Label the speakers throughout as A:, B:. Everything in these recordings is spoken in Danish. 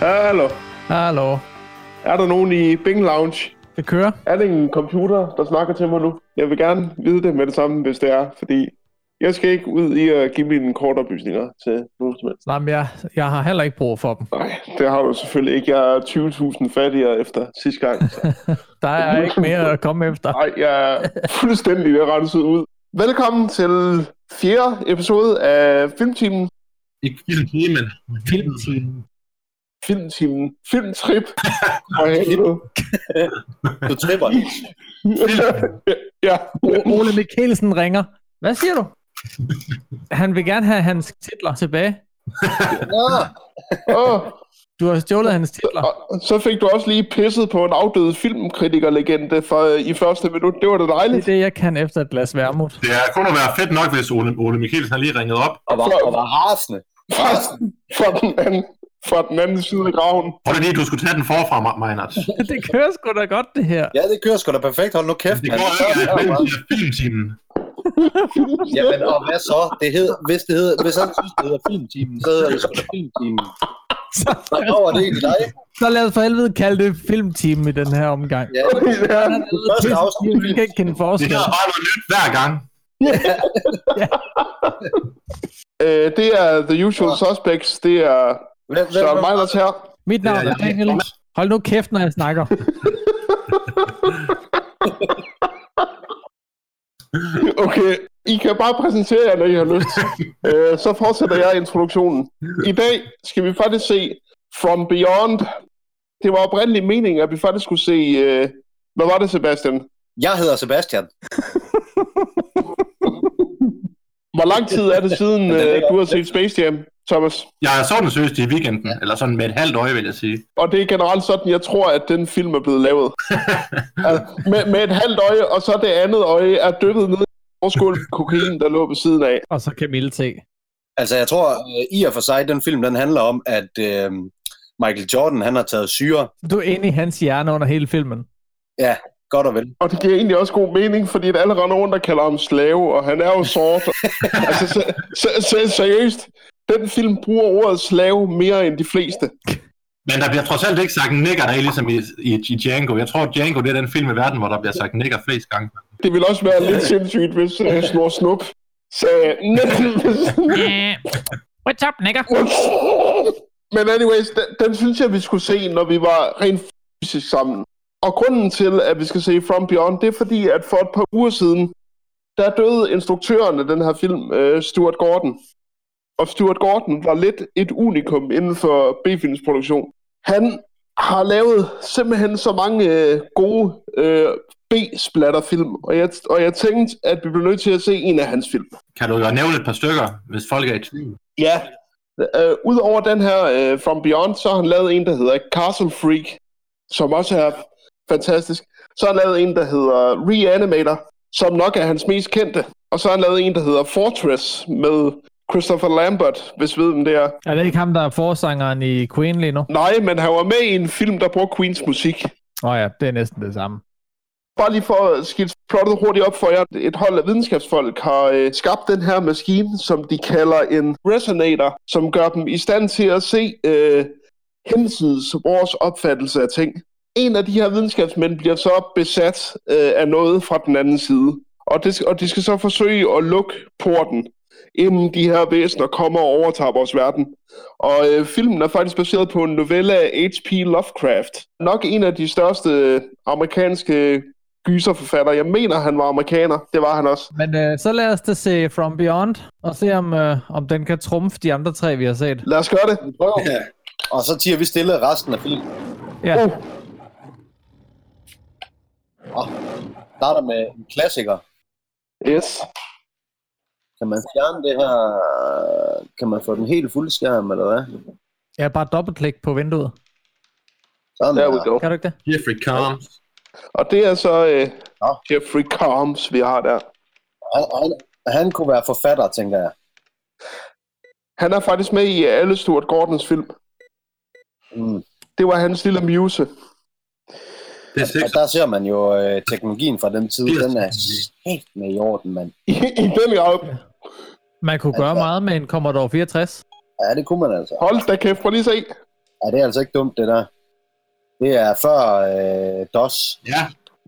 A: Hallo.
B: Hallo.
A: Er der nogen i Bing Lounge?
B: Det kører.
A: Er det en computer, der snakker til mig nu? Jeg vil gerne vide det med det samme, hvis det er, fordi jeg skal ikke ud i at give mine kortoplysninger til nogen som helst.
B: Nej, men jeg, jeg har heller ikke brug for dem.
A: Nej, det har du selvfølgelig ikke. Jeg er 20.000 fattigere efter sidste gang. så-
B: Der er ikke mere at komme efter.
A: Nej, jeg er fuldstændig ved at rense ud. Velkommen til fjerde episode af Filmtimen.
C: Ikke filmen, men
D: filmteam.
A: Filmtimen. Filmtrip. For helvede.
D: Du tripper.
A: ja.
B: O- Ole Mikkelsen ringer. Hvad siger du? Han vil gerne have hans titler tilbage.
A: Åh,
B: Du har stjålet hans titler.
A: og så fik du også lige pisset på en afdød filmkritikerlegende for, øh, i første minut. Det var da
B: Det
A: dejligt.
B: er det, jeg kan efter et glas vermut.
C: Det er kun at være fedt nok, hvis Ole, Ole Mikkelsen har lige ringet op.
D: Og var, og var rasende.
A: Fra, fra, den anden, fra den anden side af graven.
C: Hold da lige, du skulle tage den forfra, Ma- Meinert.
B: Det kører sgu da godt, det her.
D: Ja, det kører sgu da perfekt. Hold nu kæft.
C: Det
D: mand.
C: går ikke, at man bliver filmtimen.
D: Jamen, og hvad så? Det hed, hvis, det hed, hvis han synes, det hedder filmteamen, så hedder det sgu da filmteamen.
B: Så,
D: Og hvor er det egentlig dig?
B: så lad os for helvede kalde det filmteamen i den her omgang.
D: Ja,
A: Ja,
D: første afsnit.
B: Vi kan ikke kende
C: Det
B: forskel.
C: er bare noget nyt hver gang.
A: øh, det er The Usual Suspects. Det er
D: hvem, hvem,
A: Søren Meiners her.
B: Mit navn er Daniel. Hold nu kæft, når jeg snakker.
A: Okay, I kan bare præsentere jer, når I har lyst. øh, så fortsætter jeg introduktionen. I dag skal vi faktisk se From Beyond. Det var oprindeligt meningen, at vi faktisk skulle se... Øh, hvad var det, Sebastian?
D: jeg hedder Sebastian.
A: Hvor lang tid er det siden,
D: Den ligger
A: øh, du har set Space Jam, Thomas?
C: Jeg så den seriøst i weekenden, eller sådan med et halvt øje, vil jeg sige.
A: Og det er generelt sådan, jeg tror, at den film er blevet lavet. altså, med, med et halvt øje, og så det andet øje er dyppet ned i en skål med kokain, der lå ved siden af.
B: Og så Camille T.
D: Altså, jeg tror, øh, i og for sig, den film, den handler om, at øh, Michael Jordan, han har taget syre.
B: Du er inde i hans hjerne under hele filmen.
D: Godt og vel.
A: Og det giver egentlig også god mening, fordi at alle render rundt og kalder ham slave, og han er jo sort. altså, se, se, se, seriøst, den film bruger ordet slave mere end de fleste.
C: Men der bliver trods alt ikke sagt nikker der, ligesom i, i, i Django. Jeg tror, Django det er den film i verden, hvor der bliver sagt nikker flest gange.
A: Det ville også være lidt sindssygt, hvis uh, Snor Snup sagde...
B: What's up, nigger?
A: Men anyways, den, den synes jeg, vi skulle se, når vi var rent fysisk sammen. Og grunden til, at vi skal se From Beyond, det er fordi, at for et par uger siden, der døde instruktøren af den her film, øh, Stuart Gordon. Og Stuart Gordon var lidt et unikum inden for B-filmsproduktion. Han har lavet simpelthen så mange øh, gode øh, B-splatterfilm, og jeg, og jeg tænkte, at vi blev nødt til at se en af hans film.
C: Kan du jo nævne et par stykker, hvis folk er i tvivl?
A: Ja. Øh, Udover den her øh, From Beyond, så har han lavet en, der hedder Castle Freak, som også er fantastisk. Så har han lavet en, der hedder Reanimator, som nok er hans mest kendte. Og så har han lavet en, der hedder Fortress med Christopher Lambert, hvis ved hvem det er.
B: Er det ikke ham, der er forsangeren i Queen lige nu?
A: Nej, men han var med i en film, der brugte Queens musik.
B: Åh oh ja, det er næsten det samme.
A: Bare lige for at skille plottet hurtigt op for jer. Et hold af videnskabsfolk har øh, skabt den her maskine, som de kalder en resonator, som gør dem i stand til at se øh, hensides vores opfattelse af ting. En af de her videnskabsmænd bliver så besat øh, af noget fra den anden side, og, det, og de skal så forsøge at lukke porten, inden de her væsener kommer og overtager vores verden. Og øh, filmen er faktisk baseret på en novelle af H.P. Lovecraft. Nok en af de største øh, amerikanske gyserforfatter. Jeg mener, han var amerikaner. Det var han også.
B: Men øh, så lad os da se From Beyond, og se om, øh, om den kan trumfe de andre tre, vi har set.
A: Lad os gøre det. Prøv.
D: Ja. Og så tiger vi stille resten af filmen.
B: Ja,
A: Uh,
D: Starter med en klassiker.
A: yes.
D: Kan man fjerne det her? Kan man få den helt fuld skærm, eller hvad?
B: jeg bare dobbeltklik på vinduet.
D: Sådan
A: There we
D: der.
A: go.
B: Kan du ikke det?
C: Jeffrey Combs.
A: Og det er så øh,
D: Nå.
A: Jeffrey Combs, vi har der.
D: Han, han, han kunne være forfatter, tænker jeg.
A: Han er faktisk med i alle Stuart Gordons film.
D: Mm.
A: Det var hans lille muse.
C: Det er
D: Og
C: seks.
D: der ser man jo øh, teknologien fra den tid.
C: Det er
D: Den er
C: sindssygt.
D: helt med i orden, mand.
A: I, i den grad.
B: Man kunne gøre
D: Altså-
B: meget med en Commodore 64.
D: Ja, det kunne man altså.
A: Hold da kæft, prøv lige at se.
D: Ja, det er altså ikke dumt, det der. Det er før øh, DOS.
C: Ja,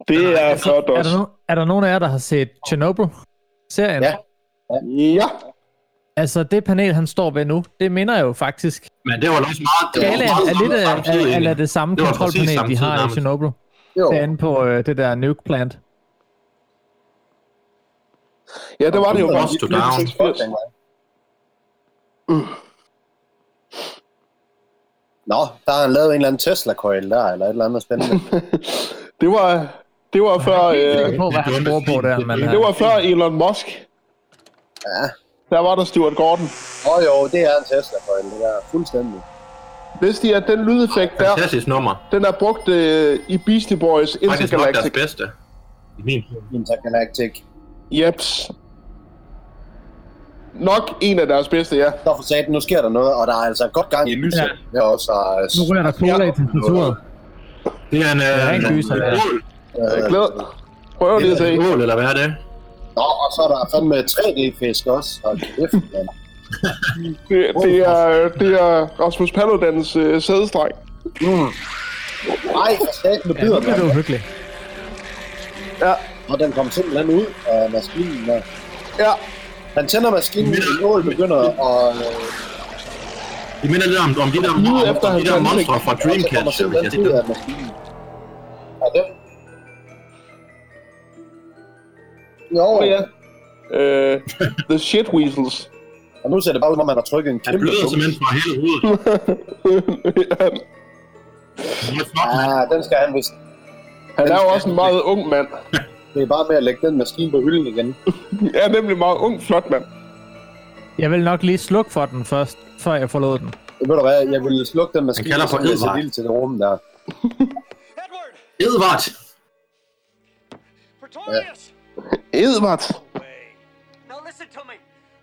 A: Det
C: Er der
A: er
C: ikke-
A: flot
B: Er der,
A: også.
B: no- er der nogen af jer, der har set Chernobyl-serien?
D: Ja.
A: Ja,
B: Altså, det panel, han står ved nu, det minder jo faktisk.
C: men det var også meget... Det var
B: Skalaen
C: meget
B: er lidt af,
C: samtidig,
B: af, af,
C: egentlig.
B: af det samme
C: Det var præcis
B: kontrolpanel, de
C: samtidig
B: har i
C: nærmest.
B: Chernobyl.
D: Jo.
B: Derinde på øh, det der nuke plant.
A: ja det var det jo.
C: Lost to Down.
D: Mm. Nå, der har han lavet en eller anden Tesla-coil der, eller et eller andet spændende.
A: det var, det var før,
B: Jeg
A: øh,
B: på, hvad han bruger på der, men...
A: det
B: øh,
A: var før Elon Musk.
D: Ja.
A: Der var der Stuart Gordon.
D: Åh oh, jo, det er en Tesla-coil, det der. Fuldstændig.
A: Vidste I, at den lydeffekt der,
C: Fantastisk nummer.
A: den er brugt øh, i Beastie Boys
C: Faktisk nok deres
A: Intergalactic.
C: bedste. I min.
D: Intergalactic.
A: Jeps. Nok en af deres bedste, ja.
D: Så for satan, nu sker der noget, og der er altså godt gang i lyset. Ja. Jeg også har... Øh,
B: Nu rører der cola i temperaturen.
C: Det er en... Øh,
B: er rent
C: en-
B: lyser,
C: en-
B: det er.
C: ål.
D: øh,
A: Jeg glæder. Prøv lige at se.
C: en ål, eller hvad er det?
D: Nå, og så er der fandme 3D-fisk også. Hold kæft, mand.
A: Det, det, er, det er Rasmus Paludans øh, sædestreng.
D: Nej, for satan, nu
B: Ja,
D: bider
B: nu bliver
D: den.
B: det jo hyggeligt.
A: Ja,
D: Og den kom simpelthen ud af maskinen. Der.
A: ja.
D: Han tænder maskinen, og mål begynder at... Øh,
C: Det minder lidt om, om de der,
A: Lige
C: om,
A: efter
C: om
A: han
C: de der
A: fandt
C: monstre fra
D: og så kommer
C: Dreamcast. hvis jeg
D: simpelthen ud
C: siger.
D: af maskinen. Er det? Jo,
A: Oh,
D: ja.
A: ja. Øh, the Shit Weasels.
D: Og nu ser det bare ud, som om man har trykket en
C: Han
D: kæmpe
C: bløder
D: dumme.
C: simpelthen fra hele hovedet. Det er flot,
D: Ja, den skal han vist.
A: Han er jo også en meget ung mand.
D: Det er bare med at lægge den maskine på hylden igen.
A: Jeg er nemlig en meget ung, flot mand.
B: Jeg vil nok lige slukke for den først, før jeg forlod den.
D: Ved du hvad, jeg ville slukke den maskine,
C: kalder på
D: så ville jeg
C: Edvard.
D: sætte ild til det rum der.
E: Edward!
C: Edvard!
E: Pretorius!
A: Edvard.
E: Wait. Now listen to me.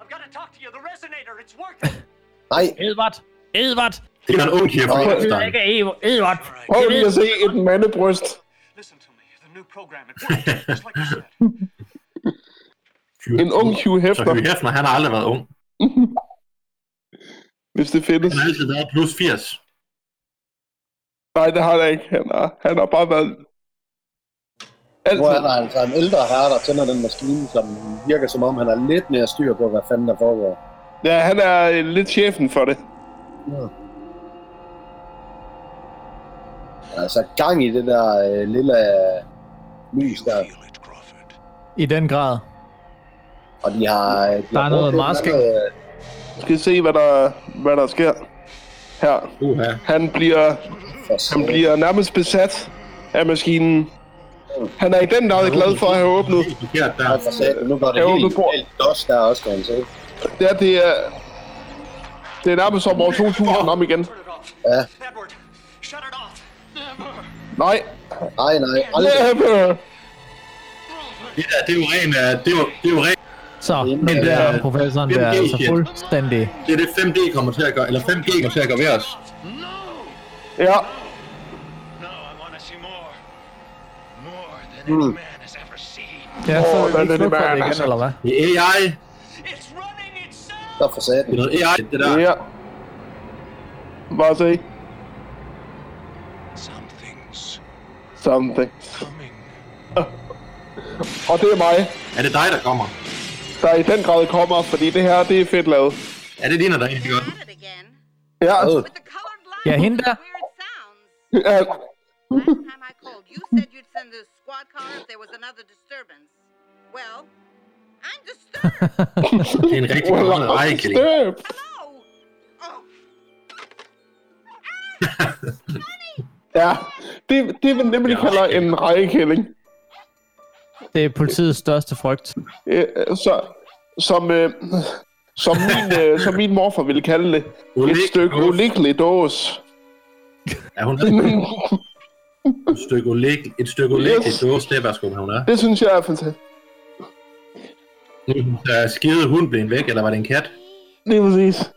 E: I've got to talk to you. The resonator, it's working.
D: Nej,
B: Edvard! Edvard!
C: Det er en ung kæft fra Frankenstein.
B: Ikke Evo- Edvard!
E: All right.
A: Prøv lige at se et mandebryst.
E: Listen to me. The new program, it works. Just like I said.
A: En ung Hugh
C: Så
A: Hefner,
C: Hugh Hefner, han har aldrig været ung.
A: hvis det findes.
C: Han har altid været plus 80.
A: Nej, det har han ikke. Han har, han har bare været... Alt.
D: nu er der altså en ældre herre, der tænder den maskine, som virker som om, han har lidt mere styr på, hvad fanden der foregår.
A: Ja, han er øh, lidt chefen for det.
D: Der er altså gang i det der øh, lille øh, lys der.
B: I den grad.
D: Og de har... øh, De
B: Der
D: har
B: er noget
D: brugt øh,
B: meget
D: et eller andet,
A: Skal vi se, hvad der, hvad der sker her.
C: Uha.
A: Han bliver,
D: øh, for
A: han
D: satan.
A: bliver nærmest besat af maskinen. Han er i den grad glad for at have åbnet.
C: Helt forkert der.
D: Ja, for satan. Nu går det
A: Jo,
D: helt
A: nu går-
D: helt dos der også, kan man se.
A: Ja, det er... Det er nærmest som år 2000 om igen.
E: Turn it off.
D: Yeah.
E: Edward, shut it off. Never.
A: Nej.
D: Nej, nej, aldrig.
A: Never.
C: Det der, det er jo ren, øh, det er jo, det er jo ren,
B: Så, nu
D: Jamen,
B: bliver
C: øh,
B: professoren
C: hvem
B: der
C: giver
B: altså
C: shit?
B: fuldstændig...
C: det er det 5D kommer til at gøre, eller 5G kommer til at gøre ved os.
E: No!
A: Ja.
E: No, I want to see more. More than
D: Hmm.
E: any man has ever seen.
B: Ja, så
A: Åh,
B: vil
A: den
B: vi
A: er
B: ikke slukke
A: lidt
B: for det igen,
A: mærkelig.
B: eller hvad?
C: Det er AI,
E: It's running itself!
D: Så for satan.
C: det er noget AI, det der.
A: Ja. Bare se.
E: Something's
A: Something.
E: coming.
A: Og det er mig,
C: Er det dig, der kommer?
A: der i den grad kommer, fordi det her, det er fedt lavet.
C: Er det din og dig, det godt?
F: at it again
A: Ja.
D: Åh,
F: with the colored lines
B: Yeah,
F: and
B: Hinda.
F: the weird sounds.
A: ja.
F: Last time I called, you said you'd send a squad car if there was another disturbance. Well, I'm disturbed.
C: Det er en rigtig
A: Well,
C: godt AI, Kelly.
A: step.
F: Hello. Oh,
A: Ja, det, det man nemlig kalder en rejekælling.
B: Det er politiets største frygt.
A: Øh, så, som, øh, som, min, øh, som min morfar ville kalde det. Et
C: Ulykkelig
A: stykke
C: dåse.
A: ulykkelig dås.
C: Ja, hun er et stykke olæg, et stykke olæg, yes.
A: Yes.
C: det dåse, det er bare sgu, hvad hun er.
A: Det synes jeg er fantastisk.
C: Nu er hun, øh, skide hund blev væk, eller var det en kat?
A: Lige præcis.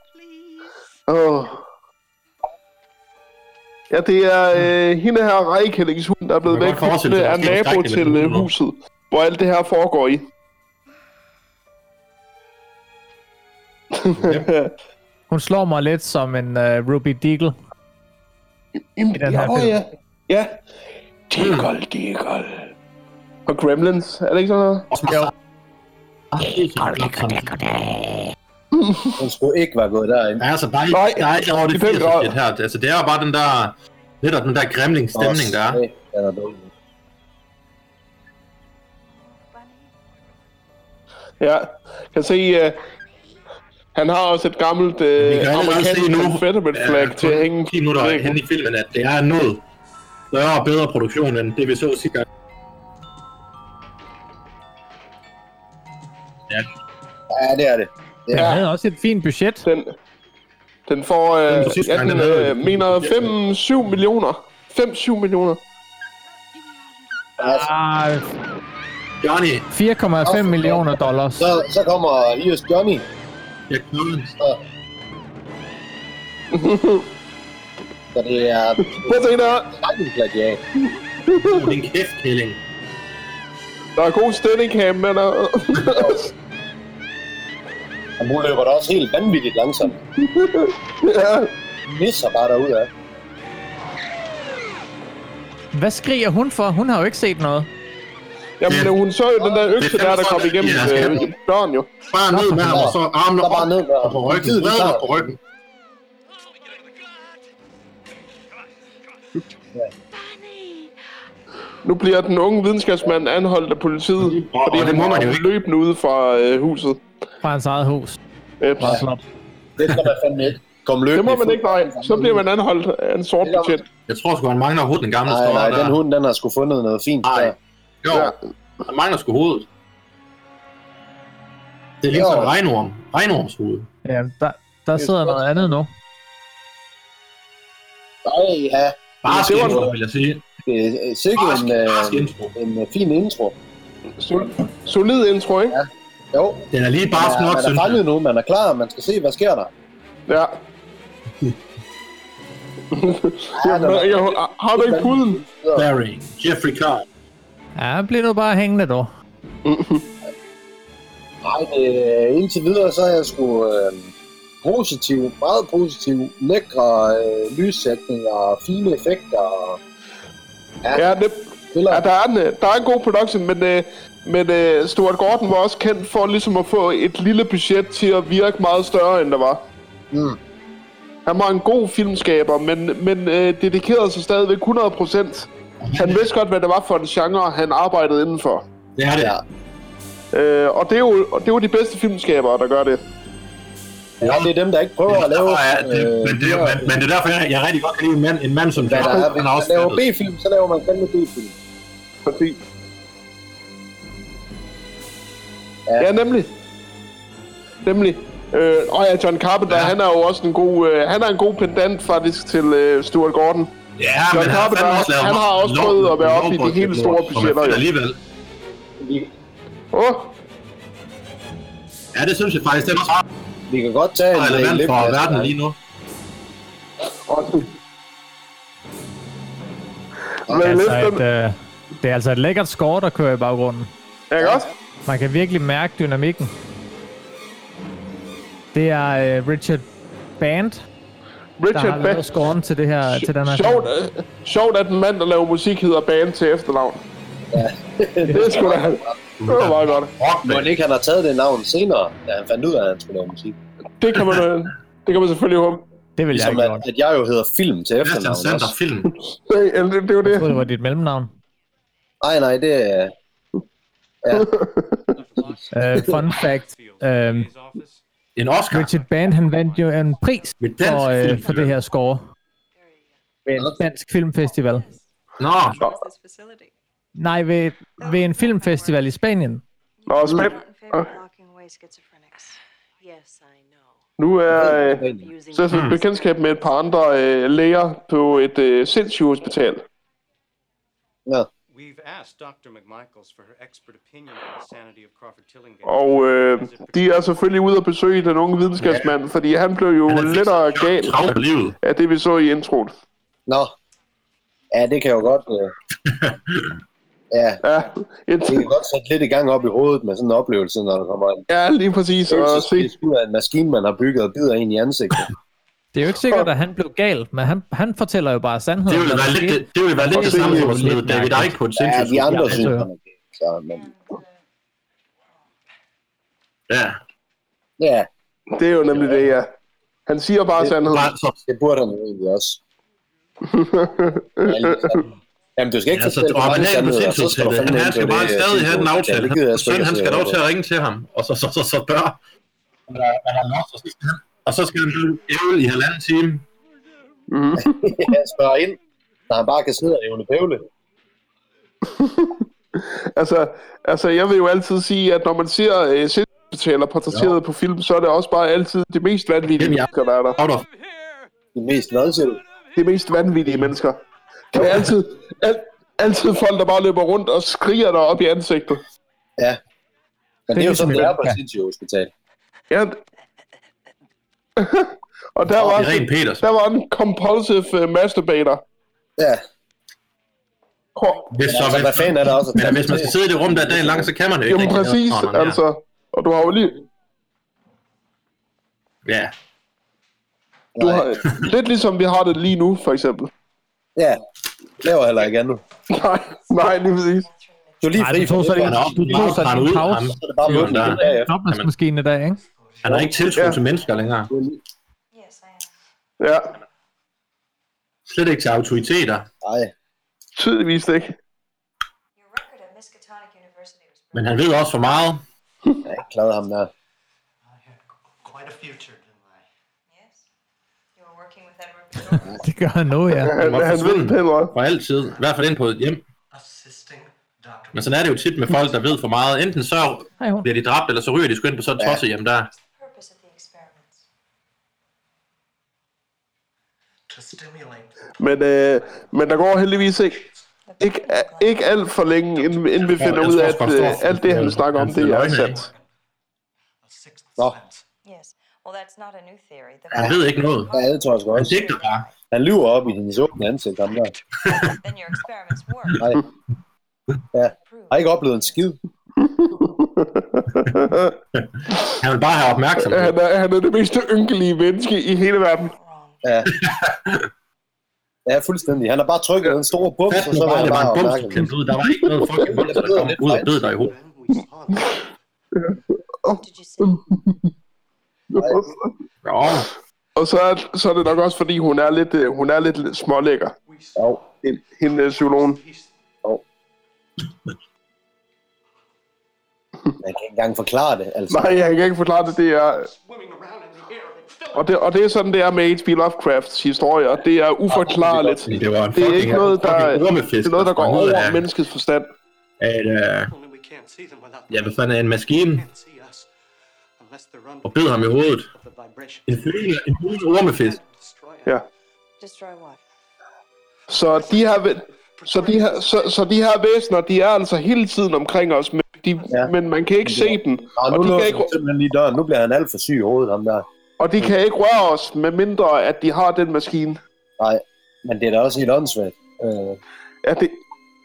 A: Åh. Ja, det er øh, hende her, Rejkællings hund, der er blevet
C: Man kan
A: væk
C: godt forestille sig,
A: af
C: at der sker
A: nabo
C: skrækkeligt,
A: til
C: når
A: øh,
C: den
A: huset, hvor alt det her foregår i.
B: Hun slår mig lidt som en uh, Ruby øh, Deagle.
A: Jamen,
B: I den her
A: ja,
B: film.
A: ja. ja. Deagle, Deagle. Og Gremlins, er det ikke sådan noget?
D: Hun skulle ikke være gået derind.
C: Ja, altså, der er,
A: Nej,
C: Nej, der er ikke over det
A: det er fem
C: 80'er shit her. Altså, det er jo bare den der, lidt af den der gremling stemning, der er.
D: Åh, den er dum.
A: Ja, kan se, uh, han har også et gammelt uh,
C: Vi kan allerede
A: amerikansk
C: se nu,
A: Confederate flag til at hænge.
C: 10 minutter
A: væggen.
C: hen i filmen, at det er noget større og bedre produktion, end det vi så sidste gang. Ja,
D: Ja, det er det. Det er
B: Den
A: Ja.
B: havde også et fint budget.
A: Den, den får, øh,
C: Den sidste
A: ja,
C: gang,
A: den,
C: den havde-
A: øh, mener 5-7 millioner. 5-7 millioner.
D: altså,
B: Ah,
C: Johnny,
B: 4,5 millioner dollars.
D: så, så kommer Iris Johnny.
C: jeg knudede.
D: Så det er
A: Prøv at se der.
D: fucking plagiat.
C: Åh, Din kæft, Kælling.
A: Der er god steadicam, men... Uh,
D: Og hun løber da også helt vanvittigt langsomt.
A: ja.
D: Misser bare derude af.
B: Hvad skriger hun for? Hun har jo ikke set noget.
C: Det-
A: Jamen, hun så jo den der økse
C: det er
A: der, der
C: fandme
A: kom
C: sådan,
A: igennem
C: ja, altså, skal
A: øh, døren jo.
C: Bare ned med ham, og så armene
D: Så bare
C: op
D: ned med
C: og
D: ham.
C: på ryggen.
D: Politiet,
C: Ned
D: så-
C: og på ryggen.
E: Oh
A: Nu bliver den unge videnskabsmand anholdt af politiet,
C: Og-
A: fordi
C: og det
A: han
C: må man jo
A: var
C: ikke.
A: løbende ude fra øh, huset.
B: Fra hans eget hus.
A: Eps.
B: Meget flot.
D: Det skal man fandme ikke. Kom løbende.
A: Det må man
D: i
A: ikke, nej. Så bliver man anholdt af en sort
D: Det er-
A: budget.
C: Jeg tror sgu, han mangler hovedet den gamle
D: Nej,
C: står
D: nej,
C: der.
D: den hund, den har sgu fundet noget fint.
C: Nej.
D: der.
C: Jo,
A: Ja.
C: han mangler sgu hovedet. Det er ligesom
D: Jo.
C: en regnorm. Regnorms hoved.
B: Ja, der, der sidder noget andet nu.
D: Nej, ja.
C: Bare
A: Det var-
C: intro, vil jeg sige.
D: Det er sikkert
C: Barsk,
D: en, øh,
C: barsk intro.
D: en øh, fin intro.
A: Sol- solid intro, ikke?
D: Jo,
C: Den er lige
D: man
C: barsk
D: er,
C: nok,
D: man er
C: synes jeg.
D: fanget nu, man er klar, man skal se, hvad sker der.
A: Ja. Jamen,
D: det var-
A: jeg, har du ikke puden?
C: Barry. Jeffrey Carr.
B: Ja, bliv nu bare hængende, dog.
D: Nej, øh, indtil videre, så er jeg sgu øh, positiv, meget positiv. Lækre øh, lyssætninger, fine effekter. og-
A: Ja, det,
D: Spiller.
A: ja der, er en, øh, der er en god production, men, øh, men øh, Stuart Gordon var også kendt for ligesom at få et lille budget til at virke meget større, end der var.
D: Mm.
A: Han var en god filmskaber, men, men øh, dedikerede sig stadigvæk 100%. Han vidste godt, hvad det var for en genre, han arbejdede indenfor.
C: Det er det.
D: Ja.
A: Øh, og det er, jo, og det er jo de bedste filmskabere, der gør det.
D: Ja, det er dem, der ikke prøver at
C: Jeg tror,
D: lave...
C: ja, det, men, det,
D: dyre-
C: men, men det er derfor, jeg, jeg rigtig godt kan lide en mand, en mand som
D: hvad der er. Hvis
C: han er
D: man
C: også
D: laver
C: fattet.
D: B-film, så laver man fandme B-film.
A: Præcis.
D: Ja.
A: Ja, ja nemlig. Nemlig. Øh, og ja, John Carpenter,
C: Ja.
A: ja. han er jo også en god, øh, han er en god pendant faktisk til øh, Stuart Gordon.
C: Ja,
A: John
C: men han, har
A: Carpenter,
C: fandme også lavet
A: han har
C: meget
A: også
C: lov-
A: prøvet at være oppe i de
C: lovbudget
A: helt store
C: lort, som er fedt
A: budgetter, jo.
C: Alligevel.
A: Åh,
C: Ja, det synes jeg faktisk, det er også
D: Vi kan godt tage en... øh,
C: meget relevant
D: en
C: for
D: lidt-
C: verden lige nu.
A: oh.
B: Det er,
A: Men
B: altså
A: løft
B: et,
A: dem.
B: øh, det er altså et lækkert score, der kører i baggrunden.
A: Ja, ikke også?
B: Man kan virkelig mærke dynamikken. Det er øh, Richard Band, der
A: Richard
B: har
A: Band.
B: lavet scoren til, det her, til den her film.
A: Sjovt, øh, sjovt, at en mand, der laver musik, hedder Band til efternavn. Ja. det er sgu da... Det var meget godt.
C: Rock
D: Må han ikke, han har taget det navn senere, da han fandt ud af, at han skulle lave musik.
A: Det kan man, øh, det kan man selvfølgelig håbe.
B: Det vil jeg
D: Ligesom
B: ikke
D: at,
B: gjort.
D: at jeg jo hedder film
C: Christian
D: til efternavn
C: Sander
D: også.
C: film.
A: Det, ja, det, det er jo
B: Jeg troede, det
A: det.
B: var dit mellemnavn.
D: Nej, nej, det er...
B: Uh, fun fact. Uh,
C: En Oscar
B: Richard Band, han vandt jo en pris
C: med dansk
B: for,
C: film.
B: øh, for det her score. Ved en dansk filmfestival.
C: Nå,
G: this facility.
B: Nej, ved, ved en filmfestival i Spanien.
A: Nå, spænd.
G: Not in favor
A: Oh.
G: of locking away schizophrenics. Yes, I know.
A: Nu er... Øh,
G: Using
A: Så jeg
C: Hmm.
A: fik bekendtskab med et par andre øh, læger på et øh, sindssygehospital.
D: Ja.
H: We've asked Dr. McMichaels for her expert opinion on the sanity of Crawford Tillingham.
A: Og øh, de er selvfølgelig ude at besøge den unge videnskabsmand, ja. fordi han blev jo
C: han er
A: lidt og gal
C: travlt på livet.
A: af det, vi så i introen.
D: Nå. Ja, det kan jo godt... Øh... ja,
A: Ja, et,
D: det kan godt sætte lidt i gang op i hovedet med sådan en oplevelse, når der kommer en
A: ja lige præcis. Og se,
D: følelsesvis ud af en maskine, man har bygget og bider en i ansigtet.
B: Det er jo ikke sikkert, at han blev gal, men han, han fortæller jo bare sandheden.
C: Det ville
B: hvad
C: være
B: der
C: lidt
B: skete.
C: det, det, ville være lidt
A: Og
C: det
A: det
C: samme
A: er
C: som at
B: jo
C: smide
B: lidt
C: David
B: mærkeligt.
C: Icke på en
D: Ja,
C: sindssygt.
D: de andre
B: altså.
D: synes, han er gay, så, men,
C: Ja,
D: ja,
A: Det er jo nemlig det, ja. Han siger bare sandheden.
C: bare så,
D: det burde han jo egentlig også. Ja, ligesom. Jamen, du skal ikke
C: ja, så,
D: fortælle
C: og
D: for
C: han
D: mange
C: er jo på
D: sandheder, så skal du
C: sindssygt. Han,
D: fandme
C: han
D: ind
C: skal
D: på
C: bare
D: det,
C: stadig
D: øh,
C: have den
D: tidspunkt.
C: aftale.
D: Ja, det gider jeg
C: Hans
D: sgu
C: søn,
D: ikke
C: han
D: se
C: skal dog
D: over.
C: til at ringe til ham, og så, så, så, så dør. Men han også, og så skal han- Og så skal han blive ævel i halvanden time.
A: Mm.
D: Ja, spørge ind, når han bare kan sidde og ævle pævle.
A: Altså, altså, jeg vil jo altid sige, at når man ser øh, sindsbetaler portrætteret på film, så er det også bare altid de mest vanvittige
C: Jamen, ja.
A: mennesker, der er der.
C: Out of
D: Det mest hvad siger du?
A: De mest vanvittige mennesker. Det er altid, al, altid folk, der bare løber rundt og skriger dig op i ansigtet.
D: Men det, er
B: Det
D: jo
B: er
D: sådan, det
B: ligesom
D: er
B: i
D: på et
B: Europa.
D: sindssygt hospital.
A: Ja. og der var,
C: det er rent Peters.
A: der var en compulsive uh, masturbator.
D: Ja,
A: Hår.
C: Hvis,
D: men altså, hvad fanden er der også? at
C: Men
D: tage
C: hvis man skal
D: til?
C: sidde i det rum der dagen lang, så kan man jo ikke.
A: Jamen
C: rigtig noget.
A: præcis,
C: Nå, nå, ja.
A: altså. Og du har jo lige,
C: Ja,
A: du
D: Nej.
A: har, lidt ligesom vi har det lige nu, for eksempel.
D: Ja, laver heller ikke andet.
A: Nej, nej, lige præcis.
D: Du er lige
B: Nej,
D: fri
B: du
D: for
B: tog så
D: det.
B: lige-
C: han er op,
B: Du tog så
C: han er
B: din
C: ude,
B: pause.
C: ham.
D: Så er det bare
C: Jo,
D: muligt.
C: der-
D: Ja, ja.
B: Dobbeltmaskine i dag, ikke?
C: han har ikke tiltro
A: Ja.
C: til mennesker længere.
G: Yes, I am.
A: Ja,
C: Slet ikke til autoriteter.
D: Nej,
A: tydeligvis ikke.
G: Your record at Miskatonic University was
C: Men han ved også for meget.
D: jeg er ikke glad ham der.
H: Quite a future, didn't
G: Yes. You were working with Edward Bedore.
B: Det gør han nu, ja.
A: Han,
C: må
A: han ved
C: forsvinde.
A: det pænt
C: For altid. I hvert fald ind på et hjem.
H: I? Assisting Dr.
C: Men sådan er det jo tit med folk, der ved for meget. Enten så
B: Hej, hun.
C: bliver de dræbt, eller så ryger de sgu ind på sådan et tosset hjem der.
G: Purpose of the experiments.
H: to stimulate
A: Men, øh, men der går heldigvis ikke, ikke, ikke alt for længe, inden, inden vi finder
C: Jeg
A: ud
C: tror
A: af,
C: sgu,
A: at
C: han står
A: øh, alt det, han snakker om,
C: Han
A: det
C: siger
A: er
C: løgne,
A: sandt.
C: ikke?
H: a sixth
D: Oh.
H: sense.
G: Yes. Well, that's not a new theory. The
C: Han ved ikke noget.
D: Ja, det tror jeg sgu
C: Han
D: også.
C: digter bare.
D: Han lyver op i hendes åbne ansigt, ham der.
G: Then your experiments work.
D: Nej,
G: Prove.
D: har ikke oplevet en skid.
C: Han vil bare have opmærksomhed.
A: Han er, han er det mest ynkelige menneske i hele verden.
G: Wrong.
D: Ja. ja, fuldstændig. Han har bare trykket den store bums,
C: Fast
D: og
C: nu
D: så var
C: bare,
D: han
C: det var
D: bare
C: en bums, du
D: opmærksom.
C: klemte ud. Der var ikke noget fucking monster, der kom ud og bed dig i hovedet.
H: Then we saw them.
G: Did you see?
C: Nå,
A: Og så er, så er det nok også, fordi hun er lidt, øh, hun er lidt smålækker,
H: We
D: Jo,
H: saw
A: hende- hende øh, psykologen.
H: peace.
D: jeg kan ikke engang forklare det, altså.
A: Nej, jeg kan ikke forklare det. det er,
H: Swimming around in the air and filling
D: Oh,
A: og, det, og det er sådan, det er med H.P. Lovecrafts historier. Det er uforklarligt.
C: det var en
A: Det er
C: fucking
A: ikke noget, der,
C: ormefisk,
A: det er noget, der går
C: sprang ud
A: over
C: af-
A: menneskets forstand.
C: af et, øh,
H: and we can't see them without
C: ja, hvad fanden er en maskine,
H: They can't see us unless they're under
C: og bed ham i hovedet.
H: the vibration.
C: En flydende, en flydende ormefisk.
H: Destroy us.
A: Ja.
G: Destroy what?
A: Så de her, væ- så de her, så, så de her væsener, de er altså hele tiden omkring os, men, de,
D: Ja.
A: ja. men man kan ikke se dem.
D: Og nu
A: Og de,
D: lukker
A: kan
D: han
A: ikke,
D: simpelthen lige døren. Nu bliver han alt for syg i hovedet, ham der.
A: og de kan ikke røre os, med mindre at de har den maskine.
D: Nej, men det er da også helt åndssvagt. Øh,
A: Ja, det,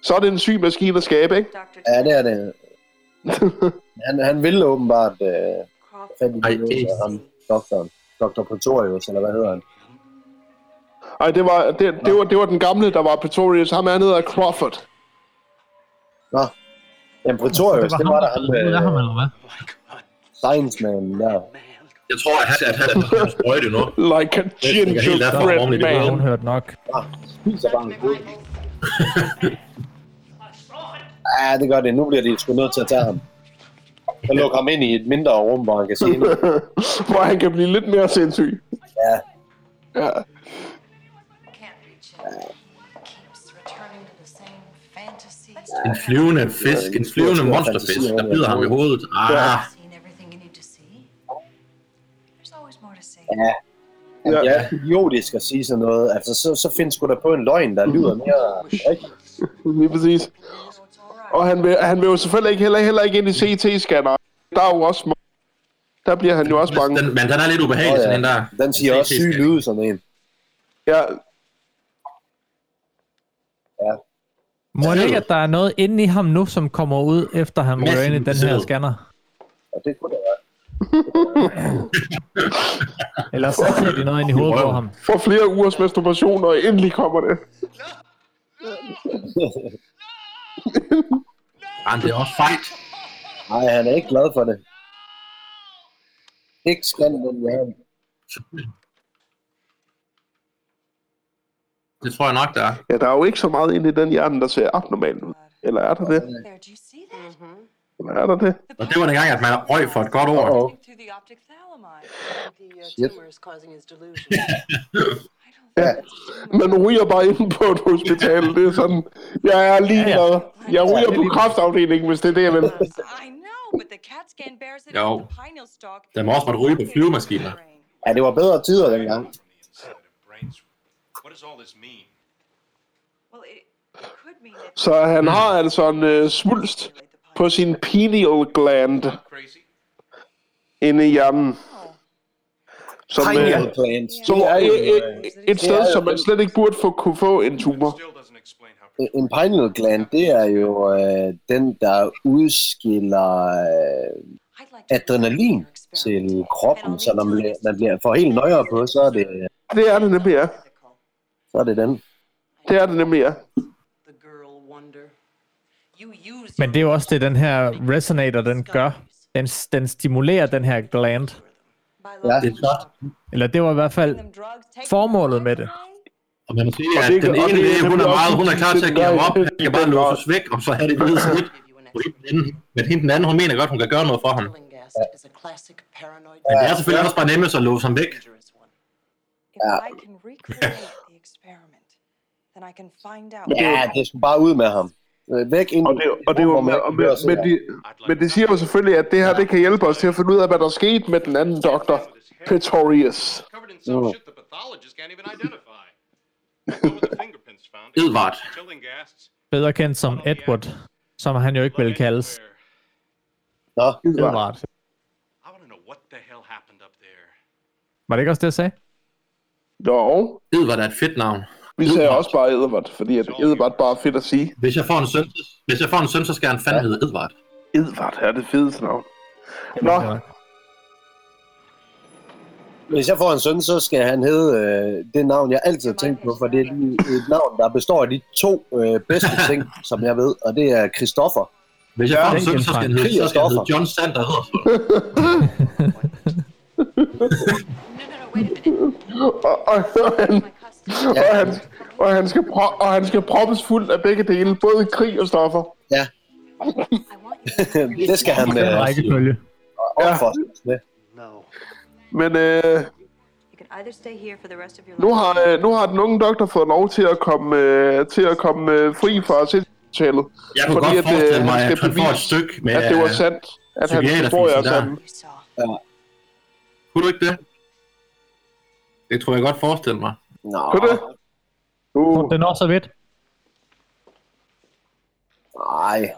A: så er det en syg maskine at skabe, ikke?
G: Dr.
D: ja, det er det. han, han ville åbenbart øh,
G: Crawford.
D: fat i
C: Ej,
D: det,
C: det-
D: så ham, doktoren. Dr. Pretorius, eller hvad hedder han?
A: Ej, det var, det, det, var, det var den gamle, der var Pretorius. Ham er nede af Crawford.
D: Nå. Jamen, Pretorius, det var, der ham,
B: Det er ham,
D: øh,
B: eller hvad?
H: Like a
D: science man der.
H: man.
C: Jeg tror, at han, at han er på en sprøjte nu.
A: Like a
C: ligger helt derfor oven
A: gingerbread
C: i det
B: Ja, hun
A: man.
B: hørte nok.
D: Ah, Spiser bare en god. Ja, det gør det. Nu bliver de sgu nødt til at tage ham. Så lukke ham ind i et mindre rum, hvor han kan se hende.
A: Hvor han kan blive lidt mere sindssyg.
D: Ja,
A: Ja.
G: Can't reach it. Keeps returning to the same fantasy.
C: En flyvende fisk, en flyvende monsterfisk, der bider ham i hovedet. Ah,
G: Seen everything you need to see. There's always more to see.
D: ja. Jamen, det er idiotisk at sige sådan noget. Altså, så, så findes sgu da på en løgn, der lyder mere rigtigt.
A: Lige præcis.
G: So
A: Og
G: Oh, it's all right.
A: han vil, han vil jo selvfølgelig ikke, heller, heller ikke ind i CT-scanner. Der er jo også... mo- Der bliver han jo også bange.
C: den, men den er lidt ubehagelig,
D: Nå
C: sådan en der.
D: Den siger også syge lyde, sådan en.
A: Ja,
B: Må det ikke, at der er noget inde i ham nu, som kommer ud, efter han
C: Massen
B: røg ind i den her
C: besædet.
B: scanner?
D: Og det kunne det være.
B: Ellers så ser de noget ind i hovedet på ham.
A: For flere ugers masturbation, og endelig kommer det.
C: Ej, Ah, det er også fight.
D: Nej, han er ikke glad for det. Ikke skræmt, den jeg har.
C: Det tror jeg nok, der er.
A: Ja, der er jo ikke så meget inde i den hjerne, der ser abnormal ud. Eller er der det?
G: There, do you see that?
A: Eller er der det?
C: Og det var dengang, at man røg for et godt ord.
D: Uh-oh.
G: Coming Through the optic thalamus.
I: The uh,
D: Shit.
I: tumor is causing his delusion.
G: I don't think that's a tumor.
A: Man ryger bare inde på et hospital. Det er sådan, jeg er lige
B: Ja, ja.
A: glad. Jeg ryger på kraftafdelingen, hvis det er det, jeg vil.
G: I know, but the CAT scan bears it
C: Jo.
G: out the pineal stalk.
C: Der må også måtte ryge på flyvemaskiner.
D: Ja, det var bedre tider dengang.
H: From the inside of brains. What does all this mean?
G: Well, it, it could mean that
A: Så han har altså en øh, svulst på sin pineal gland
H: Crazy?
A: inde i hjernen. Som, øh,
D: Pineal glands.
A: som
D: Det er
A: øh,
D: jo
A: øh,
D: øh,
A: et sted, som man slet ikke burde få, kunne få en tumor.
H: Still doesn't explain how
D: en pineal gland, det er jo øh, den, der udskiller øh,
G: I'd like to
D: adrenalin
G: do your
D: til
G: experiment.
D: kroppen, så når man, bliver- man bliver for helt nøjere på, så er det,
A: Det er det nemlig, ja.
D: så er det den.
A: Det er det nemlig, ja.
I: the girl wonder. You used
B: Men det er jo også det, den her resonator, den gør. Den, den stimulerer den her gland.
D: Ja.
C: Det er flot.
B: Eller det var i hvert fald formålet med det.
C: Og man må sige,
A: Og
C: at
A: det
C: den
A: gør- og
C: ene
A: det-
C: læge,
A: det
C: hun er
A: bliver
C: meget,
A: også
C: hun er klar til at give ham op. Han kan bare
A: Det gør-
C: låses væk, og så have det hvide snit. på hende den anden. Men hende den anden, hun mener godt, hun kan gøre noget for ham.
I: gas is a classic paranoid
C: Men det er selvfølgelig også bare nemmest at låse ham væk.
I: dangerous one.
G: If I can recreate the experiment, then I can find out.
D: Ja, det skal bare ud med ham. Øh, Væk ind.
A: Og det, og det er jo, og med, og med, men, de, men de siger jo selvfølgelig, at det her det kan hjælpe os til at finde ud af, hvad der skete med den anden doktor, Pretorius.
H: Covered in some shit the pathologist can't even identify. Although with the fingerprints found, it
C: Edvard.
H: was chilling gas.
B: Bedre kendt som Edward, som han jo ikke vil kaldes.
H: Anywhere.
D: Nå,
B: Edward.
H: I want to know what the hell happened up there.
B: Var det ikke også det, jeg sagde?
A: Jo,
C: Edvard er et fedt navn.
A: vi sagde også bare Edvard, fordi at Edvard bare er fedt at sige.
C: Hvis jeg får en søn, så- hvis jeg får en søn, så skal han fandme hedde Edvard.
A: Edvard er det fedeste navn. Nå,
D: hvis jeg får en søn, så skal han hedde øh, det navn, jeg altid har tænkt på, for det er lige et navn, der består af de to øh, bedste ting, som jeg ved, og det er Christoffer.
C: Hvis jeg får en
B: den
C: søn, så skal han hedde, så skal han hedde
D: Kriegerstoffer.
C: John Sander Edersson.
G: No, no, no, wait a minute.
A: og, og, og, han,
G: My custom.
A: og, han, og, han skal pro- og han skal proppes fuld af begge dele, både krig og stoffer.
D: Ja,
G: I want you to
D: det skal han
B: Det er
D: øh,
B: en rækkefølge.
D: opføre sig med.
A: Men øh,
G: You can either stay here for the rest of your
A: nu,
G: life.
A: har, øh, nu har den unge doktor fået lov til at komme, øh, til at komme øh, fri fra sindshotellet.
C: Jeg kunne godt forestille mig, at han får et stykke med...
A: at det var sandt, at han
C: psykiaterfisen
A: historie er
C: der.
A: sandt.
G: You saw.
C: Kunne du ikke det? Det tror jeg godt forestille mig.
D: Nå,
A: Kunne det? Uh,
B: Den er også vidt.
D: nej,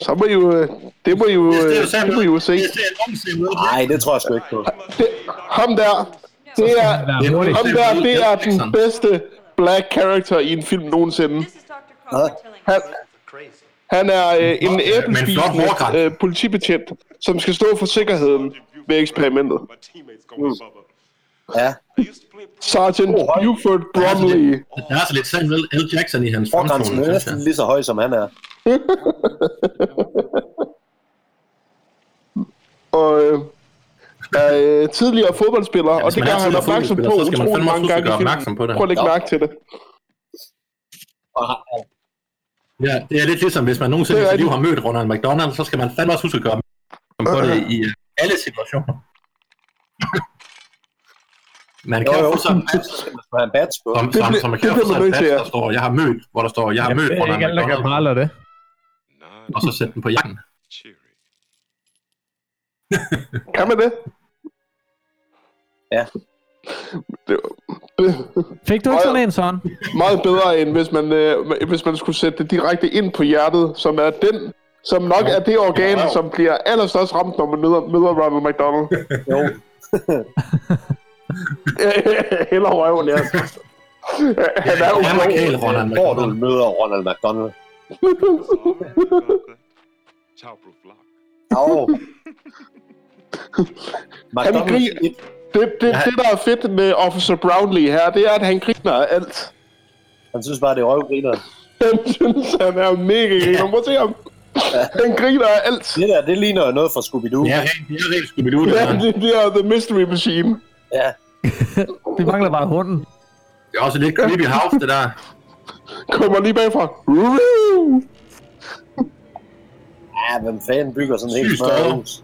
A: så må I jo, øh, det må I jo, øh, det må I jo se.
C: Hvis det er en ung se noget,
D: nej, det tror jeg sgu ikke på.
A: Det, ham der, det er,
B: Vær hurtig.
A: ham der, det er den bedste black character i en film nogensinde.
G: This is Dr. Crawford telling
A: Han, han
G: us.
A: er øh, en
C: flot- men
A: æblespisende
C: flot hårgræs.
A: øh, politibetjent, som skal stå for sikkerheden ved eksperimentet.
H: My teammates going bubba.
D: Ja,
H: I used to play
A: Sergeant
C: Oh,
A: Buford Bromley.
C: der er så lidt Samuel L. Jackson i hans
D: forgrænsen
C: fremtoning,
D: er
C: synes
D: næsten
C: jeg.
D: lige så høj, som han er.
A: og øh, er øh, tidligere fodboldspiller, og
C: hvis
A: det
C: man
A: gør
C: er
A: han
C: tidligere
A: opmærksom på
C: fodboldspiller, så skal man
A: utrolig
C: fandme
A: mange
C: også
A: gange i
C: gøre opmærksom
A: filmen.
C: på det.
A: Prøv at lægge
D: Ja.
A: mærke til det.
D: Og han-
C: Ja, det er lidt ligesom, hvis man nogensinde
A: Det
C: i
A: er
C: sit liv har mødt Ronald McDonald, så skal man fandme også huske at gøre opmærksom på det i øh, alle situationer. Man
D: Jo,
C: kan jo,
D: jo,
C: få sådan en
D: så
C: badge,
D: skal man have en badge på.
C: som,
A: Det
C: som,
A: bliver-
C: som man
A: det
C: kan få
A: bliver man
C: sådan en
A: nødt til,
C: badge,
A: ja.
C: der står, jeg har mødt, hvor der står, jeg har mødt
B: Det er
C: Ronald
B: ikke alle, der kan
C: McDonald,
B: prale af det.
H: Not
C: og så sætte den på jakken.
H: cheery.
A: Kan man det?
D: Ja.
A: Det er det-
B: Fik du ikke sådan en, Søren?
A: meget bedre, end hvis man, øh, hvis man skulle sætte det direkte ind på hjertet, som er den, som nok er det organ, som bliver allerstørst ramt, når man møder, møder Ronald McDonald.
D: Jo,
A: Eller røven, ja. Han er jo
C: Han var kæl, Ronald
D: hvor du
C: McDonald.
D: møder Ronald McDonald.
H: Ciao, Blue Block.
D: Jo.
A: Han
D: McDonald's
A: griner-
D: et
A: Det, det,
C: Ja.
A: det, der er fedt med Officer Brownlee her, det er, at han griner af alt.
D: Han synes bare, det er røvgriner.
A: Han synes, han er mega griner. Prøv at se ham. Han griner af alt.
D: Det der, det ligner noget fra Scooby-Doo.
C: Det er rent, det er rent Scooby-Doo, det
A: Ja,
C: her.
A: det, det er The Mystery Machine.
D: ja.
B: Vi mangler bare hunden.
C: Det er også lidt creepy house, det der.
A: Kommer lige bagfra.
D: Ja, hvem fanden bygger sådan helt
C: Sygt
D: smørre
C: større.
D: hus?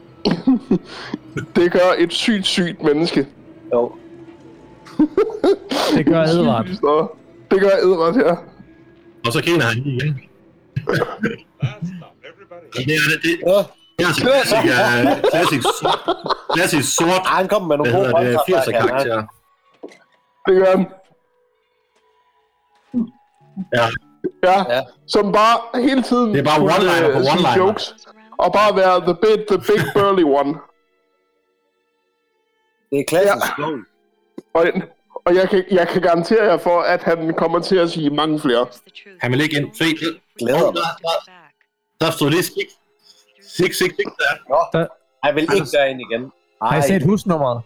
A: Det gør et sygt, sygt menneske.
D: Jo.
B: Det gør Edvard.
A: Sygt større. Det gør Edvard her.
C: Og så griner han lige igen.
E: That's not everybody.
C: Det er det, det,
D: Ja.
C: det er altså klassik, øh, klassisk, sort, klassisk sort,
D: Ah, han kom med
C: hvad
D: nogle gode
C: hedder det, 80'er
D: håndkraft.
C: karakterer.
A: Det gør han.
C: Ja,
A: Ja.
D: Ja.
A: ja. Som bare hele tiden...
C: Det er bare one-liner på
A: øh, sådan
C: one-liner.
A: Jokes. Og bare være the big, the big burly one.
D: Det er klassisk. Ja.
A: Og, og jeg, kan, jeg kan garantere jer for, at han kommer til at sige mange flere.
G: It's the truth.
C: han vil ikke ind. Se, der,
D: Glæder mig.
C: der stod lige sik, sik, sik, sik der.
D: Han vil ikke
C: Altså-
D: derind igen. Ej,
B: Har I set husnummeret?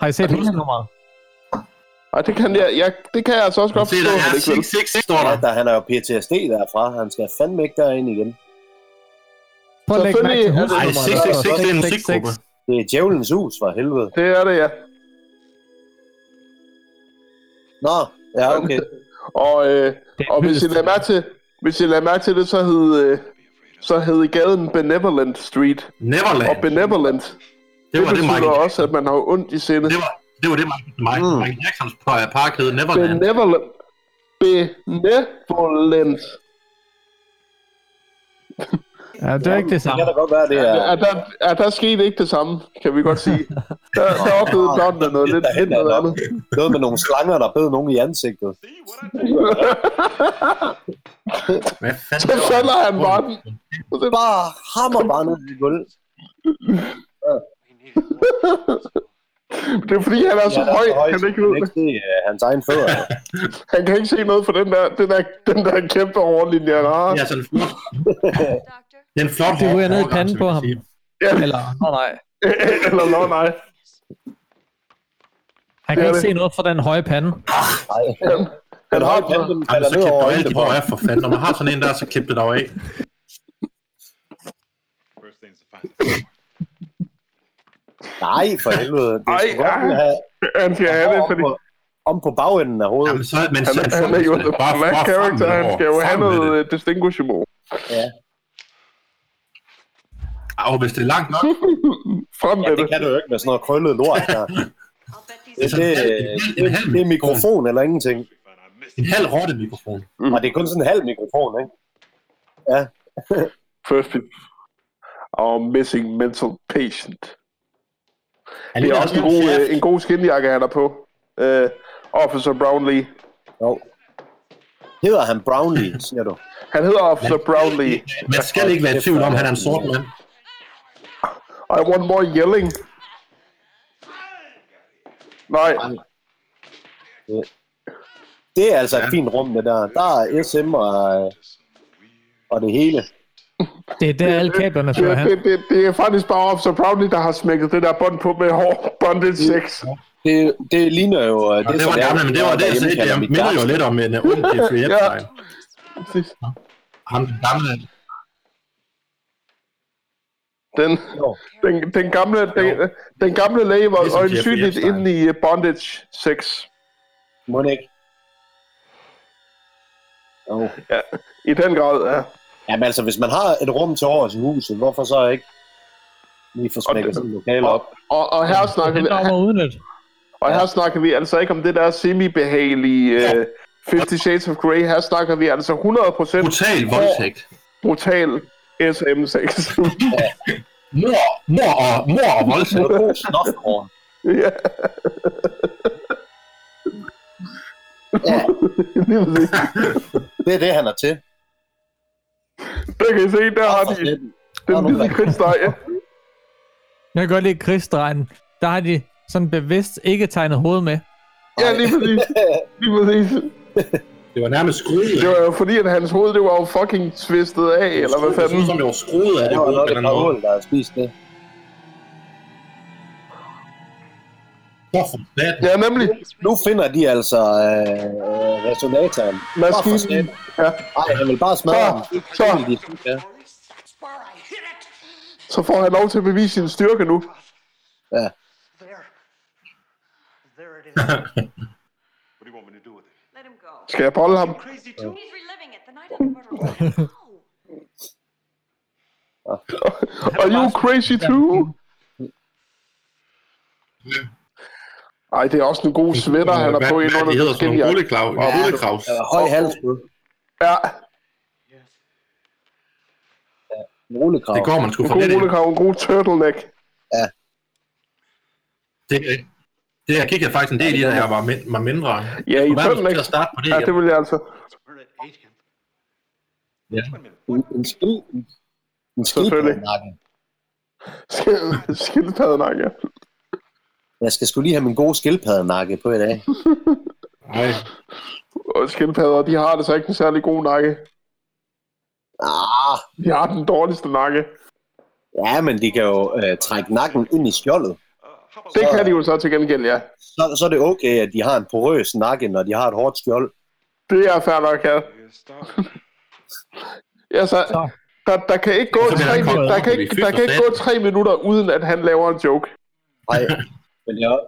B: Har I set husnummeret?
A: Og det kan jeg, jeg, det kan jeg altså også godt
C: Se,
A: forstå.
C: der
A: at
C: er
A: han ikke
C: sik,
A: vil.
C: sik, sik, står
D: ja,
C: der.
D: der, han er jo PTSD derfra. Han skal fandme ikke derind igen.
B: Prøv at lægge mærke til
A: Selvfølgelig
C: Ej,
B: husnummeret.
C: sik, sik, sik, det er en
B: 666.
C: sikgruppe.
D: Det er djævelens hus, for helvede.
A: Det er det, ja.
D: Nå, ja, okay.
A: Og, øh,
B: Det er
A: og hvis I
B: vildt.
A: lader mærke til, hvis I lader mærke til det, så hed, øh, så hed gaden Benevolent Street. Og
C: Neverland.
A: Benevolent,
C: Det
A: det
C: var det,
A: betyder
C: Michael.
A: også, at man har ondt i sindet.
C: Det var det, var det Michael, Michael, Michael Jacksons park hed Neverland.
A: Benevolent. Benevolent.
B: Ja, det er ikke det
D: Det
B: samme.
D: kan da godt være, det er...
A: Er der, er der skete ikke det samme, kan vi godt sige. Der, der oplevede børnene noget lidt
D: Der
A: lidt
D: hænder
A: noget andet.
D: nok noget med nogle slanger, der bed nogen i ansigtet.
E: See what I told you?
C: Hvad fanden?
A: Så falder han bare.
D: Det er bare hammer bare ned i gulvet.
A: Det er fordi, han er så høj, han
D: så
A: ikke ved
D: kan
A: det.
D: ikke se øh, hans egen fødder.
A: Han kan ikke se noget for den der, den der, den der kæmpe overlinje, han har.
C: Ja, sådan flot.
G: Doctor,
C: Det er en flot
B: Det
C: hår-
B: ryger ned i
C: overgang,
B: panden
C: som
B: på
C: man
B: ham.
C: siger.
B: Eller, nå nej.
A: Eller nå, nej.
B: Han kan ikke se noget fra den høje pande.
D: Nej.
A: Han
D: Den
A: har
D: høje pande, den
C: Jamen, altså,
D: falder
C: så
D: ned
C: klip
D: over
C: du alt
D: øjnene
C: det
D: på
C: hår
D: ham.
C: af, for fanden. Når man har sådan en der, så klip det dog af.
E: First thing's to find the
D: Nej, for helvede. Det
A: Ej,
D: skal godt
A: ej.
D: have
A: han skal have det,
D: om
A: fordi
D: på, om på bagenden af hovedet.
C: Jamen, så, men så,
A: han, han er jo the
C: bare-
A: black
C: bare frem
A: character, han
C: med det hår.
A: skal jo have
C: Frem med
A: noget
C: det.
A: øh, distinguishable.
C: Og hvis det er langt nok,
A: Frem
D: Ja,
A: med
D: det
A: det.
D: kan du jo ikke med sådan noget krøllet lort. Der.
G: I'll bet these
D: Det, det, det, det er mikrofon eller ingenting.
E: and I missed
C: en halv rotte mikrofon.
D: Og det er kun sådan en halv mikrofon, ikke?
A: First people. Our missing mental patient.
C: Han
A: Det er også en god,
C: chef.
A: øh, en god skinjakke, han er på. Øh, Officer Brownlee.
D: Jo. Hedder han Brownlee, siger du?
A: Han hedder Officer Brownlee.
C: Man skal ikke være i tvivl om, at han er en sort mand.
A: I want more yelling. Nej,
D: Det er altså et fint rum, det der. Der er SM og, og det hele.
B: Det er der, alle kablerne
A: det,
B: fører hen.
A: det, det, det er faktisk bare Officer Brownlee, der har smækket det der bånd på med hår. Bondage 6.
D: Det, det ligner jo... øh,
C: Og det
D: som
C: var det,
D: jeg-
C: men det var det, jeg sagde.
D: derhjemme kalder
C: Det
D: mit
C: minder jo
D: værksted.
C: lidt om en øh, ung Jeffrey Epstein. Ham den gamle.
A: Den,
D: Jo.
A: den, den, gamle, den, den gamle læge var ligesom
C: Ligesom Jeffrey
A: øjensynligt
C: Epstein.
A: inde i øh, Bondage 6.
D: Må det ikke? Jo.
A: I den grad, ja.
D: Jamen altså, hvis man har et rum til overs i huset, hvorfor så ikke lige få smækket
A: det-
D: sådan et lokale op?
A: Og, og, og her
B: Det
A: snakker vi,
B: handler om at udnytte.
A: og her snakker vi altså ikke om det der semi-behagelige uh, Fifty Shades of Grey. Her snakker vi altså 100%
C: Brutal voldtægt.
A: brutal SM6.
C: Mor, mor og, mor og voldtægt.
D: Noget god snofkorn.
A: ja.
D: Ja,
A: Lige præcis.
D: det er det, han er til.
A: Der kan I se, der har de
D: Der er
A: den
D: nogen,
A: hvide
D: der-
A: kridtsteg.
B: Jeg kan godt lide krigsdrejen. Der har de sådan bevidst ikke tegnet hovedet med.
A: Ja, lige præcis. Lige præcis.
C: Det var nærmest skruet.
A: Det var jo fordi, at hans hoved, det var jo fucking tvistet af, eller hvad
C: Det synes,
A: fanden.
C: som det var skruet af det
D: Det var
C: hoved på
D: nok
C: en
D: et
C: eller
D: par
C: anden måde.
D: ål, der har spist det.
C: Hvorfor satan?
A: Ja, nemlig.
D: Nu finder de altså øh, resonatoren. Bare for
A: Maskinen.
D: satan.
A: Ja.
D: Ej, han vil bare smadre
A: Så,
D: ham.
A: så,
D: Ja.
G: That's where I hit it.
A: så får han lov til at bevise sin styrke nu.
D: ja.
G: There. There it is.
E: What do you want me to do with it?
G: Let him go.
A: Skal jeg bolle ham?
E: Crazy too.
G: He's reliving it the night of the murder. Let him go.
A: Are you crazy too? Ej, det er også en god sweater, han har på
C: Hvad-
A: ind
C: hvad
A: under
C: de hedder sådan nogle
A: skinjakken.
C: rulleklav, ja, rullekravs.
D: Ja, høj hals på.
A: Ja,
D: Rullekrav.
C: Det går man sgu
A: en
C: for
A: god
C: lidt. ind.
A: rullekrav, en god turtleneck.
C: Det, øh, det her kiggede faktisk en del i, da jeg var, min- var mindre.
A: Ja, i
C: Hvad er
A: turtleneck.
C: det, at starte på det
A: Ja,
C: igen?
A: det vil jeg altså.
E: Murder ate him.
C: Ja.
E: Wait a minute.
D: En, en skid. En skid på
A: Selvfølgelig.
D: nakken.
A: Skild- Skildpaddenakke. ja.
D: Jeg skal sgu lige have min gode skildpaddenakke på i dag.
C: Ej,
A: Og skildpadder, de har altså ikke en særlig god nakke.
D: Ah,
A: De har den dårligste nakke.
D: ja, men de kan jo øh, trække nakken ind i skjoldet.
E: Uh, how about
A: Det kan de jo så til gengæld, ja.
D: Så, så er det okay, at de har en porøs nakke, når de har et hårdt skjold.
A: Det er fair nok, ja.
E: we start?
A: Ja, så, der, der, kan ikke gå
C: Så bliver
A: tre,
C: han
A: min-
C: koldt
A: der,
C: op,
A: kan
C: fordi
A: ikke,
C: fy
A: der
C: for
A: kan ikke gå tre minutter, uden at han laver en joke.
D: Nej, men jeg...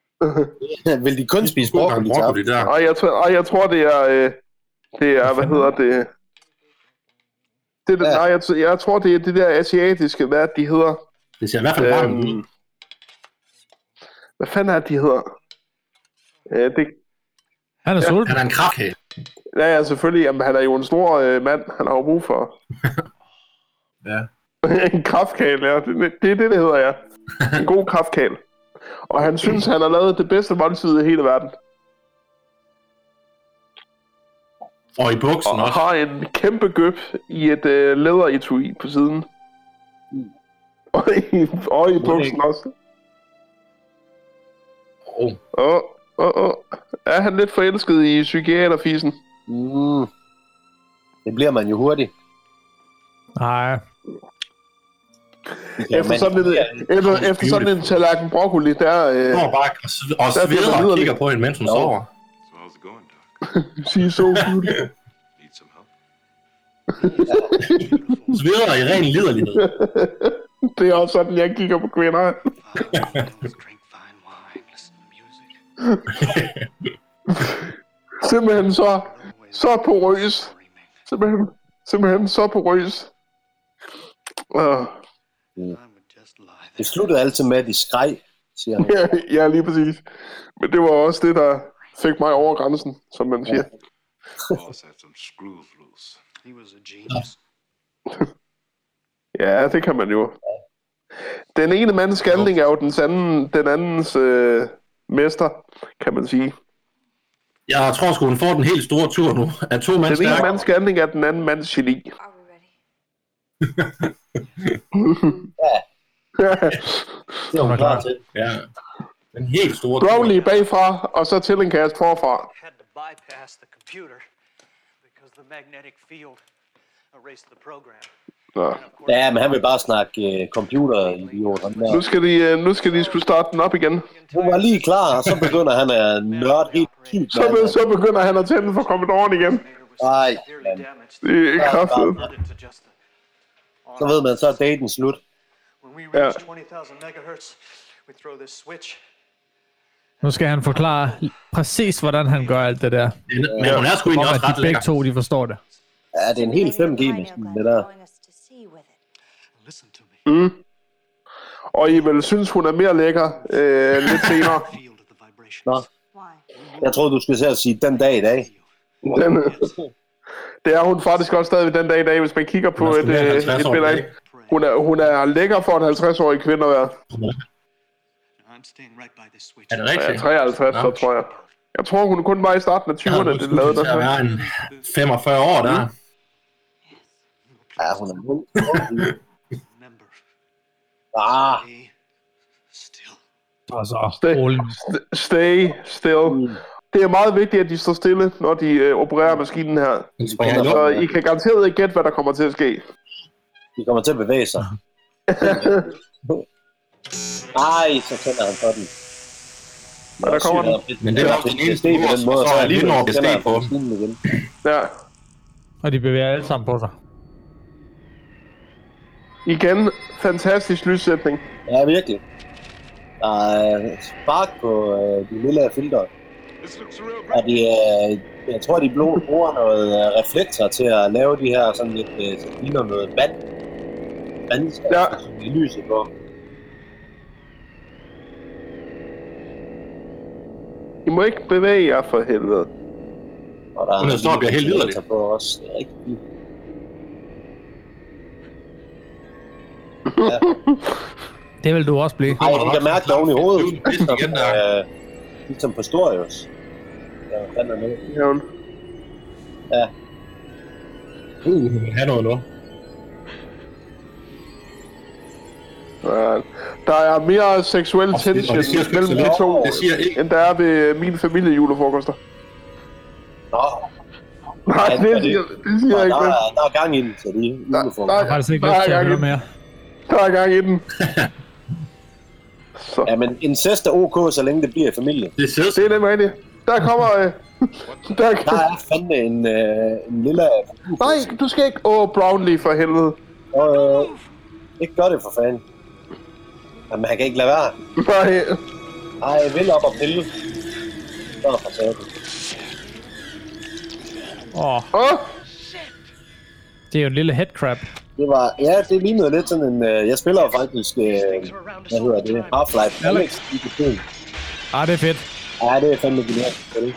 D: Vil de kun spise
C: god gang
D: broccoli? til
C: broccoli
D: aften?
C: der.
A: Og jeg, tror- og jeg tror, det er... Øh, det er, hvad hedder det... det ja.
D: Ja.
A: Nej, jeg, t- jeg tror, det er det der asiatiske, hvad er det, de hedder.
C: Det ser i hvert fald varmt ud.
A: Øhm, hvad fanden er det, de hedder? Øh, det,
B: Han er sulten.
C: Han er en krakhage.
A: ja, ja, selvfølgelig. Jamen, han er jo en stor øh, mand. Han har jo brug for
C: Ja.
A: en kraftkal, ja. Det, det er det, det hedder, ja. En god kraftkal. Og han synes, han har lavet det bedste måltid i hele verden.
C: Og i buksen
A: og
C: også.
A: har en kæmpe gøb i et øh, læderetui på siden. Og i, og i buksen også.
C: Oh.
A: Åh, åh, åh. Er han lidt forelsket i psykiaterfisen?
D: Mm. Det bliver man jo hurtigt.
B: Nej.
A: Ja, efter,
D: men-
A: sådan en, efter, efter sådan en tallerken broccoli, der øh,
C: Står bare og sv- og
A: Der bliver
C: sveder
A: man
C: og
A: liderlig.
C: kigger på hende, mens hun
D: Jo.
C: sover.
E: So how's it going, Doc?
A: siger så cute.
E: Need some help?
C: Sveder i ren liderlighed.
A: Det er også sådan, jeg kigger på kvinder.
E: Let's drink fine wine, listen to music.
A: Simpelthen så, så porøs.
E: Dreaming.
A: Simpelthen, simpelthen så porøs. Uh,
E: I would just lie
D: Det
E: there.
D: sluttede altid med, at de skreg, siger han.
A: ja, ja, lige præcis. Men det var også det, der fik mig over grænsen, som man siger.
E: Boss had some screws loose.
H: He was a genius.
A: Ja, det kan man jo. Den ene mands skalning er jo den, anden, den andens øh, mester, kan man sige.
C: Jeg tror sgu, hun får den helt store tur nu. Er to mænd
A: Den ene
C: stærke?
A: mands skalning er den anden mands geni.
G: Are we ready?
C: Det er hun klar til. Ja. Den helt store
A: Brownlee bagfra, og så til en kast forfra.
H: Had to bypass the computer because the magnetic field erased the program.
A: Nå.
D: Ja, men han vil bare snakke øh, computeridiot. ham der.
A: Nu skal de, øh, nu skal de skulle starte den op igen.
D: Hun var lige klar, og så begynder han at nørde helt sygt.
A: Så, be- så begynder han at tænde for kommandoren igen.
D: Nej,
H: Severely damaged.
A: Det er kraftigt.
H: Flooded to just the-
D: så ved man, så er daten slut.
H: When we
A: Yeah.
H: reach 20,000 megahertz, we throw this switch.
B: Nu skal han forklare præcis, hvordan han gør alt det der.
C: Men hun er sgu
B: Om
C: egentlig
B: at
C: også
B: de
C: ret
B: begge
C: lækker.
B: to, de forstår det.
D: Ja, det er en helt 5G-maskine, det der.
H: Listen to me.
A: Og I vil synes, hun er mere lækker øh, lidt senere.
H: Field of the vibrations.
D: Nå, jeg troede, du skulle til at sige den dag i dag.
A: Den, det er hun faktisk også stadigvæk den dag i dag, hvis man kigger på
C: Hun er sgu
A: et,
C: mere end
A: øh,
C: 50
A: et
C: år,
A: billede.
C: ikke?
A: af- Hun er, hun er lækker for en 50-årig kvinde at være.
H: I'm staying right by this switch.
C: Er det
A: Ja,
C: rigtigt?
A: 53, så tror jeg. Jeg tror, hun kun var i starten af
C: Jeg har
A: 20'erne, det
C: udskudt
A: lavede
C: til at
A: der.
C: være en 45 år der.
D: Ja, hun er ung.
H: Remember
D: Ah,
H: me still.
B: Og så
A: Det-
B: roligt.
A: Stay still.
C: Mm.
A: Det er meget vigtigt, at de står stille, når de øh, opererer maskinen her.
C: Hun springer i
A: Så
C: luften.
A: I kan garanteret ikke gætte, hvad der kommer til at ske.
D: de kommer til at bevæge sig. Nej, så tænder han på den.
A: Og der kommer den.
C: Men det er nok den eneste
D: Det er på
C: ord,
D: den
C: og
D: måde,
C: så er lige når det
D: den er
C: steg på.
D: maskinen igen.
A: Ja.
B: Og de bevæger alle sammen på sig.
A: Igen, fantastisk lyssætning.
D: Ja, virkelig. Der er spark på øh, de lille filter.
E: This looks real great.
D: Og de, øh, jeg tror, de blå bruger noget øh, reflektor til at lave de her sådan lidt, øh, så det ligner noget vand. Vand,
A: Ja.
D: ja. som de lyser på.
A: I må ikke bevæge jer for helvede.
D: Og der
C: Hun er stor og bliver helt
D: lille
C: yderlig.
D: reflektor på os. Det er rigtig fint.
B: Det vil du også blive.
D: Ej, jeg kan mærke det oven i hovedet. Ligesom,
C: Igen, der.
D: øh, ligesom på Storius. Ja, den er med.
A: Jævn.
C: Uh, han noget nu.
A: Ja. Der er mere seksuel
C: Og det- og det
A: tension
C: siger sgu ikke
A: mellem
C: så
A: de
C: lidt.
A: to,
C: Det siger ikke-
A: end der er ved min familie julefrokoster.
D: Nå,
A: Nej,
D: Ja,
A: det,
D: det-
A: siger, det siger
D: der,
A: jeg
D: der,
A: ikke.
D: er, der er gang i den, så de
A: Der,
D: uniformer.
A: der,
B: Jeg har faktisk ikke
A: der,
B: lyst til
A: er
B: at
A: gang
B: høre
A: i,
B: mere.
A: der er gang i den. Så,
D: Ja, men incest er ok, så længe det bliver i familie.
C: Det er sødt.
A: det er nemlig rigtigt. Der kommer... Øh, der,
D: Der er fandme en, øh, en lille...
A: nej, du skal ikke... Åh, Brownlee for helvede.
D: Øh, ikke gør det for fanden. Jamen, han kan ikke lade være.
A: Nej,
D: Ej, jeg vil op og pille. Nå, for satan.
B: Åh,
A: åh,
B: det er jo en lille headcrab.
D: Det var, ja, det lignede lidt sådan en... Øh, jeg spiller jo faktisk, øh, hvad hedder det, Half-Life Alex i det film.
B: Ah, det er fedt.
D: Ja, det er fandme genialt. selvfølgelig.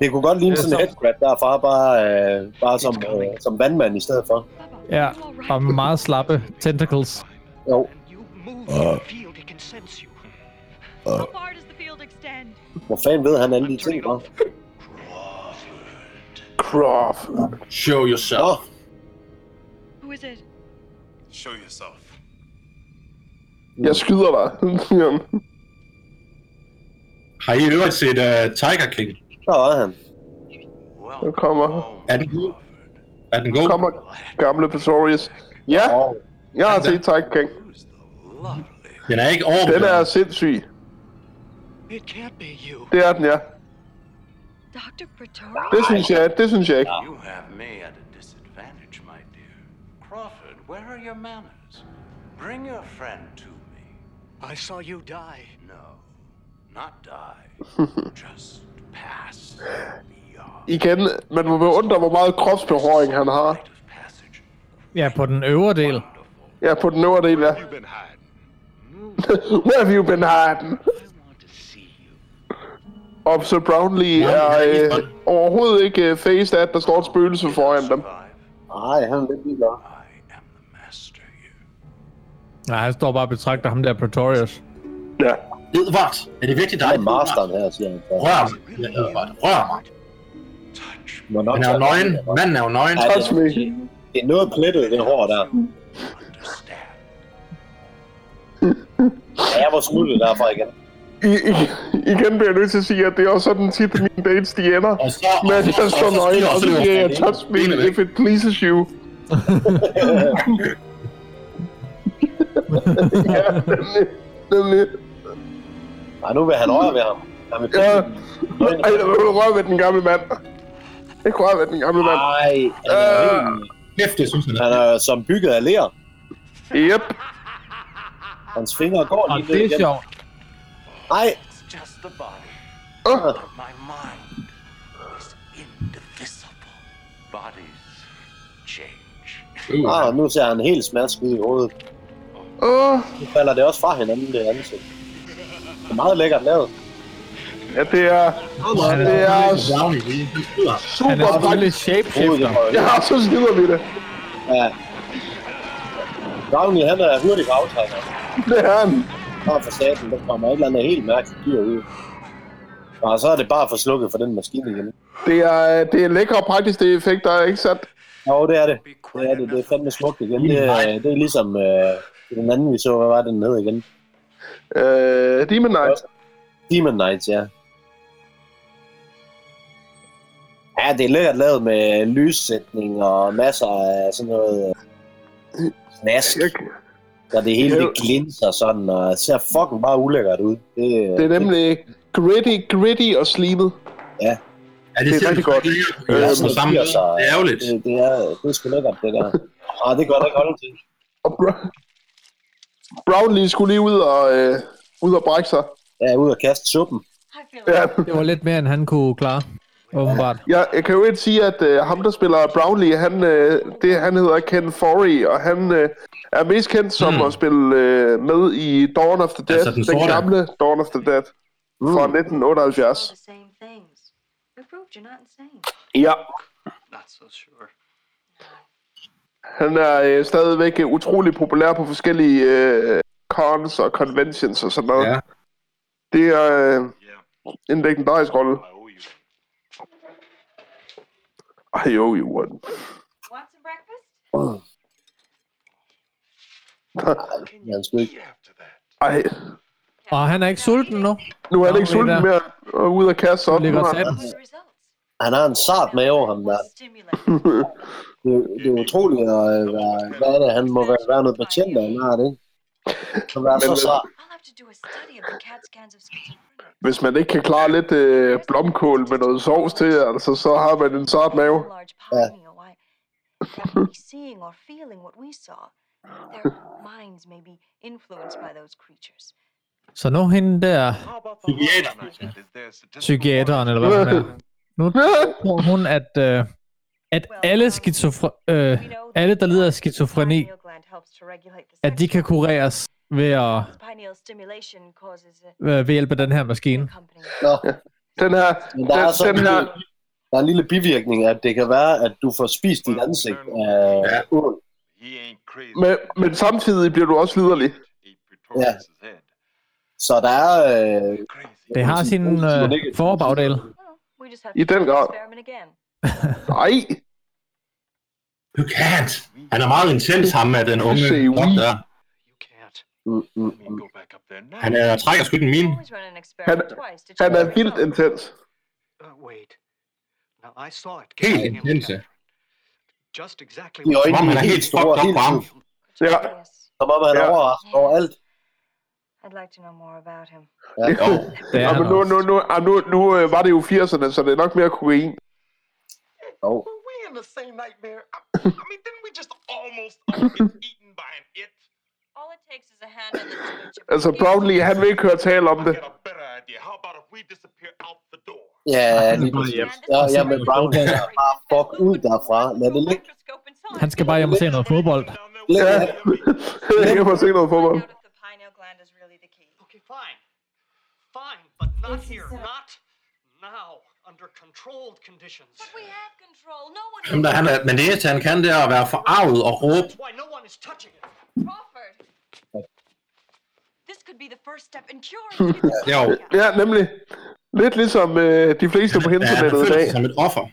D: Det kunne godt ligne sådan en headcrab derfra, bare, øh, bare som, øh, som vandmand i stedet for.
B: Ja, og med meget slappe tentacles.
D: Jo,
H: You move in the field, it can sense you.
J: How far does the field extend?
D: hvor fanden ved han alle de ting fra?
A: Crawford.
C: Show yourself.
D: Nå,
J: Who is it?
E: Show yourself.
A: Jeg skyder dig. Jævn.
C: Har I i øvrigt set uh, Tiger King?
D: der var han.
A: Nu kommer,
C: Er den god? Er den god?
A: kommer gamle Pistorius. Ja,
D: Og
A: jeg har set Tiger King.
C: Den er ikke over.
A: Den er sindssyg.
H: It can't be you.
A: Det er den, ja.
J: Dr. Pretorius?
A: Det synes jeg, det synes jeg ikke.
E: You have me at a disadvantage, my dear. Crawford, where are your manners? Bring your friend to me.
H: I saw you die.
E: No, not die. Just pass beyond.
A: Igen, man må beundre, hvor meget kropsbehåring han har.
E: Rite of passage.
B: Ja, på den øvre del.
E: Wonderful.
A: Ja, på den øvre del, ja.
E: You've been hiding.
A: Where have you been hiding?
E: I want to see you.
A: Officer Brownlee
C: Ja,
A: er
C: det er
A: øh,
C: godt.
A: overhovedet ikke øh, faced af, at der står et spøgelse foran dem.
E: Survive.
D: nej, han er lidt ligeglad.
E: I am the master here.
B: Nej, han står bare og betragter ham der Pretorius.
A: Ja.
C: Edvard. Er det virkelig dig?
D: Han er masteren her, siger han.
C: Rør mig. Ja, Edvard. Rør mig.
E: Touch
D: Må nok
C: Han er jo
D: tage-
C: nøgen. Manden er jo nøgen.
D: Ja,
A: Touch me.
D: Det er noget plettet, det hår der.
E: understand.
D: Ja, jeg var smuttet derfra igen.
A: I, i, igen bliver jeg nødt til at sige, at det er også sådan tit, mine dates de ender.
C: Og så...
A: Men jeg
C: og så-
A: står
C: og så-
A: nøgen,
C: og
A: og
C: så-
A: så siger jeg, touch me
C: Benene væk.
A: if it pleases you. ja, nemlig. nemlig.
D: Nej, nu vil han røre ved ham. Han vil
A: Ja.
D: pille den. Nøgne.
A: Ej, jeg vil røre ved den gamle mand. Ikke røre ved den gamle mand.
D: Ej, han er,
A: Øh.
D: helt-
C: Kæft, det synes han er.
D: han er som bygget af ler.
A: Yep.
D: Hans fingre går
B: Og
D: lige
B: det
D: ned
B: er
D: igen.
B: sjovt.
D: Ej,
H: It's just the body.
A: Åh,
H: But my mind is indivisible.
E: Bodies change.
C: Uh,
D: ah, nu ser han helt smasket ud i hovedet.
A: åh.
D: Nu falder det også fra hinanden, det ansigt. Det er meget lækkert lavet.
A: Ja, det er
C: han
A: det er
C: jo
A: også-
C: brownie. Han skyder.
B: Han er
A: super
B: selvfølgelig
A: praktisk.
B: lidt shapeshifter.
A: Ja, så skider vi det.
D: Ja. Ravni, han er hurtig på aftrækker.
A: Det er han.
D: Bare for staten, der kommer et eller andet helt mærkeligt dyr ud. Og så er det bare for slukket for den maskine igen.
A: Det er, det er lækre praktisk, det effekt, der er ikke sat.
D: Jo, det er det. Det er det. Det er fandme smukt igen. Det, er- det er ligesom øh, den anden, vi så. Hvad var den hed igen?
A: Øh, Demon Knight.
D: Demon Knights, ja. Ja, det er lækkert lavet med lyssætning og masser af sådan noget øh, snask.
A: Jeg-
D: Og det øh, hele det glinser sådan og ser fucking bare ulækkert ud. Det,
A: Det er nemlig Gritty, gritty og slimet.
D: Ja.
C: Ja, det,
A: Det er
C: ser
A: rigtig
C: faktisk
A: godt.
C: lækkert ud.
A: Øh,
C: Det er
D: sådan
C: på samme
D: noget
C: måde.
D: 80'er.
C: Det er ærgerligt.
D: Det, det, er, det er sgu lækkert, det der. Ah, det gør der ikke holde til.
A: Og Bra- Brownlee skulle lige ud og, øh, ud og brække sig.
D: Ja, ud og kaste suppen.
G: I feel
A: Ja.
B: Det var lidt mere, end han kunne klare. Åbenbart.
A: Jeg, jeg kan jo ikke sige, at øh, ham, der spiller Brownlee, han, øh, det, han hedder Ken Forey, og han øh, er mest kendt som
C: Mm.
A: at spille øh, med i Dawn of the Dead,
C: Altså
A: den,
C: den sorte.
A: gamle Dawn of the Dead mm. fra 1978.
G: the same things. You're proved you're not insane.
A: Ja,
H: Not so sure.
A: han er øh, stadigvæk øh, utrolig populær på forskellige øh, cons og conventions og sådan noget.
C: Ja.
A: Det er øh, en legendarisk rolle. I owe you one.
G: Want some breakfast?
D: Ja, han skulle ikke.
A: Ej,
B: Og han er ikke sulten nu.
A: nu er han
B: Nå,
A: ikke sulten
B: Peter.
A: mere og ud af kasse sig op.
B: Ligger
A: Nu har-
B: sat.
G: Good results.
D: Han har en sart mave, ham der.
G: Stimulating.
D: Det, det er utroligt at øh, være, hvad er det, han må være, være noget patient af, han har det, ikke? Han er så
A: Men, øh,
D: sart.
G: I'll have to do a study of the CAT scans of schizophrenia.
A: Hvis man ikke kan klare lidt øh, blomkål med noget sovs til, altså, så har man en sart mave.
G: Large pineal. I can't be seeing or feeling what we saw. Their minds may be influenced by those creatures.
B: Så nu hende der
E: How about the
C: Psykiater.
E: horror night? Is there statistical
B: psykiateren, eller hvad hun er. Nu tror hun, at, øh, at alle, skizofre- øh,
G: We know
B: alle, der lider af
G: the
B: skizofreni,
G: pineal gland helps to regulate the
B: at de kan
G: sexual-
B: kureres ved, at,
G: Pineal stimulation causes a-
B: øh, ved hjælp af den her maskine.
G: accompanying
D: Nå,
A: Den her,
D: men der er, så
A: den,
D: en
A: den her,
D: lille, der er en lille bivirkning, at det kan være, at du får spist dit ansigt af
C: Ja.
D: ål.
E: He ain't crazy.
A: men, men samtidig bliver du også liderlig.
E: He Pretorius' head.
D: Så der er... Øh,
E: Crazy.
B: Det har sin øh, for- og bagdele.
G: Well, we just have
A: I
G: to do
A: den
G: the
A: grad.
G: experiment again.
A: Nej,
C: You can't. Han er meget intens, ham med den unge.
A: Say we.
C: doktor.
H: You can't.
D: mm, mm,
E: I mean,
D: mm.
E: go back up there now.
C: Han er, trækker sgu den mine.
G: Always run an experiment twice to
A: han
G: check
A: er
G: the
A: vildt
G: results.
A: intens.
H: Uh, wait. Now I saw it.
C: Helt
H: Gabriel and
C: intense.
H: Catherine. Just exactly
D: De
H: what
C: Som om
D: øjnene
C: han
D: er helt store
C: fucked up
D: hele
C: på ham.
D: tiden.
A: Ja.
G: Yes,
D: Som om han er
A: Ja.
D: overrasket over alt.
G: I'd like to know more about him.
C: Jo.
B: Det er
A: Ja,
B: han
A: men nu,
B: også.
A: nu, nu, ah, nu, nu øh, var det jo 80'erne, så det er nok mere kokain.
D: Jo.
E: Were we in the same nightmare? I, I mean, didn't we just almost all get eaten by an it?
G: All it takes is a hand on the switch. of
A: Altså,
G: these-
A: Brownlee, han vil ikke høre tale om
E: I
A: det.
E: got a better idea. How about if we disappear out the door?
D: Ja,
C: Han
D: lige
C: er gået
D: præcis.
C: hjem.
D: Ja, ja, men Brown han er bare fuck ud derfra. Lad det ligge.
G: Microscope inside.
B: Han skal bare hjem og se noget fodbold.
E: Down there,
D: Ja.
A: Jeg kan få se noget
G: Find
A: fodbold.
G: out if the pineal gland is really the key.
H: Okay, fine. Fine, but not here. Not now. Under controlled conditions.
G: But we have control. No one
C: Ham der, han er, men det eneste, han kan, det er at være forarvet og råbe.
H: That's why no one is touching it.
G: Crawford. This could be the first step in curing schizophrenia.
C: Jo.
A: Ja, nemlig. Lidt ligesom øh, de fleste på
C: Ja, han
A: internettet i
C: føler
A: dag.
C: sig som et offer.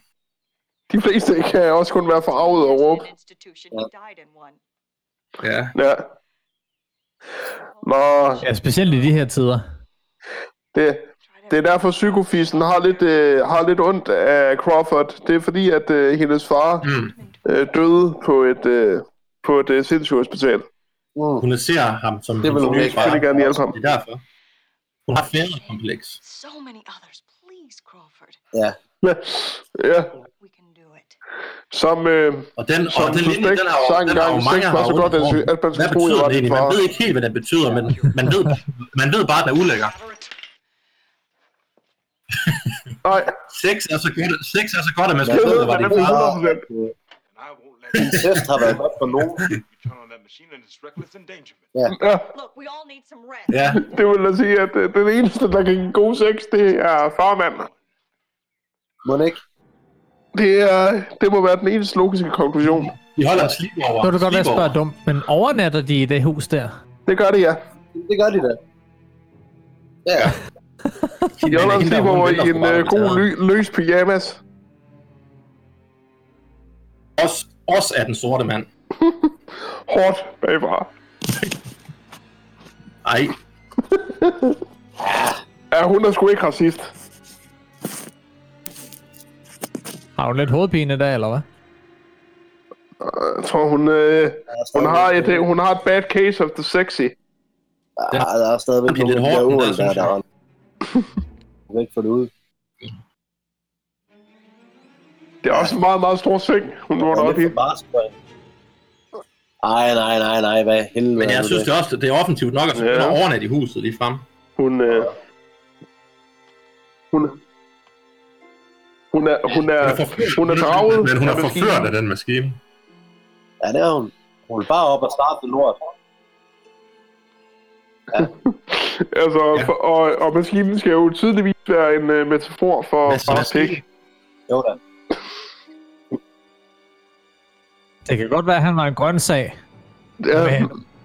A: De fleste kan også kun være forarvet og råbe.
G: An institution. He died in one.
C: Ja.
A: Ja. Nå,
B: Ja, specielt i de her tider.
A: det, det er derfor, psykofissen har lidt, øh, har lidt ondt af Crawford. Det er fordi, at øh, hendes far
C: Mm.
A: øh, døde på et, øh, på et øh, sindssygehospital.
D: Mm.
C: Hun ser ham som
D: Det vil
C: sin
D: hun
C: nye
D: ikke.
C: far.
A: Jeg vil gerne hjælpe ham.
C: Det er derfor. Hun har flere kompleks.
G: So many others. Please, Crawford.
A: Ja, ja.
G: We can do it.
A: som... Øh,
C: Og den, og
A: Som
C: den linje,
A: suspekt
C: den har jo,
A: sang
C: den har jo
A: engang,
C: mange
A: sex
C: har
A: var så
C: ondt
A: godt, at
C: i kroppen.
A: sy- at man skulle
C: Hvad
A: tro, jeg
C: betyder
A: var
C: det egentlig? Man
A: den
C: ved
A: far.
C: ikke helt, hvad den betyder, men man ved, man ved bare, at den er ulækker.
A: nej,
C: Sex er så godt, sex er så godt at man skal
A: jeg
C: ved,
A: ved,
C: hvad
A: hvad
C: det
A: den
C: er.
D: far.
A: er 100%.
E: And I won't let you
D: Incest har været godt for nogen.
E: you turn on that machine and it's reckless endangerment.
A: Ja,
G: Look, we all need some rest.
C: Ja,
A: det vil jeg sige, at øh, den eneste, der kan give god sex, det er farmand.
D: Må den ikke?
A: Det, er, det må være den eneste logiske konklusion.
C: de holder en slip over.
B: Så kan det godt være, at spørge dumt, men overnatter de i det hus der?
A: Det gør det, ja.
D: Det gør de da. Ja.
A: Jeg holder en sleepover i en øh, god ly- løs pyjamas.
C: Også, også er den sorte mand.
A: Hårdt bagfra.
C: Ej,
A: Ja, hun er sgu ikke racist.
B: Har hun lidt hovedpine i dag, eller hvad?
A: Jeg tror, hun, øh, hun, har et, hun har et bad case of the sexy.
D: Ja, der er stadigvæk
C: Det er lidt
D: nogle af de
C: hårdt, den
D: der ål,
C: der,
D: der er
C: synes jeg.
D: der. væk for det ud.
A: Det er også en meget, meget stor sving, hun var deroppe i.
D: Nej, nej, nej, nej, hvad helvede.
C: Men jeg synes det også, det er offensivt nok at
A: Ja.
C: ja. overnatte i huset lige frem.
A: Hun, øh, hun, hun er, hun er, hun er draget.
C: Men hun er
A: af maskinen.
C: forført af den maskine.
D: Ja, det er hun. Hun bare op og starte det lort.
A: Altså, for, og, og maskinen skal jo tydeligvis være en uh, metafor for
C: Hvad så,
A: fars
C: maskinen?
A: pik.
D: Jo da.
B: Det kan godt være, at han var en grøntsag.
A: Ja,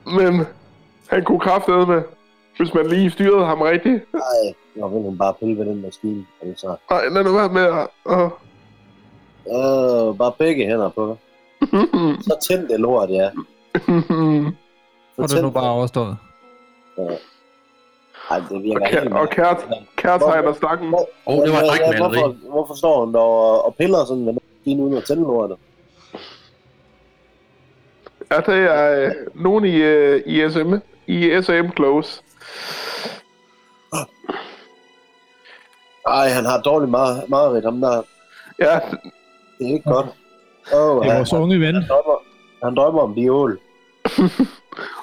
A: men han kunne kraftede med, hvis man lige styrede ham rigtigt.
D: Nej, jeg vil hun bare pille ved den maskine. Altså,
A: Nej, lad nu være med at... Uh,
D: øh, bare begge hænder på. Så tænd det lort, ja.
B: Og det er nu bare overstået.
D: Ej, det virker
A: og, kær,
D: helt
A: og kært, kærtegner stakken.
C: Åh, oh, det var et drækmaleri.
D: hvorfor, hvorfor står hun der og, og piller sådan med den maskine uden at tænde lortet?
A: Ja, det er øh, nogen i, øh, i SM. I SM Close.
D: Ej, han har dårlig mar- mareridt, ham der.
A: Ja,
D: Det er ikke godt. Oh,
B: Det er vores unge ven.
D: han, drømmer, han drømmer om de ål.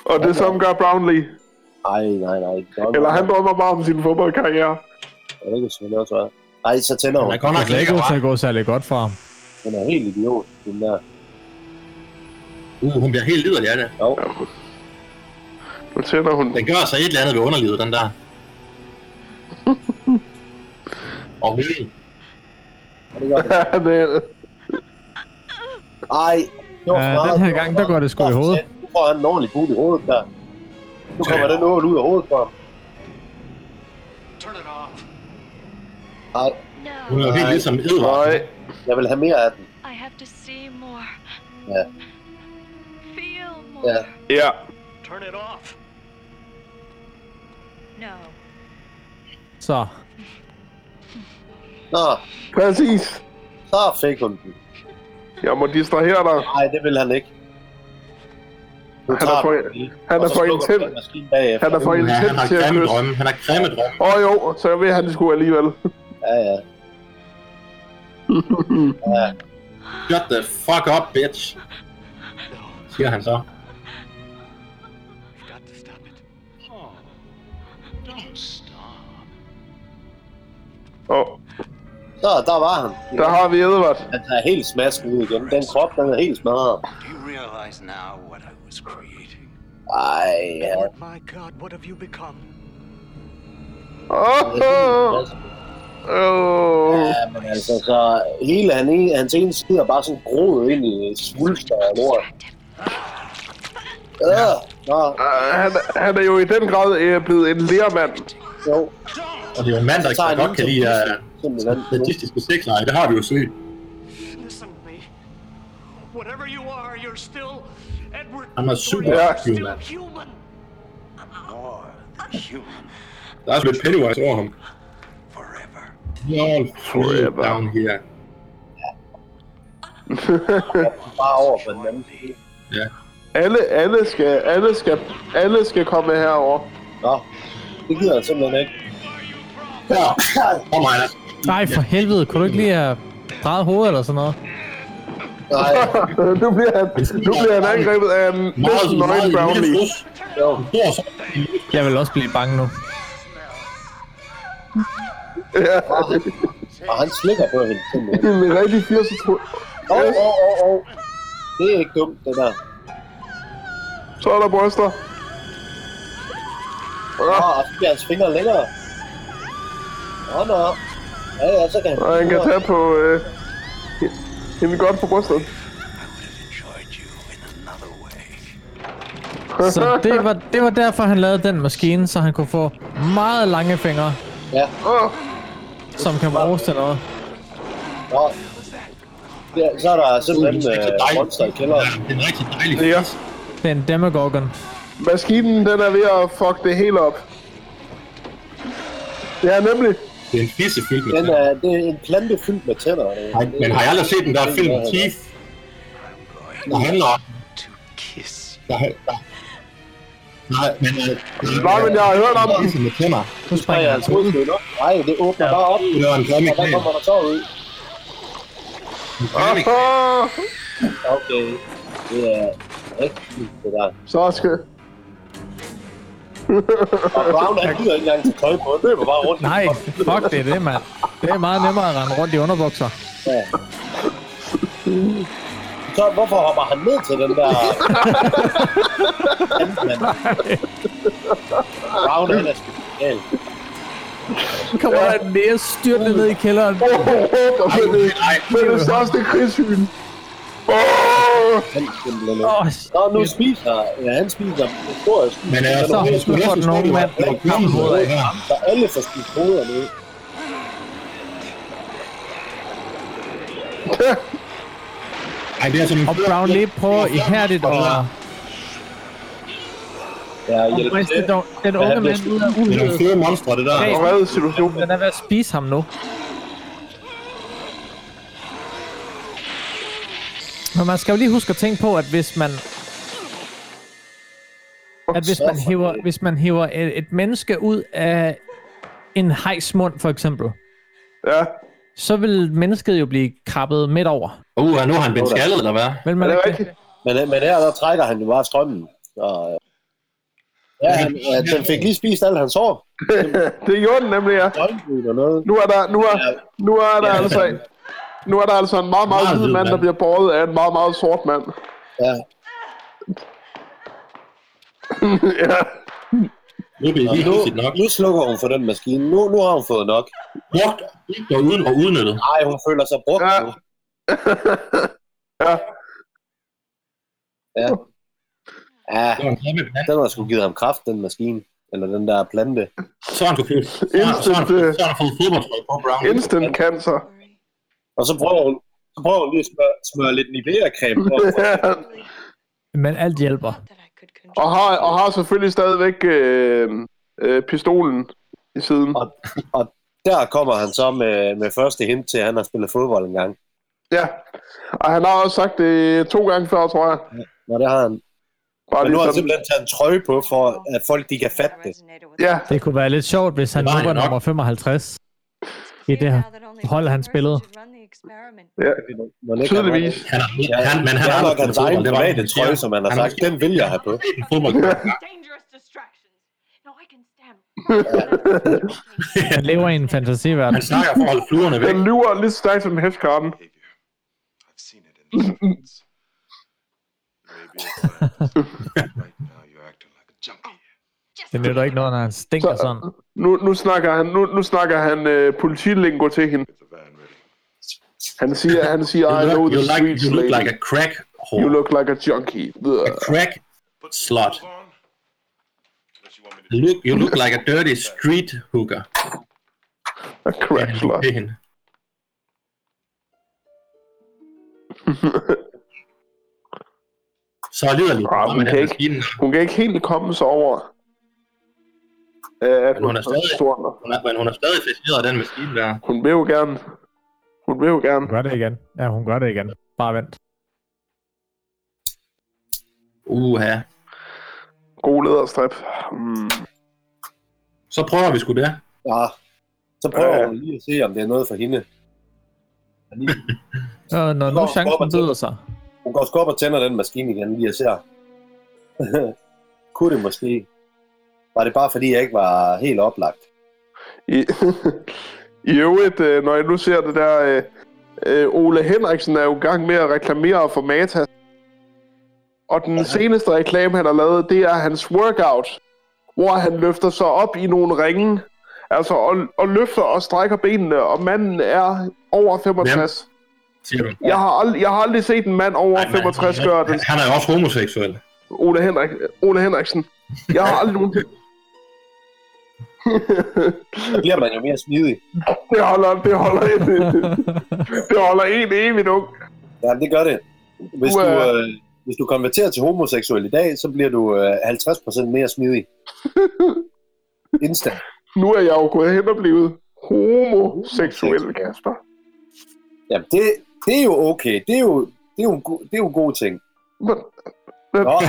A: og det samme gør Brownlee.
D: Ej, nej, nej. Drømmer,
A: Eller han drømmer bare om sin fodboldkarriere.
D: Ja, det kan selvfølgelig også være. Ej, så tænder hun.
C: Han er godt
B: Det
C: nok
B: kan ikke
C: lækker,
B: ud til
C: hva'?
B: at gå særlig godt for ham.
D: Hun er helt idiot, den der.
C: Uh, hun bliver helt liderlig af det.
D: Jo,
A: Nu tænder hun.
C: Den gør sig et eller andet ved underlivet, den der. Og hun,
D: og det gør det.
A: Ja, det,
D: Ej, det var
B: Ja,
D: for meget.
B: den her
D: Det var
B: gang,
D: for
B: der
D: meget.
B: går det sgu i
D: var for
B: hovedet.
D: tæt. Nu får han en ordentlig bud i hovedet der. Nu kommer den ål ud af hovedet på ham.
H: Turn it off.
D: Ej,
C: hun er jo helt ligesom Edvard.
A: nej.
D: jeg vil have mere af den.
J: I have to see more.
D: Ja.
J: Feel more.
D: Yeah.
A: Ja.
H: Turn it off.
J: No.
B: Så
D: Nå,
A: Præcis.
D: så fik hun den.
A: Jeg må distrahere dig.
D: Nej, det vil han ikke. Nu
A: Han er
D: tager
A: for-
D: den lige,
A: han
D: og
A: er
D: så
A: for
D: slukker
A: intent.
D: den maskine bagefter.
A: Han er for
C: Ja, han
A: intens
C: har
A: til at
C: grimme
A: kysse.
C: drømme. Han har grimme drømme.
A: Åh oh, jo, så vil han sgu alligevel.
D: Ja, ja.
C: Shut the fuck up, bitch. Siger han så.
H: You've got to stop it.
E: Oh, don't stop.
A: Og
D: Så, der var han.
A: der har vi Edvard.
D: Han er helt smasket ud igen. Den krop, den er helt smadret.
E: Do you realize now what I was creating? Oh
D: Ej, ja.
H: Lord my God, what have you become?
A: Åh, oh, oh.
D: Ja, men altså, så hele han, en- hans ene side er bare sådan groet ind i svulster og lort. Ja, nå,
A: À, han, han er jo i den grad øh, blevet en lærmand.
D: jo.
C: Og det er jo en mand, der
D: Så tager
C: ikke
D: han
C: godt kan
D: lige
C: lide
D: til
C: uh,
D: Simpelthen.
C: statistiske sexleje. Det har vi jo set.
H: Listen to me. Whatever you are, you're still Edward.
C: I'm a
H: Norton.
C: super
H: You're still
C: human.
H: human.
E: More than human
C: Der er også lidt Pennywise over ham.
E: forever.
C: You're all free
A: Forever.
C: down here.
D: Bare over på den anden side.
C: Ja.
A: Alle, alle skal, alle skal, alle skal komme herover.
D: Nå, det gider jeg simpelthen ikke.
C: Ja. Kom, Ejner.
B: Nej, for helvede. Kunne du ikke lige have drejet hovedet eller sådan noget?
D: Nej,
A: nu bliver han, nu bliver han angrebet af en
C: Meget,
A: næsten
C: meget
A: nøgen
C: lille
A: Brownlee.
C: sus.
D: jo.
C: Stor sus.
B: Jeg vil også blive bange nu.
A: Ja,
D: à, Og han slikker på hende simpelthen.
A: det er en rigtig 80
D: Åh, åh, åh, åh. Det er ikke dumt, det der.
A: Så er der bryster.
D: Nå, og så bliver à, hans fingre længere. Nå, nå. Ja, ja, så kan han...
A: Og han kan tage på... Øh, hende godt på brystet.
E: I would have enjoyed you in another way.
B: Så det var, det var derfor, han lavede den maskine, så han kunne få meget lange fingre,
D: Ja,
A: Åh,
B: som kan bruges til noget.
D: nå. Ja, så er der
C: Det
D: simpelthen
C: er
D: øh,
C: rigtig dejligt.
D: monster i kælderen.
C: Ja, Det er en rigtig dejlig
A: ja.
C: fisk.
B: Det er en Demogorgon.
A: Maskinen, den er ved at fuck det hele op. Det er nemlig...
C: Det er en fissefilm.
D: Den er, øh, det er en plante fyldt med tænder. Det,
C: Nej, men har jeg aldrig set den der
D: Det er
C: film
D: noget,
C: Thief, der handler om,
E: To kiss
C: der, der, Nej, men... øh,
A: Nej, men jeg har hørt om den.
B: Nu springer jeg
D: troede det nok. Nej, det åbner bare op.
C: Det var en
D: Og der
C: flammeknæl.
D: kommer der tår ud.
A: Ah,
D: Okay. Det er rigtigt, det der.
A: så skal...
D: Og Brown, han gider ikke engang til tøj på. Han løber bare rundt.
B: Nej, fuck det er det, mand. Det er meget nemmere at rende rundt i underbukser.
D: Ja. Så hvorfor hopper han ned til den der... Handmand? Brown, han er sgu gal.
B: Kommer der en nære styrtende ned i kælderen.
A: Åh, råber med det, med det største krigshyn. Åh,
D: Han er simpelthen-
B: Åh,
D: Nå, nu spiser ja, han spiser historisk.
C: Men øh,
B: Så,
C: det skulle
B: nu får
C: næsten
B: den unge
C: stå,
B: mand
C: at det var
B: lagt kampen mod
C: knudehoveder
B: af.
C: her.
D: Så alle får spist hoveder nu.
C: Ej, det er altså som en
B: Og Brown lige prøver ihærdigt at
D: Ja,
B: at
D: hjælp
B: briste
D: til.
B: den- den unge mand ud af
C: Det er nogle
B: ulydet.
C: fede monstre, det der.
B: Hey.
A: hvor redde situationen.
B: Den er ved at spise ham nu. Men man skal jo lige huske at tænke på, at hvis man at hvis man hiver, hvis man hiver et, et menneske ud af en hejs mund, for eksempel,
A: Ja,
B: så vil mennesket jo blive krabbet midt over.
C: Uh, nu har han blevet skaldet, eller hvad?
B: Vil
A: er
B: man
A: det
B: ikke
A: rigtigt?
D: Men, men her, der trækker han jo bare strømmen. Så, øh. ja, han, ja, den fik lige spist alt hans hår.
A: det gjorde den nemlig, ja.
D: Øjenbryn og noget.
A: Nu er der, nu er, nu er der
C: Ja.
A: altså... Nu er der altså en meget, meget
C: Meget
A: hvid
C: hvid
A: mand, der
C: mand.
A: bliver båret af en meget, meget sort mand.
D: Ja.
A: ja.
C: Nu er det
D: Og
C: lige
D: Nu,
C: hissigt nok.
D: nu slukker hun for den maskine. Nu, nu har hun fået nok.
C: Brugt, ikke og uden og udnyttet.
D: Nej, hun føler sig brugt
A: Ja.
D: nu.
A: ja.
D: Ja. Ja,
C: Det var en kæmpe plan.
D: den har sgu givet ham kraft, den maskine. Eller den der plante.
C: Så har han kunne så har han- så har han- så har han fået fodboldtøj på Brown.
A: Instant cancer.
D: Og så prøver hun, så prøver hun lige at smøre, smøre lidt Nivea-creme på.
B: Men alt hjælper.
G: That I could
A: og, har, og har selvfølgelig stadigvæk øh, øh, pistolen i siden.
D: Og- Der kommer han så med, med første hint til, at han har spillet fodbold en gang.
A: Ja. Og han har også sagt det to gange før, tror jeg.
D: Nå, det har han.
A: Bare
D: Men nu har
A: lige
D: han
A: sådan.
D: simpelthen taget en trøje på, for at folk de kan fatte det.
A: Ja,
B: Det kunne være lidt sjovt, hvis han nu
C: Det var han
B: var
C: jo nok.
B: nummer 55. i det her hold, han spillede.
D: Må den ikke have
A: tydeligvis.
D: været-
C: Han har,
D: Ja,
C: han, men han
D: det
C: har
D: er nok hans egen private trøje, som han har sagt. Den vil jeg have på.
C: En fodboldtrøje.
J: Dangerous distractions. No, I can stand. right
B: Han lever i en fantasiverden.
C: Han snakker for at holde fluerne væk.
A: Den lyver lige så stærkt som hæfkarten.
E: Behavior. I've seen it in the evidence. Maybe it's that. right now you're acting like a junkie.
B: Det nytter ikke noget, når han stinker
A: Så-
B: sådan.
A: Nu, nu snakker han, nu, nu snakker han øh, politilingo til hende.
E: Get the van ready.
A: Han siger, han siger,
C: You
A: I know
C: look, you
A: the
C: like,
A: streets,
C: you look
A: lady.
C: like a crack whore.
A: You look like a junkie. Ugh.
C: A crack
E: Put
C: Slut.
E: the on. Unless you want me to
C: look, you look like a dirty street hooker.
A: A crack slut.
C: Det er hende. Så lider lidt.
A: Ah, men
C: Men
A: kan
C: han
A: ikke-
C: maskinen,
A: Hun kan ikke helt komme sig over, øh, at
C: Men
A: hun
C: hun er
A: er
C: stadig-
A: så stor nok.
C: hun er, men hun er stadig fascineret af den maskine der.
A: Hun vil jo gerne. Hun vil jo gerne.
B: Hun gør det igen. Ja, hun gør det igen. Bare vent.
C: Uha.
A: God lederstrip. Mm.
C: Så prøver vi sgu det.
D: Ja. Så prøver
A: Ja.
D: hun lige at se, om det er noget for hende.
B: Øh, når nu
D: Hvor- hvor
B: chancen
D: man så-
B: byder sig.
D: Hun går sgu op og tænder den maskine igen lige og ser. Kunne det måske? Var det bare fordi, jeg ikke var helt oplagt?
A: I, I øvrigt, øh, når jeg nu ser det der... Øh, øh, Ole Henriksen er jo i gang med at reklamere for Matas. Og den seneste reklame, han har lavet, det er hans workout. Hvor han løfter sig op i nogle ringe. Altså, og, og løfter og strækker benene. Og manden er over 65.
C: Siger du.
A: Jeg har, ald- jeg har aldrig set en mand over
C: Ej, men
A: 65 gøre
C: han,
A: det.
C: han er jo også homoseksuel.
A: Ole, Henrik, Ole Henriksen. Jeg har aldrig nogensinde...
D: Så bliver man jo mere smidig.
A: Det holder, det holder, en, det holder en evigt ung.
D: Ja, det gør det. Hvis
A: Du
D: du,
A: er-
D: øh, hvis du konverterer til homoseksuel i dag, så bliver du øh, 50% mere smidig. Instant.
A: Nu er jeg jo gået hen og blevet homoseksuel, Kasper.
D: Jamen, det, det er jo okay. Det er jo, det er jo, en, go- det er jo en god ting.
A: Men,
D: Nå.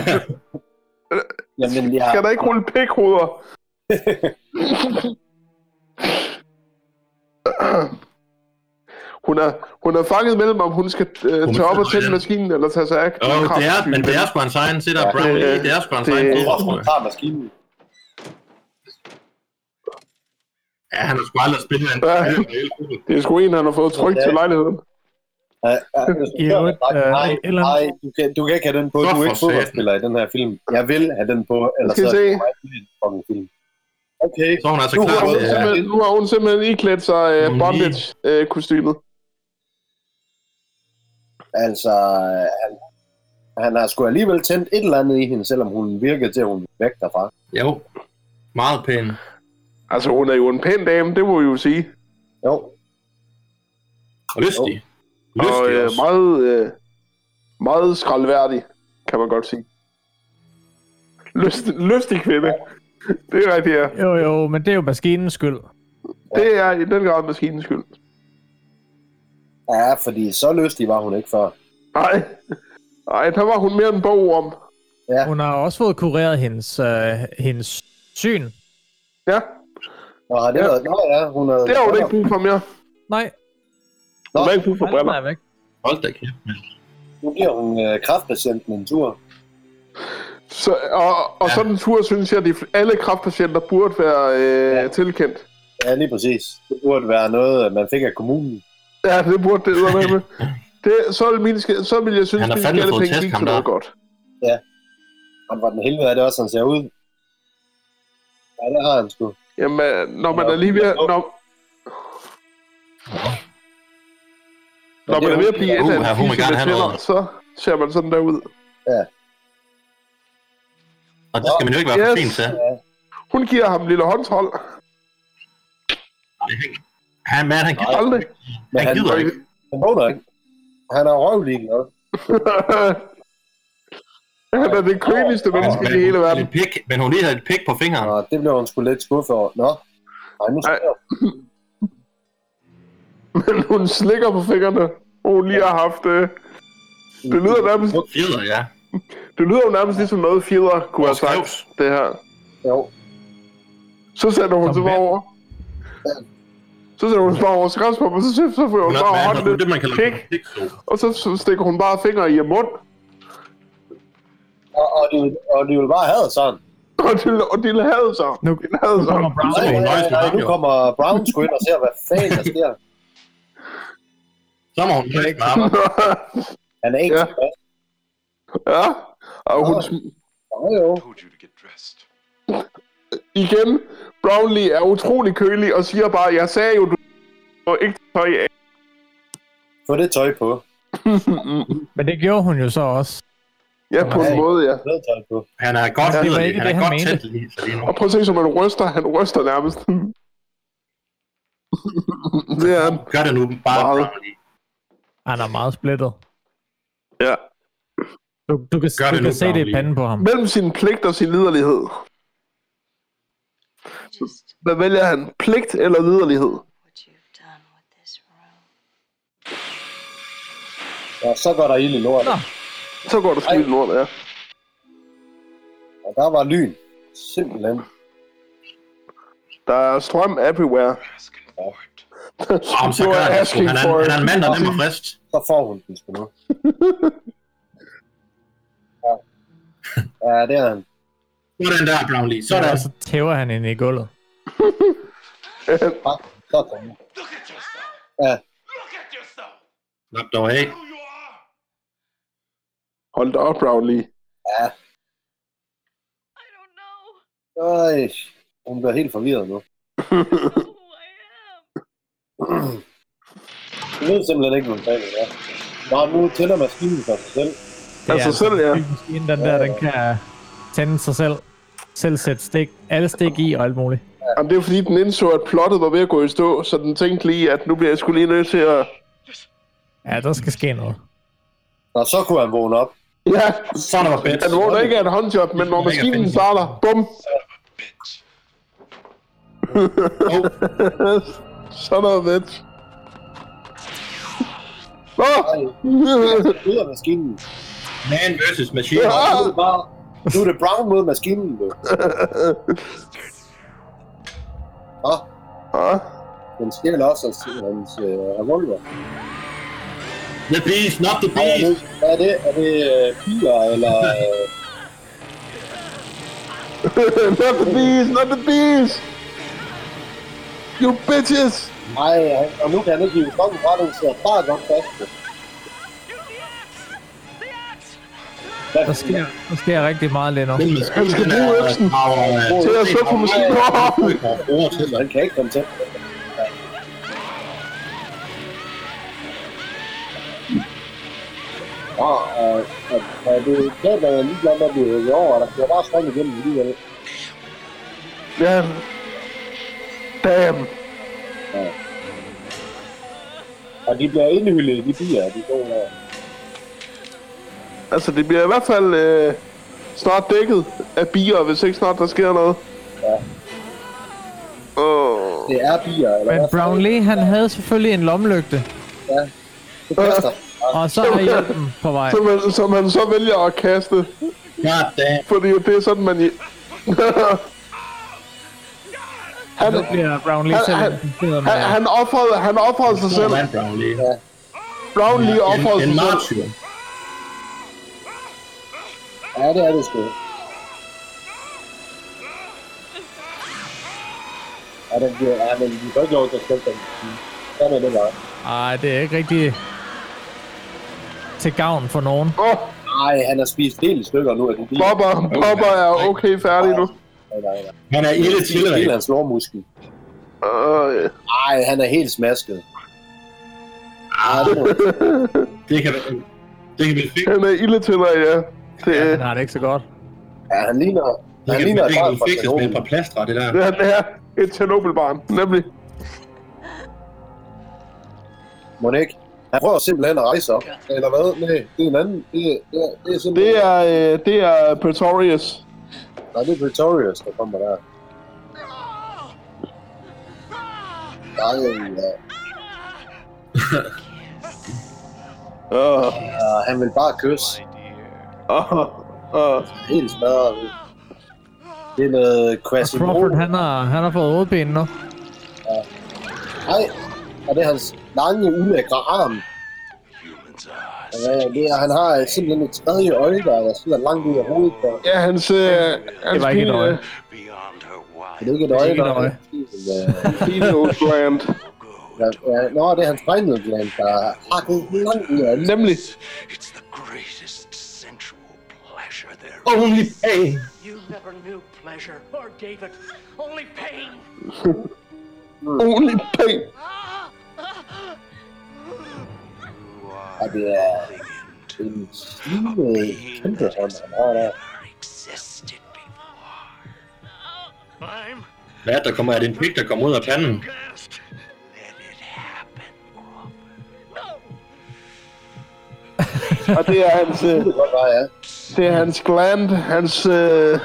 D: Jamen, jeg...
A: Skal der ikke rulle pikhoveder? hun, er, hun er fanget mellem, om hun skal øh, tage op og tænde maskinen, eller tage sig af.
C: Jo, det er, men det er sgu hans egen, se der,
A: Ja,
C: Brian
A: det-
C: Lee, det er sgu hans egen
A: det-
C: fodbold, tror
D: Hun
C: jeg.
D: tager maskinen.
C: Ja, han har sgu aldrig spillet en
A: Ja.
C: en reel fodbold.
A: Det er sgu en, han har fået trygt til lejligheden.
D: Ja, ja, hvis du
B: I
D: kører,
B: øvrigt,
D: nej,
B: øh,
D: nej,
B: et eller
D: nej,
B: andet-
D: du kan, du kan ikke have den på. Du
C: Hvorfor
D: er ikke
C: satan?
D: fodboldspiller i den her film. Jeg vil have den på, ellers
A: Skal
D: så
A: vi
D: er det
A: se?
D: mig ikke en fucking film. Okay.
C: Så er hun altså
D: Nu
A: Nu
C: klar
A: har hun,
C: til... øh,
A: simpelthen, nu har hun simpelthen iklædt sig
C: Mm.
A: øh, bondage-kostymet.
D: Altså, han, han har sgu alligevel tændt et eller andet i hende, selvom hun virkede til, at hun væk derfra.
C: Jo, meget pæn.
A: altså, hun er jo en pæn dame, det må vi jo sige.
D: Jo,
C: Og lystig.
A: Og
C: Lystig
A: øh,
C: også.
A: meget, øh, meget skraldværdig, kan man godt sige. Lyst, lystig kvinde. Det er rigtigt, ja.
B: Jo, jo, men det er jo maskinens skyld.
A: Det er i den grad maskinens skyld.
D: ja, fordi så lystig var hun ikke før.
A: Nej. Nej, der var hun mere en bog om.
B: Hun har også fået kureret hendes, øh, hendes syn.
A: Ja,
D: Nå, har det
A: Ja.
D: ja. været? Nå ja, hun havde...
A: det har hun ikke brug for mere.
B: Nej,
A: Hun har ikke brug for
B: nej,
A: briller.
B: den er væk.
C: Hold da kæft, mand.
D: Nu bliver hun øh, kraftpatienten en tur.
A: Så, og og
C: Ja.
A: sådan en tur, synes jeg, at alle kraftpatienter burde være øh,
D: Ja.
A: tilkendt.
D: Ja, lige præcis. Det burde være noget, øh, man fik af kommunen.
A: Ja, det burde det være med. Det, så, vil mine, ske- så vil jeg synes,
C: Han har
A: mine
C: fandme fået
A: skattepenge gik
C: tæsk, ham
A: til noget
C: der.
A: godt.
D: Og hvor den helvede er det også, han ser ud. Ja, det har han sgu.
A: Jamen, øh, når man
D: Nå,
A: er lige ved at...
D: nå.
A: Når, når
D: det
A: man
D: er
A: er ved
D: hun-
A: at blive et
C: Uh,
A: af en
C: her, hun vil
A: fisse
C: gerne
A: med
C: have
A: tænder,
C: noget.
A: så ser man sådan der ud.
C: Og det skal man jo ikke være for
A: Yes.
C: sent til.
A: Hun giver ham en lille håndhold.
C: Han, man, han, gider-
A: Aldrig.
D: Men
C: han
D: han,
C: gider ikke.
D: han vågner ikke. Han er røvlig noget.
A: Han er det køligste
D: Han
A: menneske i hele
C: Men-
A: verden.
C: et pik, men hun lige havde et pik på fingeren.
D: Nå, det blev hun sgu lidt skuffet over. Nå, Ej, nu
A: Ej.
D: skal jeg.
A: Men hun slikker på fingrene. Og hun lige har haft... Øh, det lyder nærmest,
C: Fjeder, ja.
A: det lyder jo nærmest ligesom noget fjeder kunne have sagt, det her.
D: Jo,
A: Så sender hun sig
B: Som
A: bare
B: mand.
A: over. Så sender hun sig bare over skræs på mig, så, så, så får hun
C: Hun er,
A: bare
C: man,
A: hånden
C: hun, det, man
A: lidt
C: kalder
A: pik,
C: en pikso.
A: og så, så stikker hun bare fingre i mund,
D: og, og, de, og de vil bare have det sådan.
A: og de, og de havde sig.
B: Nu,
A: De havde
B: nu
A: sig.
B: kommer Brown.
C: Så må hun nøjes med ham,
D: nu
C: jo.
D: kommer Brown sgu ind og ser, hvad fanden der sker.
C: Så må hun nøjes med ham.
D: Han er ikke
A: Ja.
D: ja. tilfreds.
A: ja, og hun, sm-
D: Nå, jo.
E: told you to get dressed.
A: igen, Brownlee er utrolig kølig og siger bare, jeg sagde jo, du må ikke tage tøj af.
D: Få det tøj på.
B: Men det gjorde hun jo så også.
A: Ja, på en måde, ja.
D: Få det tøj på.
C: Han er godt
B: Ja, det var
C: liderlig.
B: ikke
C: Han
B: det,
C: er
B: han
C: godt
B: mente.
C: tændt lige, så lige nu.
A: Og prøv at se, som han ryster. Han ryster nærmest. det er han.
C: Gør det nu bare.
A: Meget.
C: Brownie.
B: Han er meget splittet.
A: Ja.
B: Du, du kan,
C: Gør
B: du kan
C: det nu,
B: se det i
C: Brownlee.
B: panden på ham.
A: Mellem sin pligt og sin liderlighed.
G: I just
A: Hvad vælger han? Pligt eller liderlighed?
G: what you've done with this room.
D: Ja, så går der ild i lortet.
B: Nå.
A: Så går det sgu i den ja.
D: Og der var lyn. Simpelthen.
A: Der er strøm everywhere.
E: Asking for it.
C: Jamen, så
A: You
C: gør
A: are
C: han det sgu.
A: asking
C: Han er,
A: for
C: han
A: it.
C: er en mand, der er nem og frist.
D: Så får hun den sgu nu. Ja. ja, det er han.
C: Sådan der, Brownlee. Sådan.
B: Og så tæver han hende i gulvet.
D: Ja, Sådan.
E: Look at yourself.
D: Ja.
E: Look at yourself.
C: Slap dog af.
E: Who you are.
A: Hold da op, Brownlee.
D: Ja.
J: I don't know
D: Øj. Hun bliver helt forvirret nu.
J: who I am.
D: Hun ved simpelthen ikke, hvad hun er. Nå, nu tænder maskinen for sig selv.
B: Det
A: Altså selv,
B: en
A: ja.
B: syg Maskine, den der, den kan tænde sig selv. Selv sætte stik, alle stik i og alt muligt.
A: Jamen, det er fordi, den indså, at plottet var ved at gå i stå, så den tænkte lige, at nu bliver jeg skulle lige nødt til at...
B: Ja, der skal ske noget.
D: Nå, så kunne han vågne op.
A: Ja,
C: Så er der var bedt.
A: han vågner ikke af et håndjob, men når maskinen starter, bum,
E: Bitch.
A: så er der vent. Nå!
D: Nej, ud af maskinen.
C: Man versus machine.
A: Ja.
D: Hun ved bare, Nu er det Brown mod maskinen, du. Nå,
A: Ah,
D: den stjæler også hans, hans øh, revolver.
C: The beast, not the
D: Ej, jeg
C: beast!
D: ved- Hvad er det? Er det øh, piler, eller... Øh,
A: not the bees, not the bees! You bitches!
D: nej, han- og nu kan han ikke hive stokken fra, den sidder bare godt fast. Hvad
B: Der sker, der sker rigtig meget lige nu.
C: Den maskine
A: Han skal bruge
C: er-
A: øksen
C: drager, øh,
A: til at slå på maskinen.
D: bruger til, han kan ikke komme til. Ja, og, og, og det Ah, øh, er klart, at jeg er ligeglad med, at det er over, og der bliver bare strøm igennem alligevel.
A: Ja. Damn.
D: Og de bliver indhyllet i de bier, de to her.
A: Altså, det bliver i hvert fald øh, snart dækket af bier, hvis ikke snart der sker noget.
D: Ja.
A: Åh.
D: Det er bier, eller
B: Men
D: hvad?
B: Brownlee, han havde selvfølgelig en lommelygte,
D: Det kaster. Ah.
B: og så er hjælpen på vej.
A: Som, han- som han så vælger at kaste,
C: God damn.
A: fordi det er sådan, man... i- han,
B: Nu bliver Brownlee
A: Han-
B: selv
A: han-
B: inficeret
A: han,
B: med
A: han, offrede, han offrede sig selv.
C: Man, Brownlee.
A: Brownlee
C: En,
A: offrede
C: en
A: sig selv.
C: martyr.
D: Ja, det er det sgu. Ja, den bliver, ja, men de kan ikke lov til at skælde den. Sådan er det bare.
B: Ej, det er ikke rigtig til gavn for nogen.
A: Åh,
D: Nej, han har spist en del stykker nu af de bier.
A: Bobber, Bobber er okay færdig nu.
D: Nej, nej, nej.
C: Han er ille til
D: Det er hele hans lårmuskel.
A: Øh, ja.
D: Nej, han er helt smasket. Ej, det må-
C: Det kan, det kan vi fikse.
A: han er ille til dig, ja. Det,
B: Ja,
A: ja,
B: han har det ikke så godt.
D: ja, han ligner...
C: Det
D: Han
C: kan,
D: ligner
C: det
D: et
C: kan
D: barn
C: vi
D: fra
C: fikse med et par
D: Tjernobyl.
C: plastre, det der.
A: han er et Tjernobyl-barn, nemlig.
D: Må det ikke? Han prøver simpelthen at rejse sig op. Eller hvad? Nej, det er en anden. Det er, det er, det er simpelthen...
A: Det er, øh, det er Pretorius.
D: Nej, det er Pretorius, der kommer der. Nej, ja.
A: Åh,
D: ja, han vil bare kysse.
A: åh, åh.
D: Helt smadret. Det er noget
B: Og
A: Altså,
B: Crawford,
D: Quasimodo.
B: han har, han har fået hovedben nu.
D: Nej, og det er hans lange, ulækre arm.
E: Humans are
D: Ja, det er, han har simpelthen et tredje øje, der, der sidder langt ud af hovedet. På.
A: Ja, hans, øh, hans
B: var ikke et øje.
E: beyond her
D: Er det
E: wildest
D: ikke et øje,
B: ikke et
D: der er
B: øje.
D: Øh,
A: Pineostrand.
D: ja, ja, Nå, det er hans regnedgland, der har hakket langt ud af hovedet.
A: Nemlig.
E: It's the greatest sensual pleasure there.
C: Only pain.
H: You never knew pleasure or gave it, only pain.
A: Only pain.
E: You
D: Ja,
E: are
D: det er
E: living into
D: en stive, kæmpe hånd, han har der.
E: never existed before.
H: I'm
C: Hvad er det, der kommer? Er det en pik, der kommer ud af panden?
H: gassed.
E: Let it happen, Crawford.
A: Og det er hans, øh,
D: Det kan godt være, ja.
A: det er hans gland, hans, øh, hans,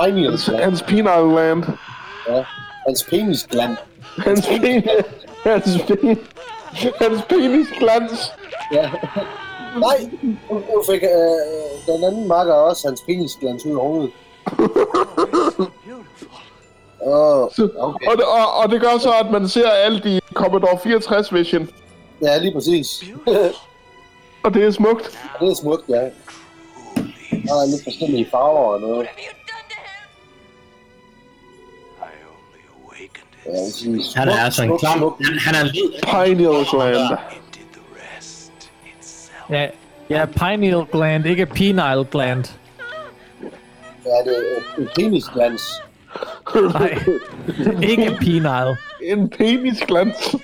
D: Regnedgland.
A: hans penile gland.
D: Ja. Hans penisgland.
A: Hans penis, hans penis, hans penis glans.
D: Ja. Nej, nu nu fik øh, den anden makker også hans penisglans ud af hovedet. Åh, oh, okay.
A: Og det, og, og det gør så, at man ser alt i Commodore 64 Vision.
D: Ja, lige præcis.
A: Og det er smukt.
D: det er smukt, ja. Der er lidt forskellige farver og noget.
E: I only awakened
D: Ja, jeg
E: it
D: vil sige,
C: Han er altså en
D: smuk,
C: klam.
D: smuk.
C: Han, han er led.
A: Pineal gland.
E: and did the rest itself.
B: Ja, ja pineal gland, ikke penile gland.
D: Ja, det er en penisglans.
B: Nej, ikke penile.
A: En penis glans.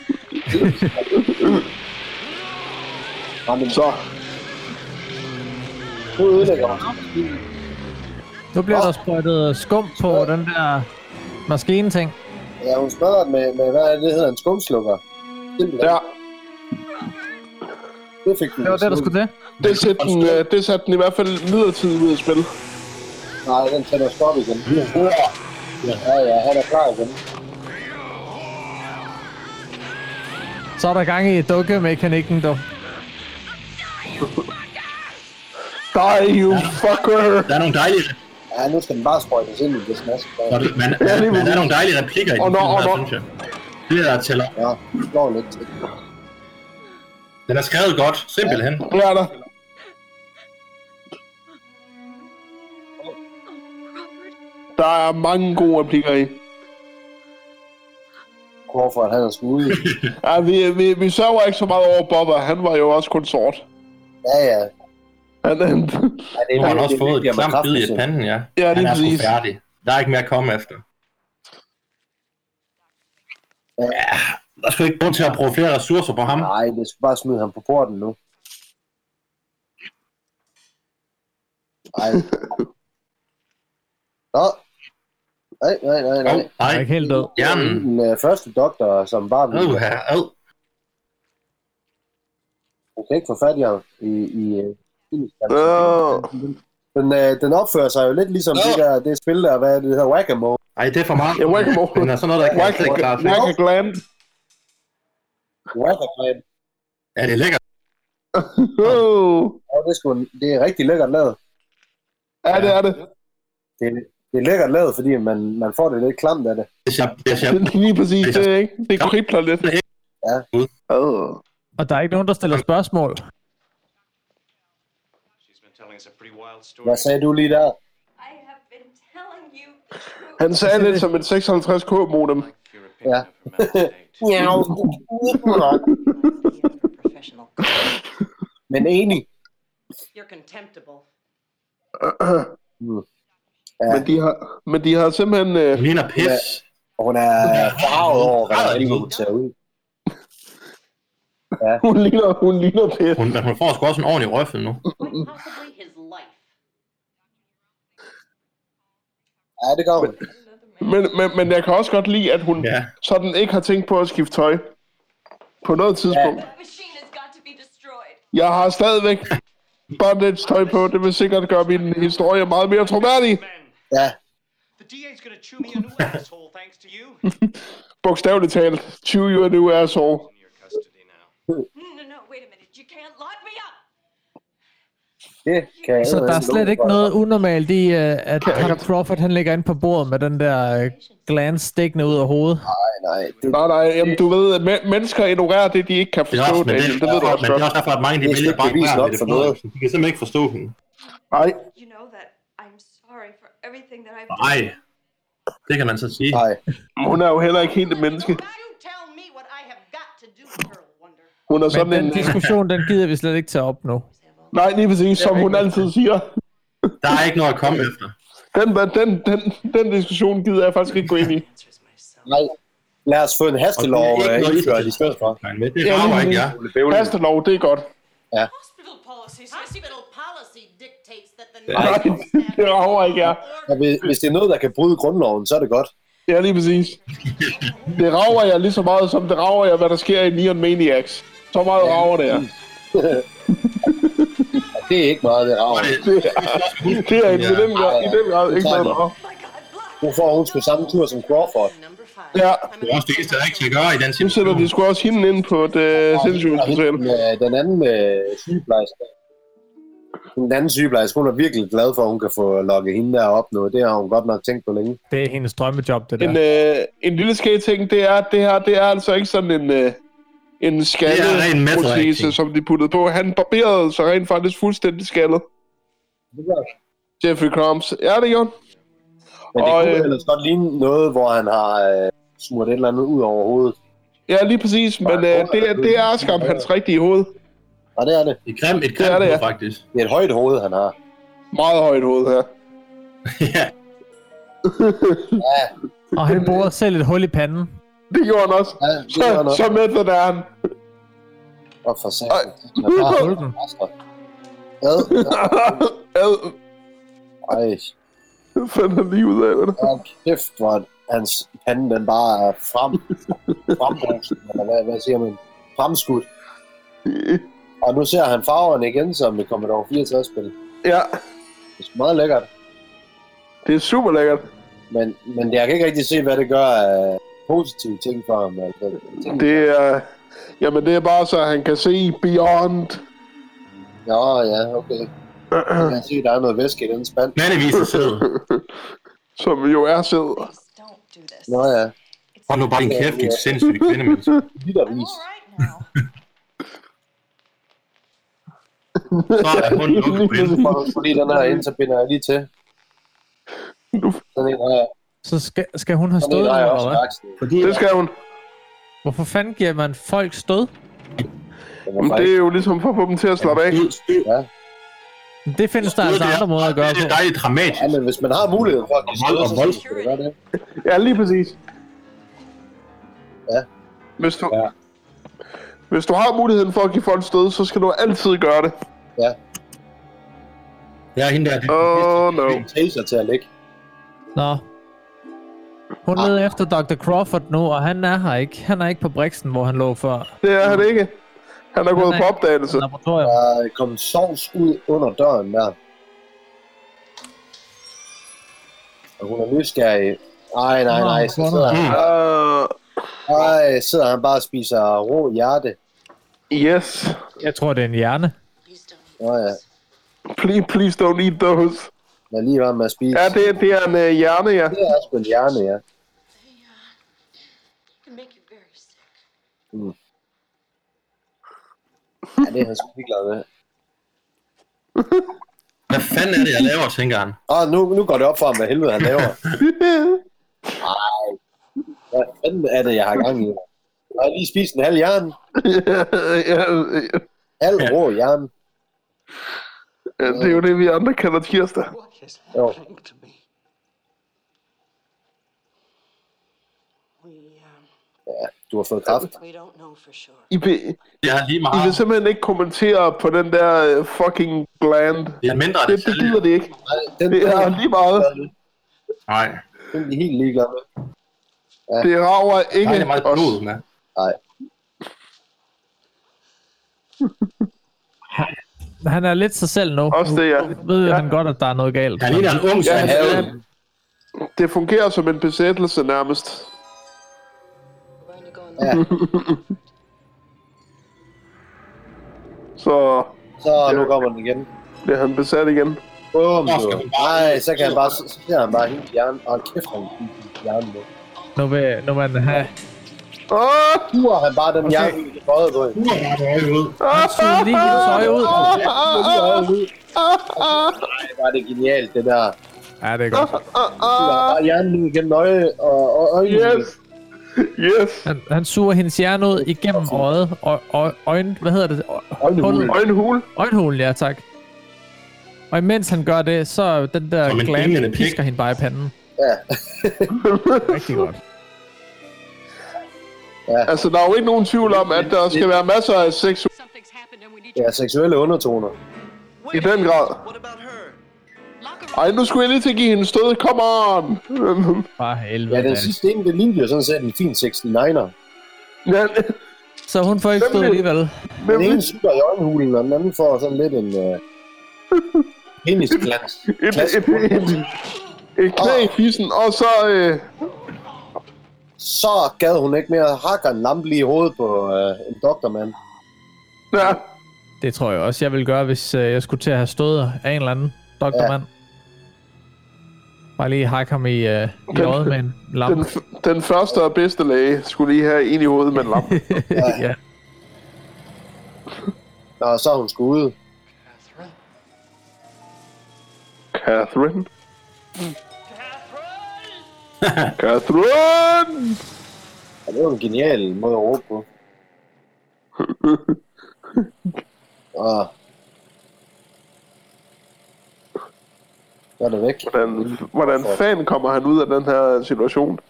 D: Ja, men
A: Så.
D: nu ødelægger han.
B: Nu bliver der sprøjtet skum på den der maskine-ting.
D: Ja, hun smadrer den med, med, hvad er det, det hedder, en skumslukker. Simpelthen.
A: Ja,
D: Det fik altså den.
B: Det var det, der skulle til.
A: det satte den, øh, det satte den i hvert fald midlertidigt ud af spil.
D: Nej, den tænder os op igen. Ja, ja, han er klar igen.
B: Så er der gang i dukkemekanikken, du.
A: Die, you fucker!
C: Der er nogle dejlige
D: Ja, nu skal den bare sprøjtes ind i det smask.
C: Og det, man,
D: Ja,
C: man,
D: lige
C: man,
D: præcis.
C: er nogle dejlige replikker i
D: Og
C: den
D: når-
C: film
D: og
C: her,
D: når-
C: synes jeg. Det er der tæller.
D: Ja, det slår lidt til.
C: Den er skrevet godt, simpelthen.
A: Det er der. Der er mange gode replikker i.
D: Hvorfor at han er smule.
A: Ja, vi, vi, vi sørger ikke så meget over Bobba. Han var jo også kun sort.
D: Ja, ja.
A: Han, han,
D: ja det
C: Nu har han også fået
D: vigtigt,
C: et
D: at man
C: klamt bid i
D: kraftigt-
C: panden, ja.
A: Ja,
C: han
A: lige
C: er
A: præcis.
C: sgu færdig. Der er ikke mere at komme efter.
D: Ja.
C: Ja, der er sgu ikke grund til at bruge flere ressourcer på ham.
D: Nej, vi skal bare smide ham på porten nu. Nej. Nå. Nej, nej, nej,
C: Åh,
D: nej.
B: Jeg
C: nej.
B: er ikke helt død.
C: Hjernen.
D: Den øh, første doktor, som bare
C: Åh,
D: blev...
C: her. Åh.
D: Hun kan ikke få fat i ham i... i øh,
A: øh,
D: den, øh, den opfører sig jo lidt ligesom det der det spil der, hvad er det, det hedder, whack
C: Ej, det er for meget.
A: Ja, whack-a-mole.
C: Den er sådan noget, der kan jeg slet ikke klare til.
A: Whack a gland.
D: whack
C: Ja, det er lækkert.
A: Øh.
D: Ja, det, er sgu, en- det er rigtig lækkert lavet.
A: Ja, det er det.
D: Det, det er lækkert lavet, fordi man, man får det lidt klamt af det.
C: Det ser, det ser
A: Det er lige præcis det, ikke? Det kribler lidt.
D: Ja.
A: Øh.
B: Og der er ikke nogen, der stiller spørgsmål.
E: She's been telling us a pretty wild story.
D: Hvad sagde du lige der?
J: I have been telling you the truth.
A: Han sagde lidt som et 56k modem.
E: Your opinion
D: Yeah.
E: of her matinee.
D: Ja.
I: You're a professional.
D: Men enig.
I: You're contemptible.
D: Ja.
A: Men de har, men de har simpelthen... Øh,
C: Min er pis.
D: Hun er farvet over, hvordan
C: Ja.
D: hun ser ud.
A: hun ligner, hun ligner det.
C: Hun, hun får sgu også en ordentlig røffel nu.
I: Quite possibly his life.
D: Ja, det gør hun.
A: Men, men, men jeg kan også godt lide, at hun
C: Ja.
A: ja. sådan ikke har tænkt på at skifte tøj. På noget tidspunkt. Ja.
J: That machine has got to be destroyed.
A: Jeg har stadigvæk bondage-tøj på. Det vil sikkert gøre min historie meget mere troværdig.
H: Men,
D: Ja,
H: the DA's gonna chew me a new asshole thanks to you.
A: Bogstaveligt talt. Chew you a new asshole.
E: In your custody now.
J: No, no, no, wait a minute. You can't lock me up.
D: det kan jeg
B: Så der er
D: eddermame
B: slet
D: love
B: ikke
D: for.
B: noget unormalt i, øh, at Tom Crawford han ligger inde på bordet med den der øh, glans stikkende ud af hovedet.
D: Nej, nej. Det,
A: Nej, nej, jamen, du ved, at men- mennesker ignorerer det, de ikke kan
C: Det er
A: forstå,
C: også, men det,
A: Daniel. Det ved du også
C: men det er
A: godt.
C: også derfor, at mange de
D: Det er
C: vælger
D: slet
C: bare
D: bevis
C: at
D: nok
C: Mette
D: for noget.
C: Frederiksen. De kan simpelthen ikke forstå hende.
A: Nej,
J: You know that I'm sorry for everything that I've
C: Nej,
J: done.
C: det kan man så sige.
D: nej.
A: hun er jo heller ikke helt et menneske.
I: Now you tell me what I have got to do, Pearl Wonder.
A: Hun er sådan
B: Men
A: en...
B: den diskussion, den gider vi slet ikke tage op nu.
A: Nej, lige præcis, som hun altid siger.
C: Der er ikke noget at komme efter.
A: Den, den, den, den, den diskussion gider jeg faktisk ikke gå ind i.
I: Answers myself.
D: nej. Lad os få en hastelov
C: Og det er
D: øh,
C: ikke noget,
D: indført i stedet for.
C: Det
A: Ja, lige
C: rager ikke jer.
A: Hastelov, det er godt.
J: Hospital policies.
I: Hospital policy dictates that the
C: Ja.
A: Nej, det rager ikke jer.
D: Ja, hvis- hvis det er noget, der kan bryde grundloven, så er det godt.
A: Ja, lige præcis. Det rager jeg lige så meget, som det rager jeg, hvad der sker i Neon Maniacs. Så meget rager det jer.
D: Ja, det er ikke meget, det rager.
A: Det er i den grad, i den grad ikke noget der rager.
D: Nu får hun sgu samme tur som Crawford.
I: Number five.
A: Ja,
C: Det er også det eneste, der ikke skal gøre i den
A: nu sætter
C: situation.
A: de sgu også hende ind på et øh, sindssygehospital.
D: Og hende, øh, Den anden øh, sygeplejerske. Den anden sygeplejerske, hun er virkelig glad for, at hun kan få lukket hende derop nu. Det har hun godt nok tænkt på længe.
B: Det er hendes drømmejob, det
A: En,
B: der.
A: øh, en lille skæg ting, det er, at det her, det er altså ikke sådan en, øh, en
C: Det er ren
A: skaldet
C: method
A: protese,
C: acting.
A: som de puttede på. Han barberede sig rent faktisk fuldstændig skaldet. Jeffrey Combs. Ja, det gjorde han.
D: Men det
A: Og,
D: kunne
A: øh,
D: ellers godt ligne noget, hvor han har øh, smurt et eller andet ud over hovedet.
A: Ja, lige præcis, men øh, det, er- det er skam hans rigtige hoved.
D: Og det er det.
C: Et grimt, et
A: Det er
C: grimt
A: det,
C: ja.
A: ja.
C: faktisk.
D: Det er et højt hoved, han har.
A: Meget højt hoved her.
C: ja.
B: Og han borer selv et hul i panden.
A: Det gjorde han også.
D: Ja, det
A: Så,
D: gør han også.
A: så med det der er han.
D: Og for satan. Han
A: Ej.
D: har bare
B: Hulken.
D: altså. Ad,
A: Ad,
D: Ej,
A: fandt han lige ud af det.
D: hold kæft, hvor hans pande den bare er frem. Frembrusen, eller hvad, hvad siger man? Fremskudt. Og nu ser han farverne igen, som det kommer over 64 spil.
A: Ja,
D: Det er sgu meget lækkert.
A: det er super lækkert.
D: Men, men jeg kan ikke rigtig se, hvad det gør af positive ting for ham. Altså, ting.
A: Det er... Jamen, det er bare så, at han kan se beyond.
D: Nå ja, okay. Jeg kan se, at der er noget væske i den spand.
C: Mandevis er sød.
A: Som jo er sød.
D: Nå ja.
C: Hold nu bare din kæft, dit sindssyge kvindemenneske.
D: Litervis.
C: Så er munden lukket på hende.
D: Fordi den her ind, så binder jeg lige til. Sådan en har jeg,
B: Så skal, skal hun have
D: sådan en
B: stået,
D: har jeg
B: eller
D: også
B: hvad?
D: lagt.
A: Fordi det skal hun.
B: Hvorfor fanden giver man folk stød?
A: Men det er jo ligesom for at få dem til at slappe af.
D: Ja.
B: Det findes der altså andre måder at gøre
C: Det er
B: på.
C: dejligt dramatisk.
D: ja, men hvis man har mulighed for at give
C: Vold
D: stød,
C: og
D: så
C: vold.
D: skal det gøre det.
A: Ja, lige præcis.
D: Ja.
A: Hvis du,
D: Ja.
A: hvis du har muligheden for at give folk stød, så skal du altid gøre det.
C: Ja, hende der. det-
A: Oh no.
D: En taser til at ligge.
B: Nå. Hun leder efter Dr. Crawford nu, og han er her ikke. Han er ikke på Brixen, hvor han lå før.
A: Det er han ikke. Han er gået
B: er-
A: på opdagelse.
B: Laboratorium.
D: Der er kommet sovs ud under døren der. Og hun er nysgerrig. Ej, nej, nej. Så sidder,
C: Mm.
D: han,
A: Uh,
D: ej, sidder han bare og spiser rå hjerte.
A: yes.
B: Jeg tror, det er en hjerne.
D: Nå ja,
A: Please, please don't eat those.
D: lad lige være med at spise.
A: Ja, det, det er en uh, hjerne, ja.
D: Det er sgu en hjerne, ja.
J: can make you very sick.
D: ja det er han sgu ligeglad med.
C: Hvad fanden er det, jeg laver, tænker han.
D: Ah, nu, nu går det op for ham, hvad helvede han laver. Ej, hvad fanden er det, jeg har gang i? Jeg har lige spist en halv jern.
A: ja, ja.
D: Halv rå jern.
A: Ja, det er jo det, vi andre kalder tirsdag.
H: What is
D: Jo.
H: happening to me?
I: We, um,
D: Ja, du har fået kraft.
I: we don't know for sure.
A: I vil,
C: Det er lige
A: I
C: meget.
A: vil simpelthen ikke kommentere på den der øh, fucking gland.
C: Det er mindre
A: Det, det gider
C: detaljer.
A: det ikke.
D: Nej, den,
A: Det er lige meget.
C: Nej,
D: den er de helt ligeglad med.
A: Det rager
C: der er
A: ikke
C: det meget
A: os.
C: blod med.
D: Nej,
B: Han er lidt sig selv nu.
A: Også det, ja.
B: Nu ved
A: Ja.
B: han godt, at der er noget galt.
C: Han ligner en ung, så
A: Ja,
C: han
A: han
C: havde
A: er- Det fungerer som en besættelse nærmest.
I: We're going to go in
D: ja.
I: the
A: Så
D: Så nu kommer den igen.
A: bliver han besat igen.
D: Bum, du. Nej, så kan han bare, så ser han bare helt hjernen. Hold kæft, han helt hjernen. nu.
B: Nu vil, nu vil han have...
A: Åh!
D: Nu har han bare den jern i øjet på. hende.
C: ud.
B: Han suger lige hendes øje ud.
A: Ah,
D: Nu er det øjet ude. Nej, var det genialt, det der.
B: Ja, det er godt.
D: Du har bare hjernen ud gennem øje og, og øje.
A: Ah. Yes! Yes!
B: Han, han suger hendes hjerne ud igennem øjet. Og, og, øjen, hvad hedder det? Øjenhulen.
A: Og en hul.
B: Øjenhulen, ja tak. Og imens han gør det, så den
C: Som
B: der
C: en
B: glan
C: dinglende pik.
B: pisker hende bare i panden.
D: Ja.
B: Rigtig godt.
A: Altså, der er jo ikke nogen tvivl om, at der skal være masser af sex
J: Something's happened and we need
D: Ja, seksuelle undertoner.
A: i den grad.
H: What about her?
J: lock her
A: Ej, nu skulle jeg lige til at give hende stød. Come on!
B: Bare helvede.
D: Ja, den
B: da.
D: sidste ene, det lignede jo sådan set en fin 69'er.
A: ja,
B: Så hun får ikke stød
A: Nemlig.
B: alligevel.
D: Den
A: nemlig
D: ene sutter i øjenhulen, og den anden får sådan lidt en... Øh, penisglans.
A: et, et, et, et knæ i fissen, og så... Øh,
D: Så gad hun ikke mere. Hakker en lampe lige i hovedet på øh, en doktormand.
A: ja,
B: Det tror jeg også, jeg ville gøre, hvis øh, jeg skulle til at have støder af en eller anden doktormand. Bare lige hakke ham i, øh, i
A: Den-
B: øjet med en
A: den,
B: lampe.
A: f- den første og bedste læge skulle lige have en i hovedet med en lampe.
B: ja.
D: Nå, så er hun skulle ude.
H: Catherine?
A: Catherine.
H: Catherine!
A: Catherine!
D: Ja, det var en genial måde at råbe på. og... Så er det væk.
A: Hvordan, hvordan fanden kommer han ud af den her situation?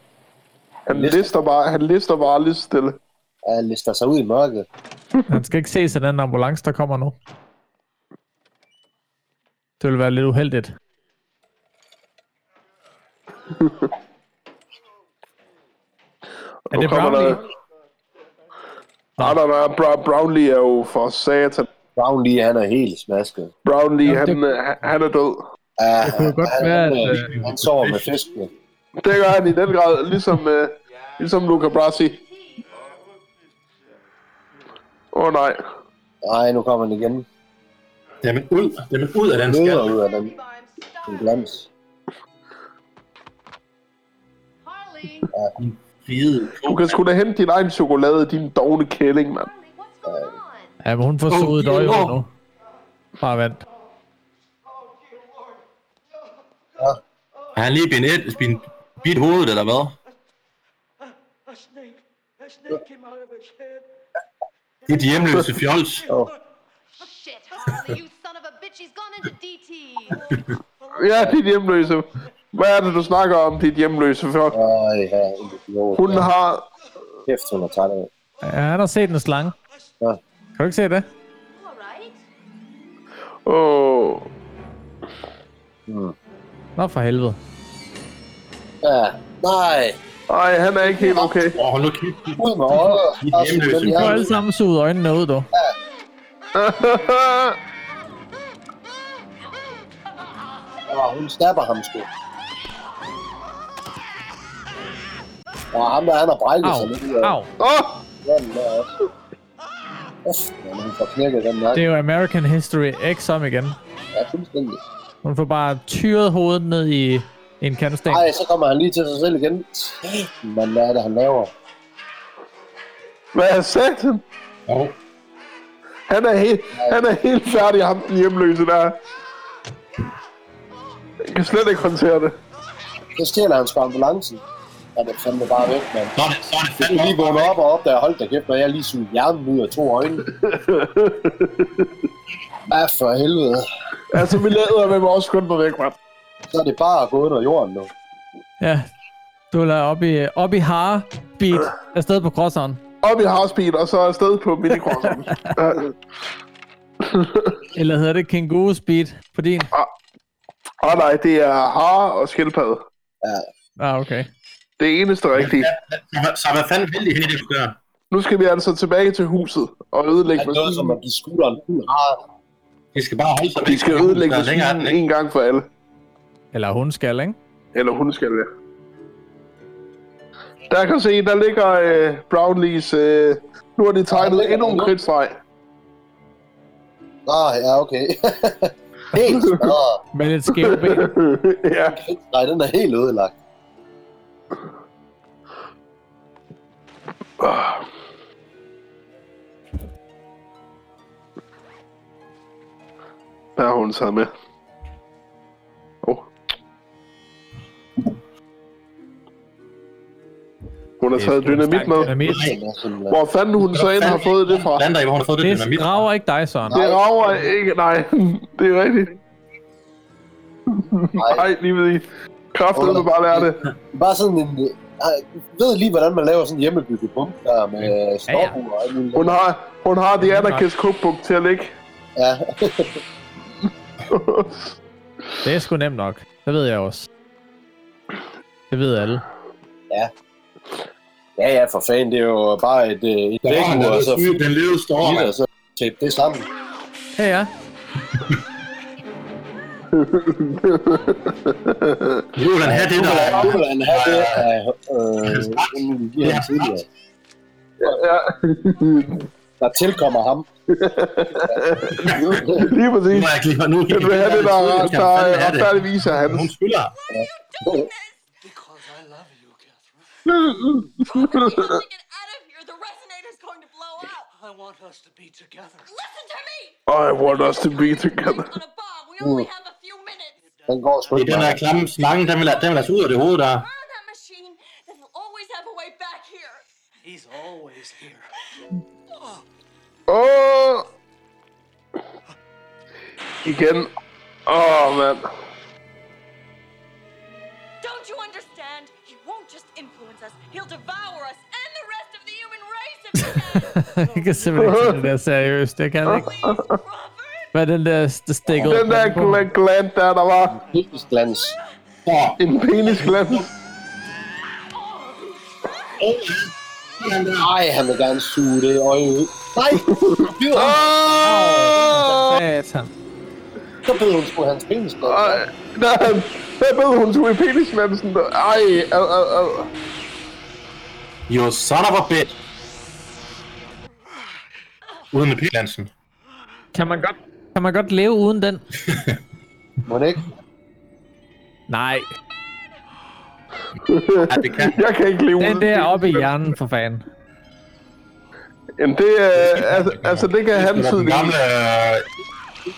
A: Han
D: Lister.
A: lister bare, han lister bare lidt stille.
D: Ja, lister sig ud i mørket.
B: Han skal ikke ses af den ambulance, der kommer nu. Det ville være lidt uheldigt. er
A: Nu
B: det
A: kommer
B: Brownlee?
A: der- Nej, nej, nej, Bra- Brownlee er jo for satan.
D: Brownlee, han er helt smasket.
A: Brownlee,
B: Jamen,
A: han, øh, han- han er død.
D: Ja,
B: Det kunne jo godt
D: han,
B: være,
D: han,
B: at,
D: øh, han sover med fiskene.
A: Det gør han i den grad, ligesom, øh, ligesom Luca Brasi. Åh oh, nej.
D: Nej, nu kommer han igen.
C: Jamen ud, jamen ud af den
D: Neder
C: skærm.
D: ud af den. En glans. Ja.
C: Hvide.
A: Du kan sgu da hente din egen chokolade, din dogne kælling, mand.
B: Ja, men hun får
C: Åh,
B: sodet
C: Gud,
B: øje
C: hvor-
B: nu. Bare vent.
H: Oh,
C: Har han lige bin et, bin, bidt hovedet, eller hvad?
H: A snake. A snake came out of his head.
C: Det er de hjemløse fjols.
D: Oh.
J: Shit, Harley, you son of a bitch, she's gone into DT.
A: Ja, dit hjemløse. Hvad er det, du snakker om, dit hjemløse? For
D: Ej, ja. Jo,
A: hun
D: ja.
A: har...
D: Kæft, hun har tegnet.
B: Ja, han har set en slange.
D: Ja.
B: Kan du ikke se det?
J: All right.
A: Åh...
B: Nå for helvede.
D: Ja. Nej.
A: Ej, han er ikke helt okay.
C: Åh, hold nu kæft.
D: Ud med øjet.
C: De er hjemløse.
D: Den
B: Du har
D: her.
B: alle sammen suget øjnene ud, du.
D: Åh, hun snapper ham sgu. Og ham der, han har brækket
B: Au,
D: sig lidt. i, øh,
B: au.
A: Åh!
D: hånden der også. Uff, men hun får knækket den nok.
B: Det er jo American History X om igen.
D: Ja, fuldstændig.
B: Hun får bare tyret hovedet ned i en kantsten.
D: Ej, så kommer han lige til sig selv igen. Men hvad er det, han laver?
A: Hvad har sagt han?
C: Jo.
A: Han er, helt, han er helt færdig, ham den hjemløse der. Jeg kan slet ikke håndtere det.
D: Så stjæler han sgu ambulancen. Ja, det er fandme bare væk, mand.
C: Så er det, så er det
D: Jeg
C: fandme
D: kunne lige vågne op og opdage, hold da kæft, når jeg lige sugede hjernen ud af to øjne. Hvad for helvede.
A: Altså, vi lader med vores kun på væk, mand.
D: Så er det bare at gå under jorden nu.
B: Ja. Du lader op i, op i hare, beat, afsted på crosseren.
A: Op i housebeat, og så afsted på minikrossen. Ja.
B: Eller hedder det kænguru speed på din?
A: Åh oh, nej, det er hare og skildpadde.
B: Ah, okay.
A: Det eneste rigtige.
C: Så hvad- Så hvad fanden vil de hele det, du gør?
A: Nu skal vi altså tilbage til huset og ødelægge
D: Han noget som
A: maskinen.
D: at give skulderen ud har.
C: De skal bare holde sig
A: Vi skal ødelægge
C: Der er længere af
A: maskinen
C: den, ikke?
A: en gang for alle.
B: Eller hun skal, ikke?
A: Eller hun skal det. Der kan se, der ligger øh, Brownlees... Øh, nu har de tegnet endnu en kridtstreg.
D: Nå, ah, ja, okay. helt, nå,
B: Med lidt skæve ben.
A: ja.
D: nej, den er helt ødelagt.
A: Der har hun taget med. Oh. Hun har taget dynamit med.
B: Dynamit.
D: Den er øh, simpelthen...
A: Hvor fanden hun så end har fået det fra?
C: Lander i, hvor hun har fået det
B: Det
C: dynamit.
B: graver ikke dig, Søren.
A: Det rager ikke. Nej, det er rigtigt. Nej, lige ved i. Kraftet med bare lære det.
D: Bare sådan en... Jeg ved lige, hvordan man laver sådan en hjemmebygget pump der med storbrug og alt muligt.
A: Hun har, hun har The Anarchist Cookbook til at ligge.
D: Ja,
B: Det er sgu nemt nok. Det ved jeg også. Det ved alle.
D: ja, ja, for fanden, det er jo bare et, øh, et
C: Der var han,
D: vægmur,
C: der
D: og så
C: levede syg- Den levede står.
D: lige der, så tape det sammen.
B: Ja, ja.
C: Nu vil han have det, der
D: Nu vil han have det af øh, en vi giver ham tidligere,
A: Ja,
D: der tilkommer ham.
A: lige
C: Nu
A: præcis.
C: er jeg ikke lige... Nu
A: Den vil have det, der er
C: Nu
A: ret-
C: skal
A: der
C: han
A: er
C: fandme have det.
A: retfærdigvis af hans.
C: Hun skylder.
H: Because I love you, Catherine.
J: Get out of here. The resonator's going to blow up.
H: I want us to be together.
J: Listen to me.
A: I want us to be together.
J: On a bomb. We only have a few minutes.
D: Den går sgu
C: I
D: ikke.
C: den der
D: meget.
C: klamme slange, den vil, den vil altså ud af det hoved, der.
J: Burn that machine. Then we'll always have a way back here.
H: He's always here.
A: Åh! Igen. Åh, mand.
J: Don't you understand? He won't just influence us. He'll devour us and the rest of the human race if he can.
B: Jeg kan simpelthen ikke tage det der seriøst. Det kan jeg ikke.
J: Please, Robert.
B: Hvad er den der s- det stikker ud?
A: Den der gla- gland der, der var
D: Helt glans.
C: Åh,
A: en penisgland.
D: Nej, han vil gerne suge det øje ud. Nej, bider ham.
A: Åh!
B: Satan.
D: Så bed hun sgu hans penisblad.
A: Ej, der, der bed hun tog i penisglansen. der. Ej, ad, ad, ad.
C: you son of a bitch. Uden med pilansen.
B: Kan man godt Kan man godt leve uden den?
D: Må det ikke?
B: Nej.
C: Ja, det kan.
A: Jeg kan ikke leve
B: Den
A: uden
B: der
A: det.
B: oppe i hjernen, for fanden.
A: Jamen, det er... Altså, altså det kan han
C: Det var
A: tid.
C: den gamle... øh,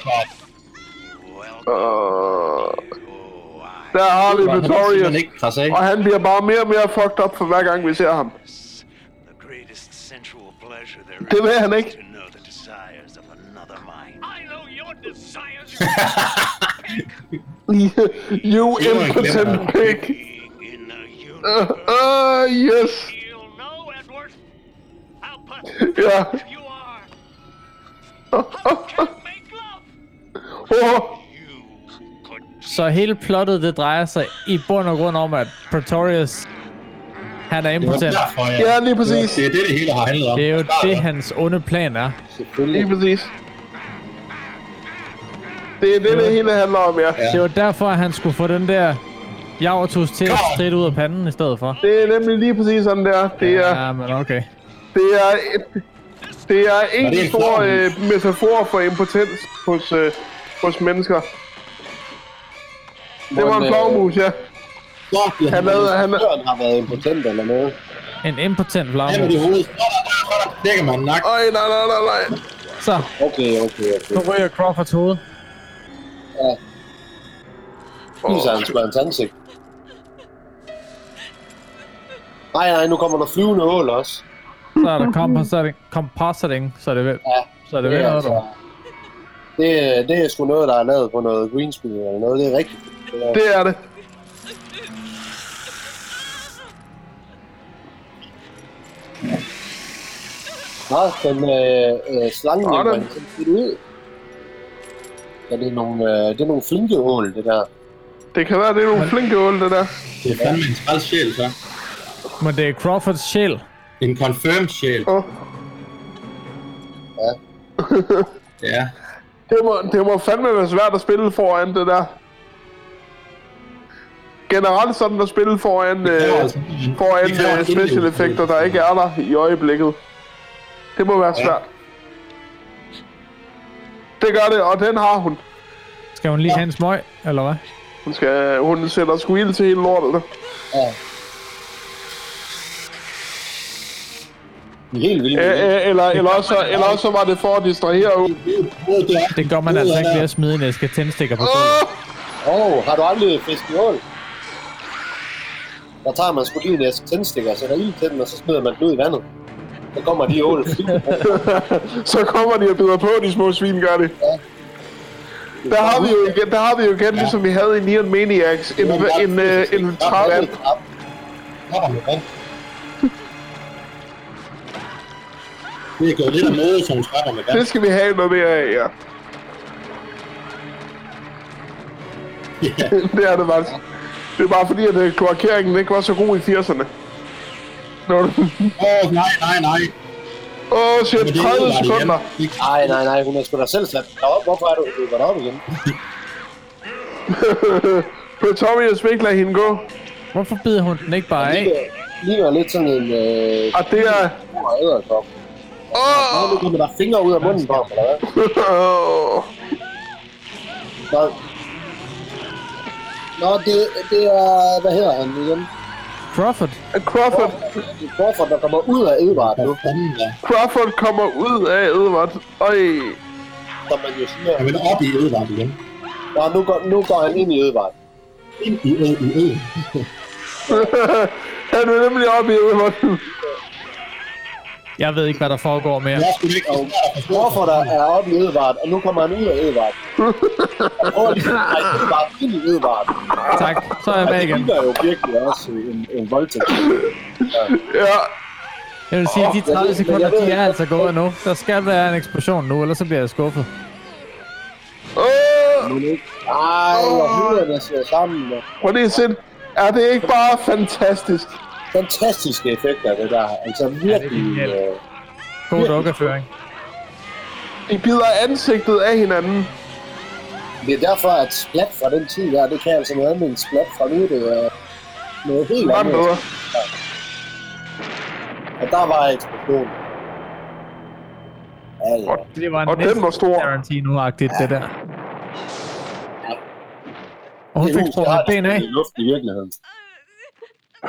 A: Øh,
K: oh,
A: der er Harley
C: var den
A: Notorious,
C: simpelthen ikke krasse af.
A: og han bliver bare mere og mere fucked up for hver gang vi ser ham.
K: The greatest sensual pleasure there
A: Det vil
K: is
A: han ikke.
K: to know the desires of another mind.
H: I know your desires.
A: you
C: Det var en
A: impotent
C: glemmer.
A: pig. Uh, uh, yes. Ja. Åh,
B: Så hele plottet, det drejer sig i bund og grund om, at Pretorius, han er
C: Det var
B: impotent.
C: derfor, ja.
A: Ja, lige præcis.
C: Det er det, det hele har handlet om.
B: Det er jo det, hans onde plan er.
A: Lige
D: Selvfølgelig.
A: præcis. Det er det, det hele handler om, ja.
B: Det var derfor, at han skulle få den der javertus til at stride ud af panden i stedet for.
A: Det er nemlig lige præcis sådan der. Det er,
B: Ja, men okay.
A: det er, et, det er en
C: Og det er en
A: stor
C: flot
A: øh, metafor for impotens hos, øh, hos mennesker. Det var
C: øh,
A: en flagmus, ja.
D: Øh,
A: Han lavede- han-
D: Børn har været impotent eller noget.
B: En impotent
C: Han er
B: flagmus.
C: i hovedet. Så er der- så er der knækker man nak.
A: Ej, nej, nej, nej, nej.
B: Så,
D: Okay, okay, okay.
B: nu ryger Crawfords hoved.
D: Viser han sgu hans ansigt. Nej, nej, nu kommer der flyvende ål også.
B: Så er der compositing, compositing så er det vel,
D: Ja, altså,
B: så er det vel noget, du...
D: det, det er sgu noget, der er lavet på noget green screen eller noget. Det er rigtigt. Det er-
A: Det er det.
D: Nå, den øh, øh, slange
A: Nå,
D: løber
A: den-
D: den sådan lidt ud. Ja, det er nogle, øh, det er nogle flinke ål, det der.
A: Det kan være, det er nogle flinke ål, det der.
C: Det er fandme en træls sjæl, så.
B: Men det er Crawfords sjæl.
C: En confirmed sjæl.
A: Åh,
C: Ja.
A: det, må, det må fandme være svært at spille foran det der. Generelt sådan at spille foran,
C: kræver
A: øh,
C: altså-
A: foran
C: det kræver
A: øh,
C: en
A: special
C: indlevelse.
A: effekter, der ikke er der i øjeblikket. Det må være svært. Det gør det, og den har hun.
B: Skal hun lige have en smøg, eller hvad?
A: Hun, skal, hun sætter sgu ild til hele lortet.
D: De er helt vilde.
A: Æ, æ, Øh, eller, eller, også, eller også så var det for at distrahere.
B: Det gør man altså ikke ved at smide en æske tændstikker på gulvet.
D: Åh, oh, har du aldrig fisket ål? Der tager man sgu lige en æske tændstikker, så der er ild til den, og så smider man den ud i vandet. Så kommer de ål.
A: så kommer de og bider på, de små svin gør det. Der har vi jo igen, der har vi jo igen ligesom vi havde i Neon Maniacs, en, en, øh, en, en trappe.
C: Nå, ja. Det er gået lidt af mode, som trapper med vand.
A: Det skal vi have noget mere af, ja. det er det faktisk. Det er bare fordi, at øh, kloakeringen ikke var så god i 80'erne. Nå,
C: Åh, oh, nej, nej, nej.
A: Åh, oh,
C: Men det
A: shit,
C: er
A: 30
C: ødelagt igen.
A: sekunder.
C: Det er-
D: Nej, nej, nej, hun har sgu da selv sat den op. Hvorfor er du løbet op igen?
A: Pretorius vil ikke lade hende gå.
B: Hvorfor bider hun den ikke bare af?
D: Lige var lidt sådan en... Øh,
A: Og det er...
D: stor æderkop.
A: Åh!
D: Nå, nu kommer der fingre ud af munden på ham, eller hvad?
A: Oh.
D: Nå, Nå det, det er... Hvad hedder han igen?
B: Crawford?
A: Crawford,
D: Det er Crawford, der kommer ud af Edvard nu,
C: Fanden, ja.
A: Crawford kommer ud af Edward. Øj,
D: som man jo siger.
C: Jeg vil op i Edvard igen.
D: Nå, nu går, nu går han ind i Edvard.
C: Ind i Ed, i Ed.
A: han vil nemlig op i Edward.
B: Jeg ved ikke, hvad der foregår mere.
C: Jeg skulle ikke det er svært at forstå.
D: Crawford er- er oppe i Edvard, og nu kommer han ud af Edvard. Og prøver lige at trække Edvard ind i Edvard.
B: Tak, så er jeg
D: Og
B: med
D: det
B: igen.
D: ligner jo virkelig også en, en voldtægt.
A: Ja,
B: Jeg vil sige, at de
D: jeg ved-
B: 30 sekunder,
D: men jeg
B: de
D: ved-
B: er altså gået nu. Der skal være en eksplosion nu, ellers så bliver jeg skuffet.
A: åh!
D: Ej, hvor huderne sidder sammen. og
A: Prøv lige at se. Er det ikke bare fantastisk?
D: Fantastiske effekter, det der. Altså virkelig...
B: genialt.
D: øh,
B: God dukkeføring.
A: De bider ansigtet af hinanden.
D: Det er derfor, at splat fra den tid der, det kan altså noget andet end splat fra nu. Det er noget helt
A: Meget
D: andet.
A: bedre.
D: Og der var eksplosion. Ja, ja.
B: Det var
A: Og den
B: næsten
A: var stor.
B: Tarantino-agtigt, det der. Og hun
D: Det er
B: fik
D: hus,
B: sprunget
D: der har
B: et ben af.
D: i luften i virkeligheden.
B: Uh,
F: Uh,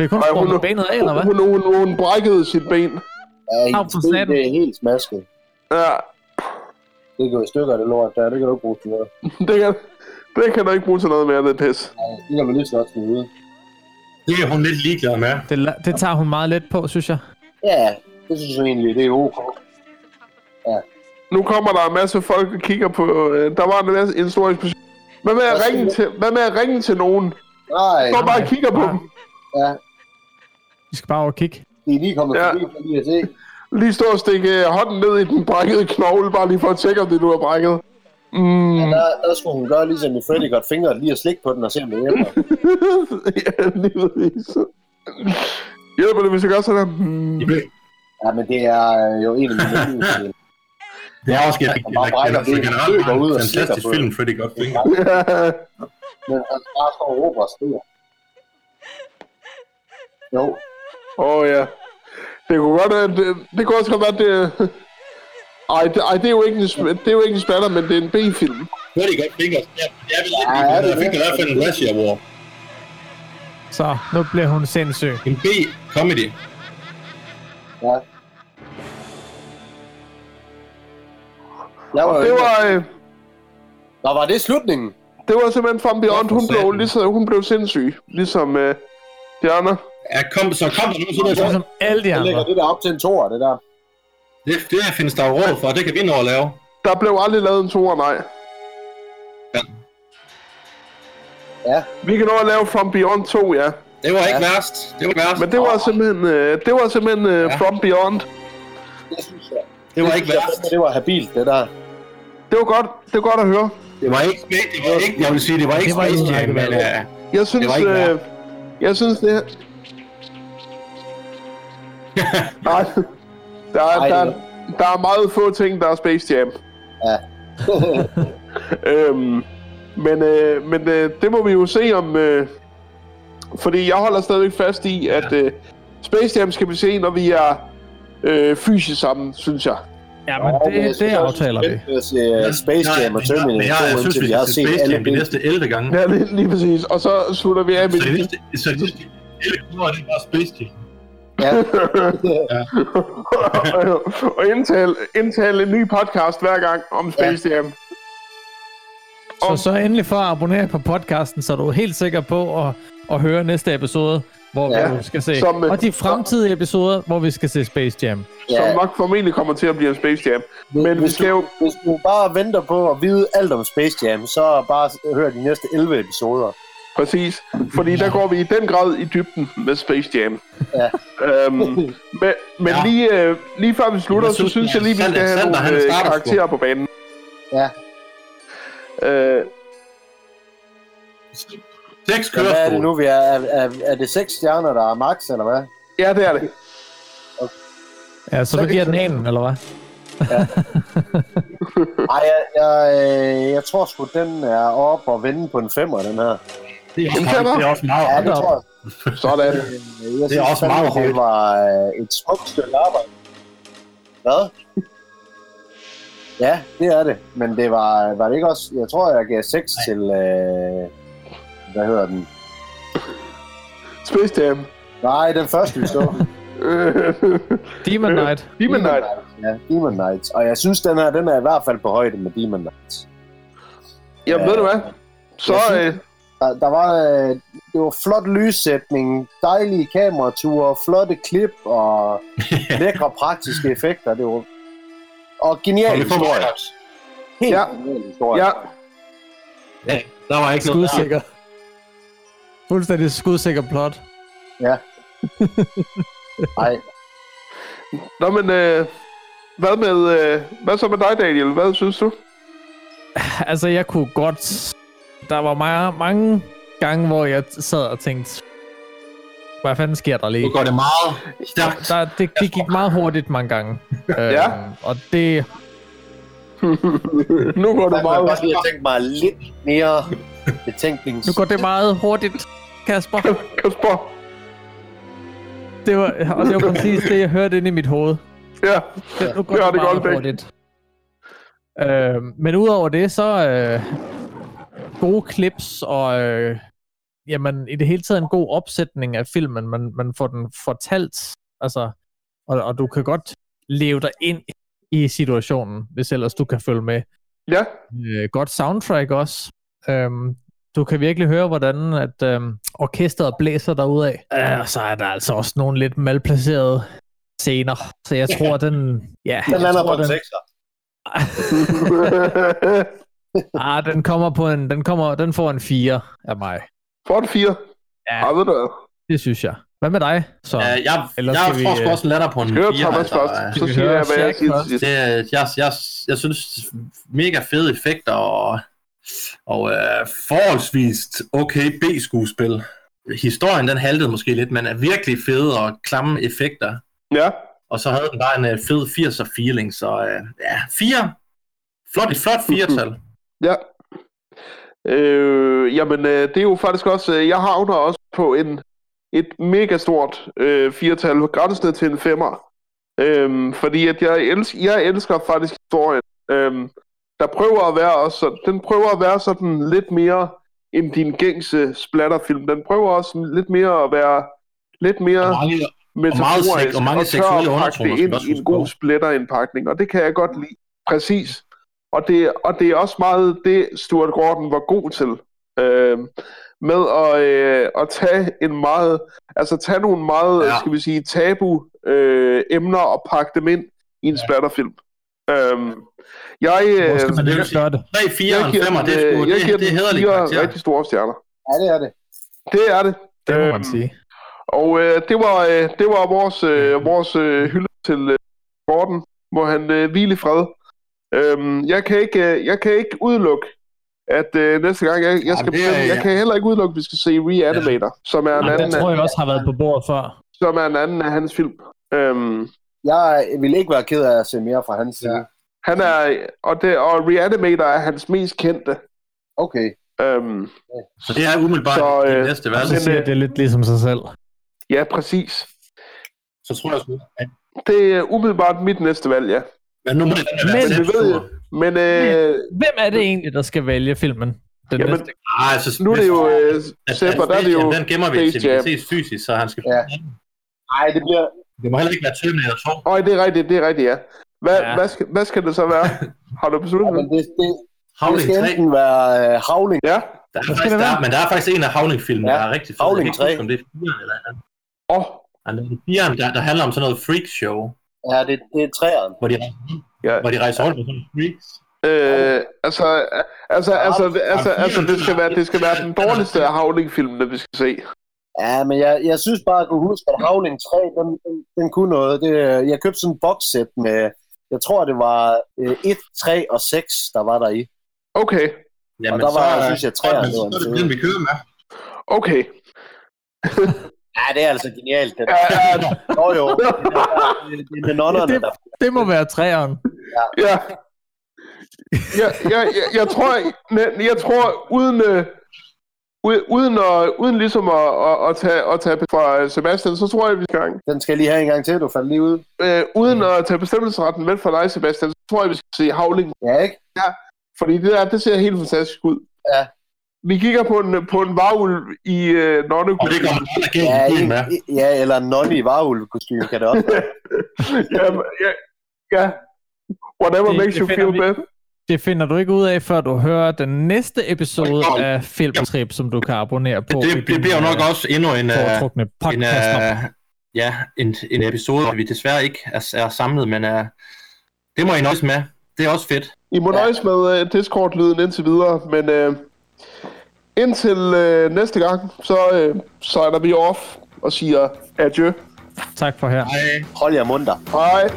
B: Fik hun
A: Ej,
B: sprunget benet af, eller hvad?
A: Hun, hun, hun, hun brækkede sit ben.
D: Ja,
B: Au,
D: hendes
B: for
D: ben
B: satan.
D: det er helt smasket.
A: Ja,
D: Det går i stykker, det lort der. Det kan du ikke bruge til noget.
A: det kan, det kan du ikke bruge til noget mere, det pis.
D: Nej, det kan man lige så godt smide ud.
C: Det er hun lidt ligeglad med.
B: Det, la- det tager hun meget let på, synes jeg.
D: Ja, det synes jeg egentlig, det er ok. Ja.
A: Nu kommer der en masse folk og kigger på... Øh, der var en, masse, en stor eksplosion. Hvad med at
D: Hvad
A: ringe
D: siger
A: til, hvad med at ringe til nogen?
D: Nej,
A: Står bare og kigger på dem.
D: ja.
B: Vi skal bare over og kigge.
D: De er lige kommet
A: Ja.
D: forbi for lige at se.
A: Lige stå og stikke øh, hånden ned i den brækkede knogle, bare lige for at tjekke, om det nu er brækket. Mm,
D: Der, der skulle hun gøre ligesom i Freddy godt fingre, lige at slikke på den og se, om det hjælper.
A: ja, lige præcis. Hjælper det, hvis jeg gør sådan her? Mm.
D: Ja, men det er øh, jo en af mine yndlingsfilm.
C: Det er også rigtig,
D: Bare brækker
C: rigtig,
D: benet,
C: generelt
D: løber ud
C: en
D: og
C: fantastisk
D: slikker på
C: film,
D: det.
C: Freddy godt finger.
D: Men han bare står og råber og skriger. Jo,
A: Åh oh, ja. Det kunne godt være, det, det kunne også godt være, det... Ej, det, ej, det er jo ikke en, sp- det er jo ikke en spatter, men det er en B-film.
C: Freddy godt finger. Ja, jeg vil
D: Ja,
C: ikke vide,
D: er det
C: jeg fik i
D: det?
C: hvert fald en Razzie Award.
B: Så, nu bliver hun sindssyg.
C: En B-comedy.
D: ja. Jeg var,
A: Det var, øh,
D: Nå, var det slutningen?
A: det var simpelthen From Beyond. Hun blev, ligesom, hun blev sindssyg, ligesom øh, de andre.
C: Ja, kom, så kom der nogen sådan noget.
B: Som alle de
D: Jeg
B: andre.
D: lægger det der op til en toer, det der.
C: Det, det her findes der jo råd for, det kan vi nå at lave.
A: Der blev aldrig lavet en toer, nej.
D: Ja,
A: Vi kan nå at lave From Beyond 2, ja.
C: Det var ikke værst. Det var ikke værst.
A: Men det var simpelthen, øh, det var simpelthen øh,
C: Ja.
A: From Beyond.
D: det synes jeg.
C: Det var ikke
D: synes jeg
C: værst.
D: fandme, Det var habilt, det der.
A: Det var godt, det var godt at høre.
C: Det var ikke Space det var ikke, jeg vil sige, det var ikke
B: Det var
C: Space Jam,
B: ikke
C: men
B: værst.
C: øh,
A: Jeg synes,
C: ikke værd.
A: øh, jeg synes det her... Nej, der er,
D: Nej,
A: der, er,
D: det
A: der er meget få ting, der er Space Jam.
D: Ja.
A: øhm, men øh, men øh, det må vi jo se om... Øh, fordi jeg holder stadigvæk fast i, at øh, Space Jam skal vi se, når vi er øh, fysisk sammen, synes jeg.
B: Ja, men det, det aftaler vi.
D: Jeg se øh, Space Jam og
C: men-
D: Terminator
C: men jeg, jeg,
D: 2,
C: synes, vi
D: indtil vi har
C: skal se
D: set
C: Space
D: alle
C: Jam de
D: billeder.
C: næste 11 gange.
A: Ja, lige, lige præcis. Og så slutter vi af med...
C: Så de næste, så de næste 11 gange, det var Space Jam.
D: Ja.
A: og indtale, indtale en ny podcast hver gang om Space Jam.
B: Så, så endelig for at abonnere på podcasten, så du er helt sikker på at, at høre næste episode, hvor
D: Ja,
B: vi skal se.
A: som, øh,
B: og de fremtidige episoder, hvor vi skal se Space Jam.
A: Ja.
D: Ja.
A: Som nok formentlig kommer til at blive en Space Jam. Men vi
D: hvis,
A: skal
D: du,
A: jo...
D: hvis du bare venter på at vide alt om Space Jam, så bare hør de næste 11 episoder.
A: Præcis. Fordi der går vi i den grad i dybden med Space Jam.
D: Ja.
A: Øhm, men men
C: Ja.
A: ja. lige, øh, lige før vi slutter,
C: Jeg
A: så
C: synes,
A: synes jeg lige, vi
C: Alexander-
A: skal have
C: Alexander,
A: nogle
C: han
A: øh,
C: starter sgu.
A: karakterer på banen.
D: Ja.
A: Øh,
C: Seks
D: Så hvad er det
C: kørestol.
D: nu, vi er? Er, er, er det seks stjerner, der er max, eller hvad?
A: ja, det er det.
B: Ja, så du giver den en, eller hvad?
D: Nej, jeg, jeg, øh, jeg tror sgu, den er oppe og vende på en femmer, den her.
C: Det er
A: Jamen, det er
C: også- det er også meget
D: Ja, det
B: da op.
D: tror jeg.
A: Sådan.
D: Øh, Jeg
C: Det er
D: synes
C: også
D: fandme,
C: meget højt.
D: Det var øh, et smukt stykke arbejde. Hvad? Ja, det er det. Men det var, var det ikke også... Jeg tror, jeg gav 6 til... Øh, hvad hedder den?
A: Space Jam.
D: Nej, den første, vi så.
A: Øh,
B: Demon Knight.
A: Demon Knight.
D: Ja, Demon Knights. Og jeg synes, den her, den er i hvert fald på højde med Demon Knights.
A: Jamen,
D: Ja.
A: ved du hvad? Så,
D: Jeg
A: øh,
D: synes- Der, der var, øh, det var flot lyssætning, dejlige kamerature, flotte klip og lækre praktiske effekter. Det var, og genial
C: Kan vi få
D: historie.
C: Myers?
D: Helt
A: Ja.
D: genial historie.
A: ja,
C: Ja, der var ikke noget.
B: Skudsikker. Fuldstændig skudsikker plot.
D: ja. Ej,
A: Nå, men øh, hvad med øh, hvad så med dig, Daniel? Hvad synes du?
B: Altså, jeg kunne godt... Der var meget, mange gange, hvor jeg sad og tænkte... Hvad fanden sker der
C: Nu
B: lige?
C: går det meget stærkt.
B: Der, det, det gik meget hurtigt mange gange.
A: Ja.
B: Øhm, og det...
A: Nu går
D: der
A: det
D: kunne jeg
A: meget.
D: godt lige have tænkt mig lidt mere betænknings...
B: Nu går det meget hurtigt, Kasper.
A: Kasper.
B: Det var, og det var præcis det, jeg hørte inde i mit hoved.
A: Ja,
B: det, nu går ja, det
A: godt væk.
B: meget hurtigt. Øh, men udover det, så øh, gode clips og øh, jamen, i det hele taget en god opsætning af filmen. Man, man får den fortalt, altså, og, og du kan godt leve dig ind i situationen, hvis ellers du kan følge med.
A: Ja.
B: Øh, godt soundtrack også. Øhm, du kan virkelig høre, hvordan at, øhm, orkestret blæser derudad. Øh, og så er der altså også nogle lidt malplacerede scener. Så jeg tror, den... Ja,
D: Den
B: jeg
D: lander
B: tror,
D: på en sekser.
B: ah, den kommer på en, den kommer, den får en 4 af mig.
A: Får en 4?
B: Ja.
A: ved du
B: Det synes jeg. Hvad med dig? Så,
C: Ja, jeg, jeg tror sgu også, den lander på en
A: Hør
C: fire,
A: Thomas
C: altså.
A: først, så
C: Vi
A: siger
C: hører
A: jeg, hvad jeg
C: Jack
A: siger til
C: først.
A: sidst.
C: Det, er- jeg, jeg, jeg synes, mega fede effekter og, og øh, forholdsvist okay B-skuespil. Historien, den haltede måske lidt, men er virkelig fede og klamme effekter.
A: Ja.
C: Og så havde den bare en øh, fed 80'er feeling, så øh, ja, fire. Flot, et flot firetal.
A: Ja. Øh, jamen, øh, det er jo faktisk også... Øh, jeg havner også på en, et mega stort øh, firtal, grænsende til en femmer. Øhm, fordi at jeg, elsker, jeg elsker faktisk historien. Øhm, der prøver at være også, sådan- den prøver at være sådan lidt mere end din gængse splatterfilm. Den prøver også sådan lidt mere at være lidt mere
C: Og mange- og meget
A: metaforisk,
C: sek- og mange
A: tør
C: seksuelle
A: at pakke
C: undertoner,
A: det
C: skal
A: ind
C: vi også
A: i en
C: huske
A: god
C: på.
A: splatterindpakning, og det kan jeg godt lide. Præcis. Og det, og det er også meget det, Stuart Gordon var god til. Øh, med at, øh, at tage en meget, altså tage nogle meget, ja. skal vi sige, tabu øh, emner og pakke dem ind i en ja. splatterfilm. Øhm, jeg, øh,
B: Måske man ikke gøre det.
C: 3, 4 og
A: jeg
C: en
A: giver
C: 5,
A: den,
C: det er sgu,
A: øh, jeg giver
C: det, det er
A: den
C: hederlige
A: fire
C: karakter.
A: rigtig store stjerner.
D: Ja, det er det.
A: Det er det.
B: Det må
A: Øhm,
B: man sige.
A: og øh, det var øh, det var vores øh, vores øh, hylde til øh, Gordon, hvor han øh, hvile i fred. Øhm, jeg kan ikke øh, jeg kan ikke udelukke at øh, næste gang jeg, jeg skal
C: det er-
A: bestemme, jeg kan heller ikke udelukke at vi skal se Reanimator, ja. som er en
B: Jamen,
A: anden
B: den tror jeg også har været på bordet før.
A: som er en anden af hans film. Øhm,
D: Jeg vil ikke være ked af at se mere fra hans side.
A: han er og det og Reanimator er hans mest kendte.
D: Okay.
A: Øhm,
C: Så det er umiddelbart
A: Så,
C: det
A: øh,
C: næste
A: men,
C: valg.
B: Så siger det lidt ligesom sig selv.
A: ja, præcis.
C: Så tror jeg sgu, at
A: Det er umiddelbart mit næste valg, ja.
C: Men nu må det
B: Men-
C: være
A: Men, vi ved, men øh,
B: Hvem er det egentlig, der skal vælge filmen? Den
A: Jamen,
B: næste.
C: Nej, altså,
A: nu er det jo øh,
C: at-
A: Sepp,
C: at
A: og der er det
C: Space
A: jo
C: Jam, Den gemmer vi til, vi
A: Jam.
C: kan ses fysisk, så han skal...
D: Ja. Nej, det bliver...
C: Det må heller ikke være Terminator 2.
A: Øj, det er rigtigt, det er rigtigt, ja. Hvad, ja.
B: Ja.
A: hvad, skal, hvad skal det så være? Har du besluttet
D: Jamen,
A: det?
D: det, det, det
C: Havling
D: skal
C: 3.
D: enten være øh, Havling.
A: Ja.
C: Der er faktisk, der, er- men der er faktisk en af Havling-filmene,
D: Ja,
C: der er rigtig fed.
D: Howling
C: Jeg kan ikke
D: 3.
C: huske, om det er 4'eren eller andet.
A: Åh, oh,
C: Fireren, der, der handler om sådan noget freak show,
D: Ja, det, det er træeren.
C: hvor de,
A: ja.
C: hvor de rejser rundt med sådan nogle freaks.
A: Øh, altså, altså, altså, altså, altså, det skal være, det skal være den dårligste af Havling-filmene, vi skal se.
D: Ja, men jeg, jeg synes bare, at jeg kunne huske, at Havling 3, den, den, den kunne noget. Det, øh, jeg købte sådan en boxsæt med, jeg tror, det var øh, 1, 3 og 6, der var der i.
A: Okay,
C: Jamen,
D: der
C: så,
D: var- synes jeg, træerne
C: men så
D: var en
C: er det
D: fed.
C: den, vi kører med.
A: okay.
D: Ja, det er altså genialt. Det
A: Ja,
D: der.
A: ja,
D: Jo, jo. Det er- Det er- det er med nonnerne,
B: Det-
D: der.
B: Det må være træeren.
A: ja. Jeg, jeg, jeg, jeg tror, jeg, jeg tror uden, øh, u- uden, at, uden ligesom at, at, at, tage, at tage fra øh, Sebastian, så tror jeg, vi skal i gang.
D: Den skal jeg lige have en gang til, du faldt lige ud.
A: Øh, uden at tage bestemmelsesretten med fra dig, Sebastian, så tror jeg, vi skal se Havling
D: Ja, ikke?
A: Fordi det der, det ser helt fantastisk ud.
D: Ja.
A: Vi kigger på en, på en varulv i øh,
C: Og det
A: nonnekultur.
C: kommer han
D: Ja,
C: igen
D: en,
C: med.
D: ja eller en nonne i varulvekostyme kan det også være.
A: ja, ja, ja. Whatever
B: Det-
A: makes
B: det
A: you
B: finder
A: feel
B: vi.
A: best.
B: Det finder du ikke ud af, før du hører den næste episode
C: Jamen.
B: af Filmtrip, som du kan abonnere på.
C: Det,
B: i
C: det
B: din,
C: bliver jo nok
B: øh,
C: også endnu en... øh,
B: foretrukne
C: en,
B: podcast.
C: øh, ja, en, en episode, hvor vi desværre ikke er, er samlet, men uh, det må I nøjes med. Det er også fedt.
A: I må
D: Ja.
A: nøjes med øh, Discord-lyden indtil videre, men øh, indtil øh, næste gang, så øh, signer vi off og siger adieu.
B: Tak for her.
C: Hej.
D: Hold jer munter.
A: Hej.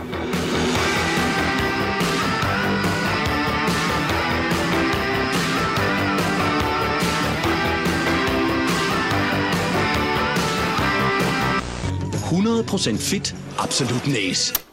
L: Hej. 100% fit, absolut næs.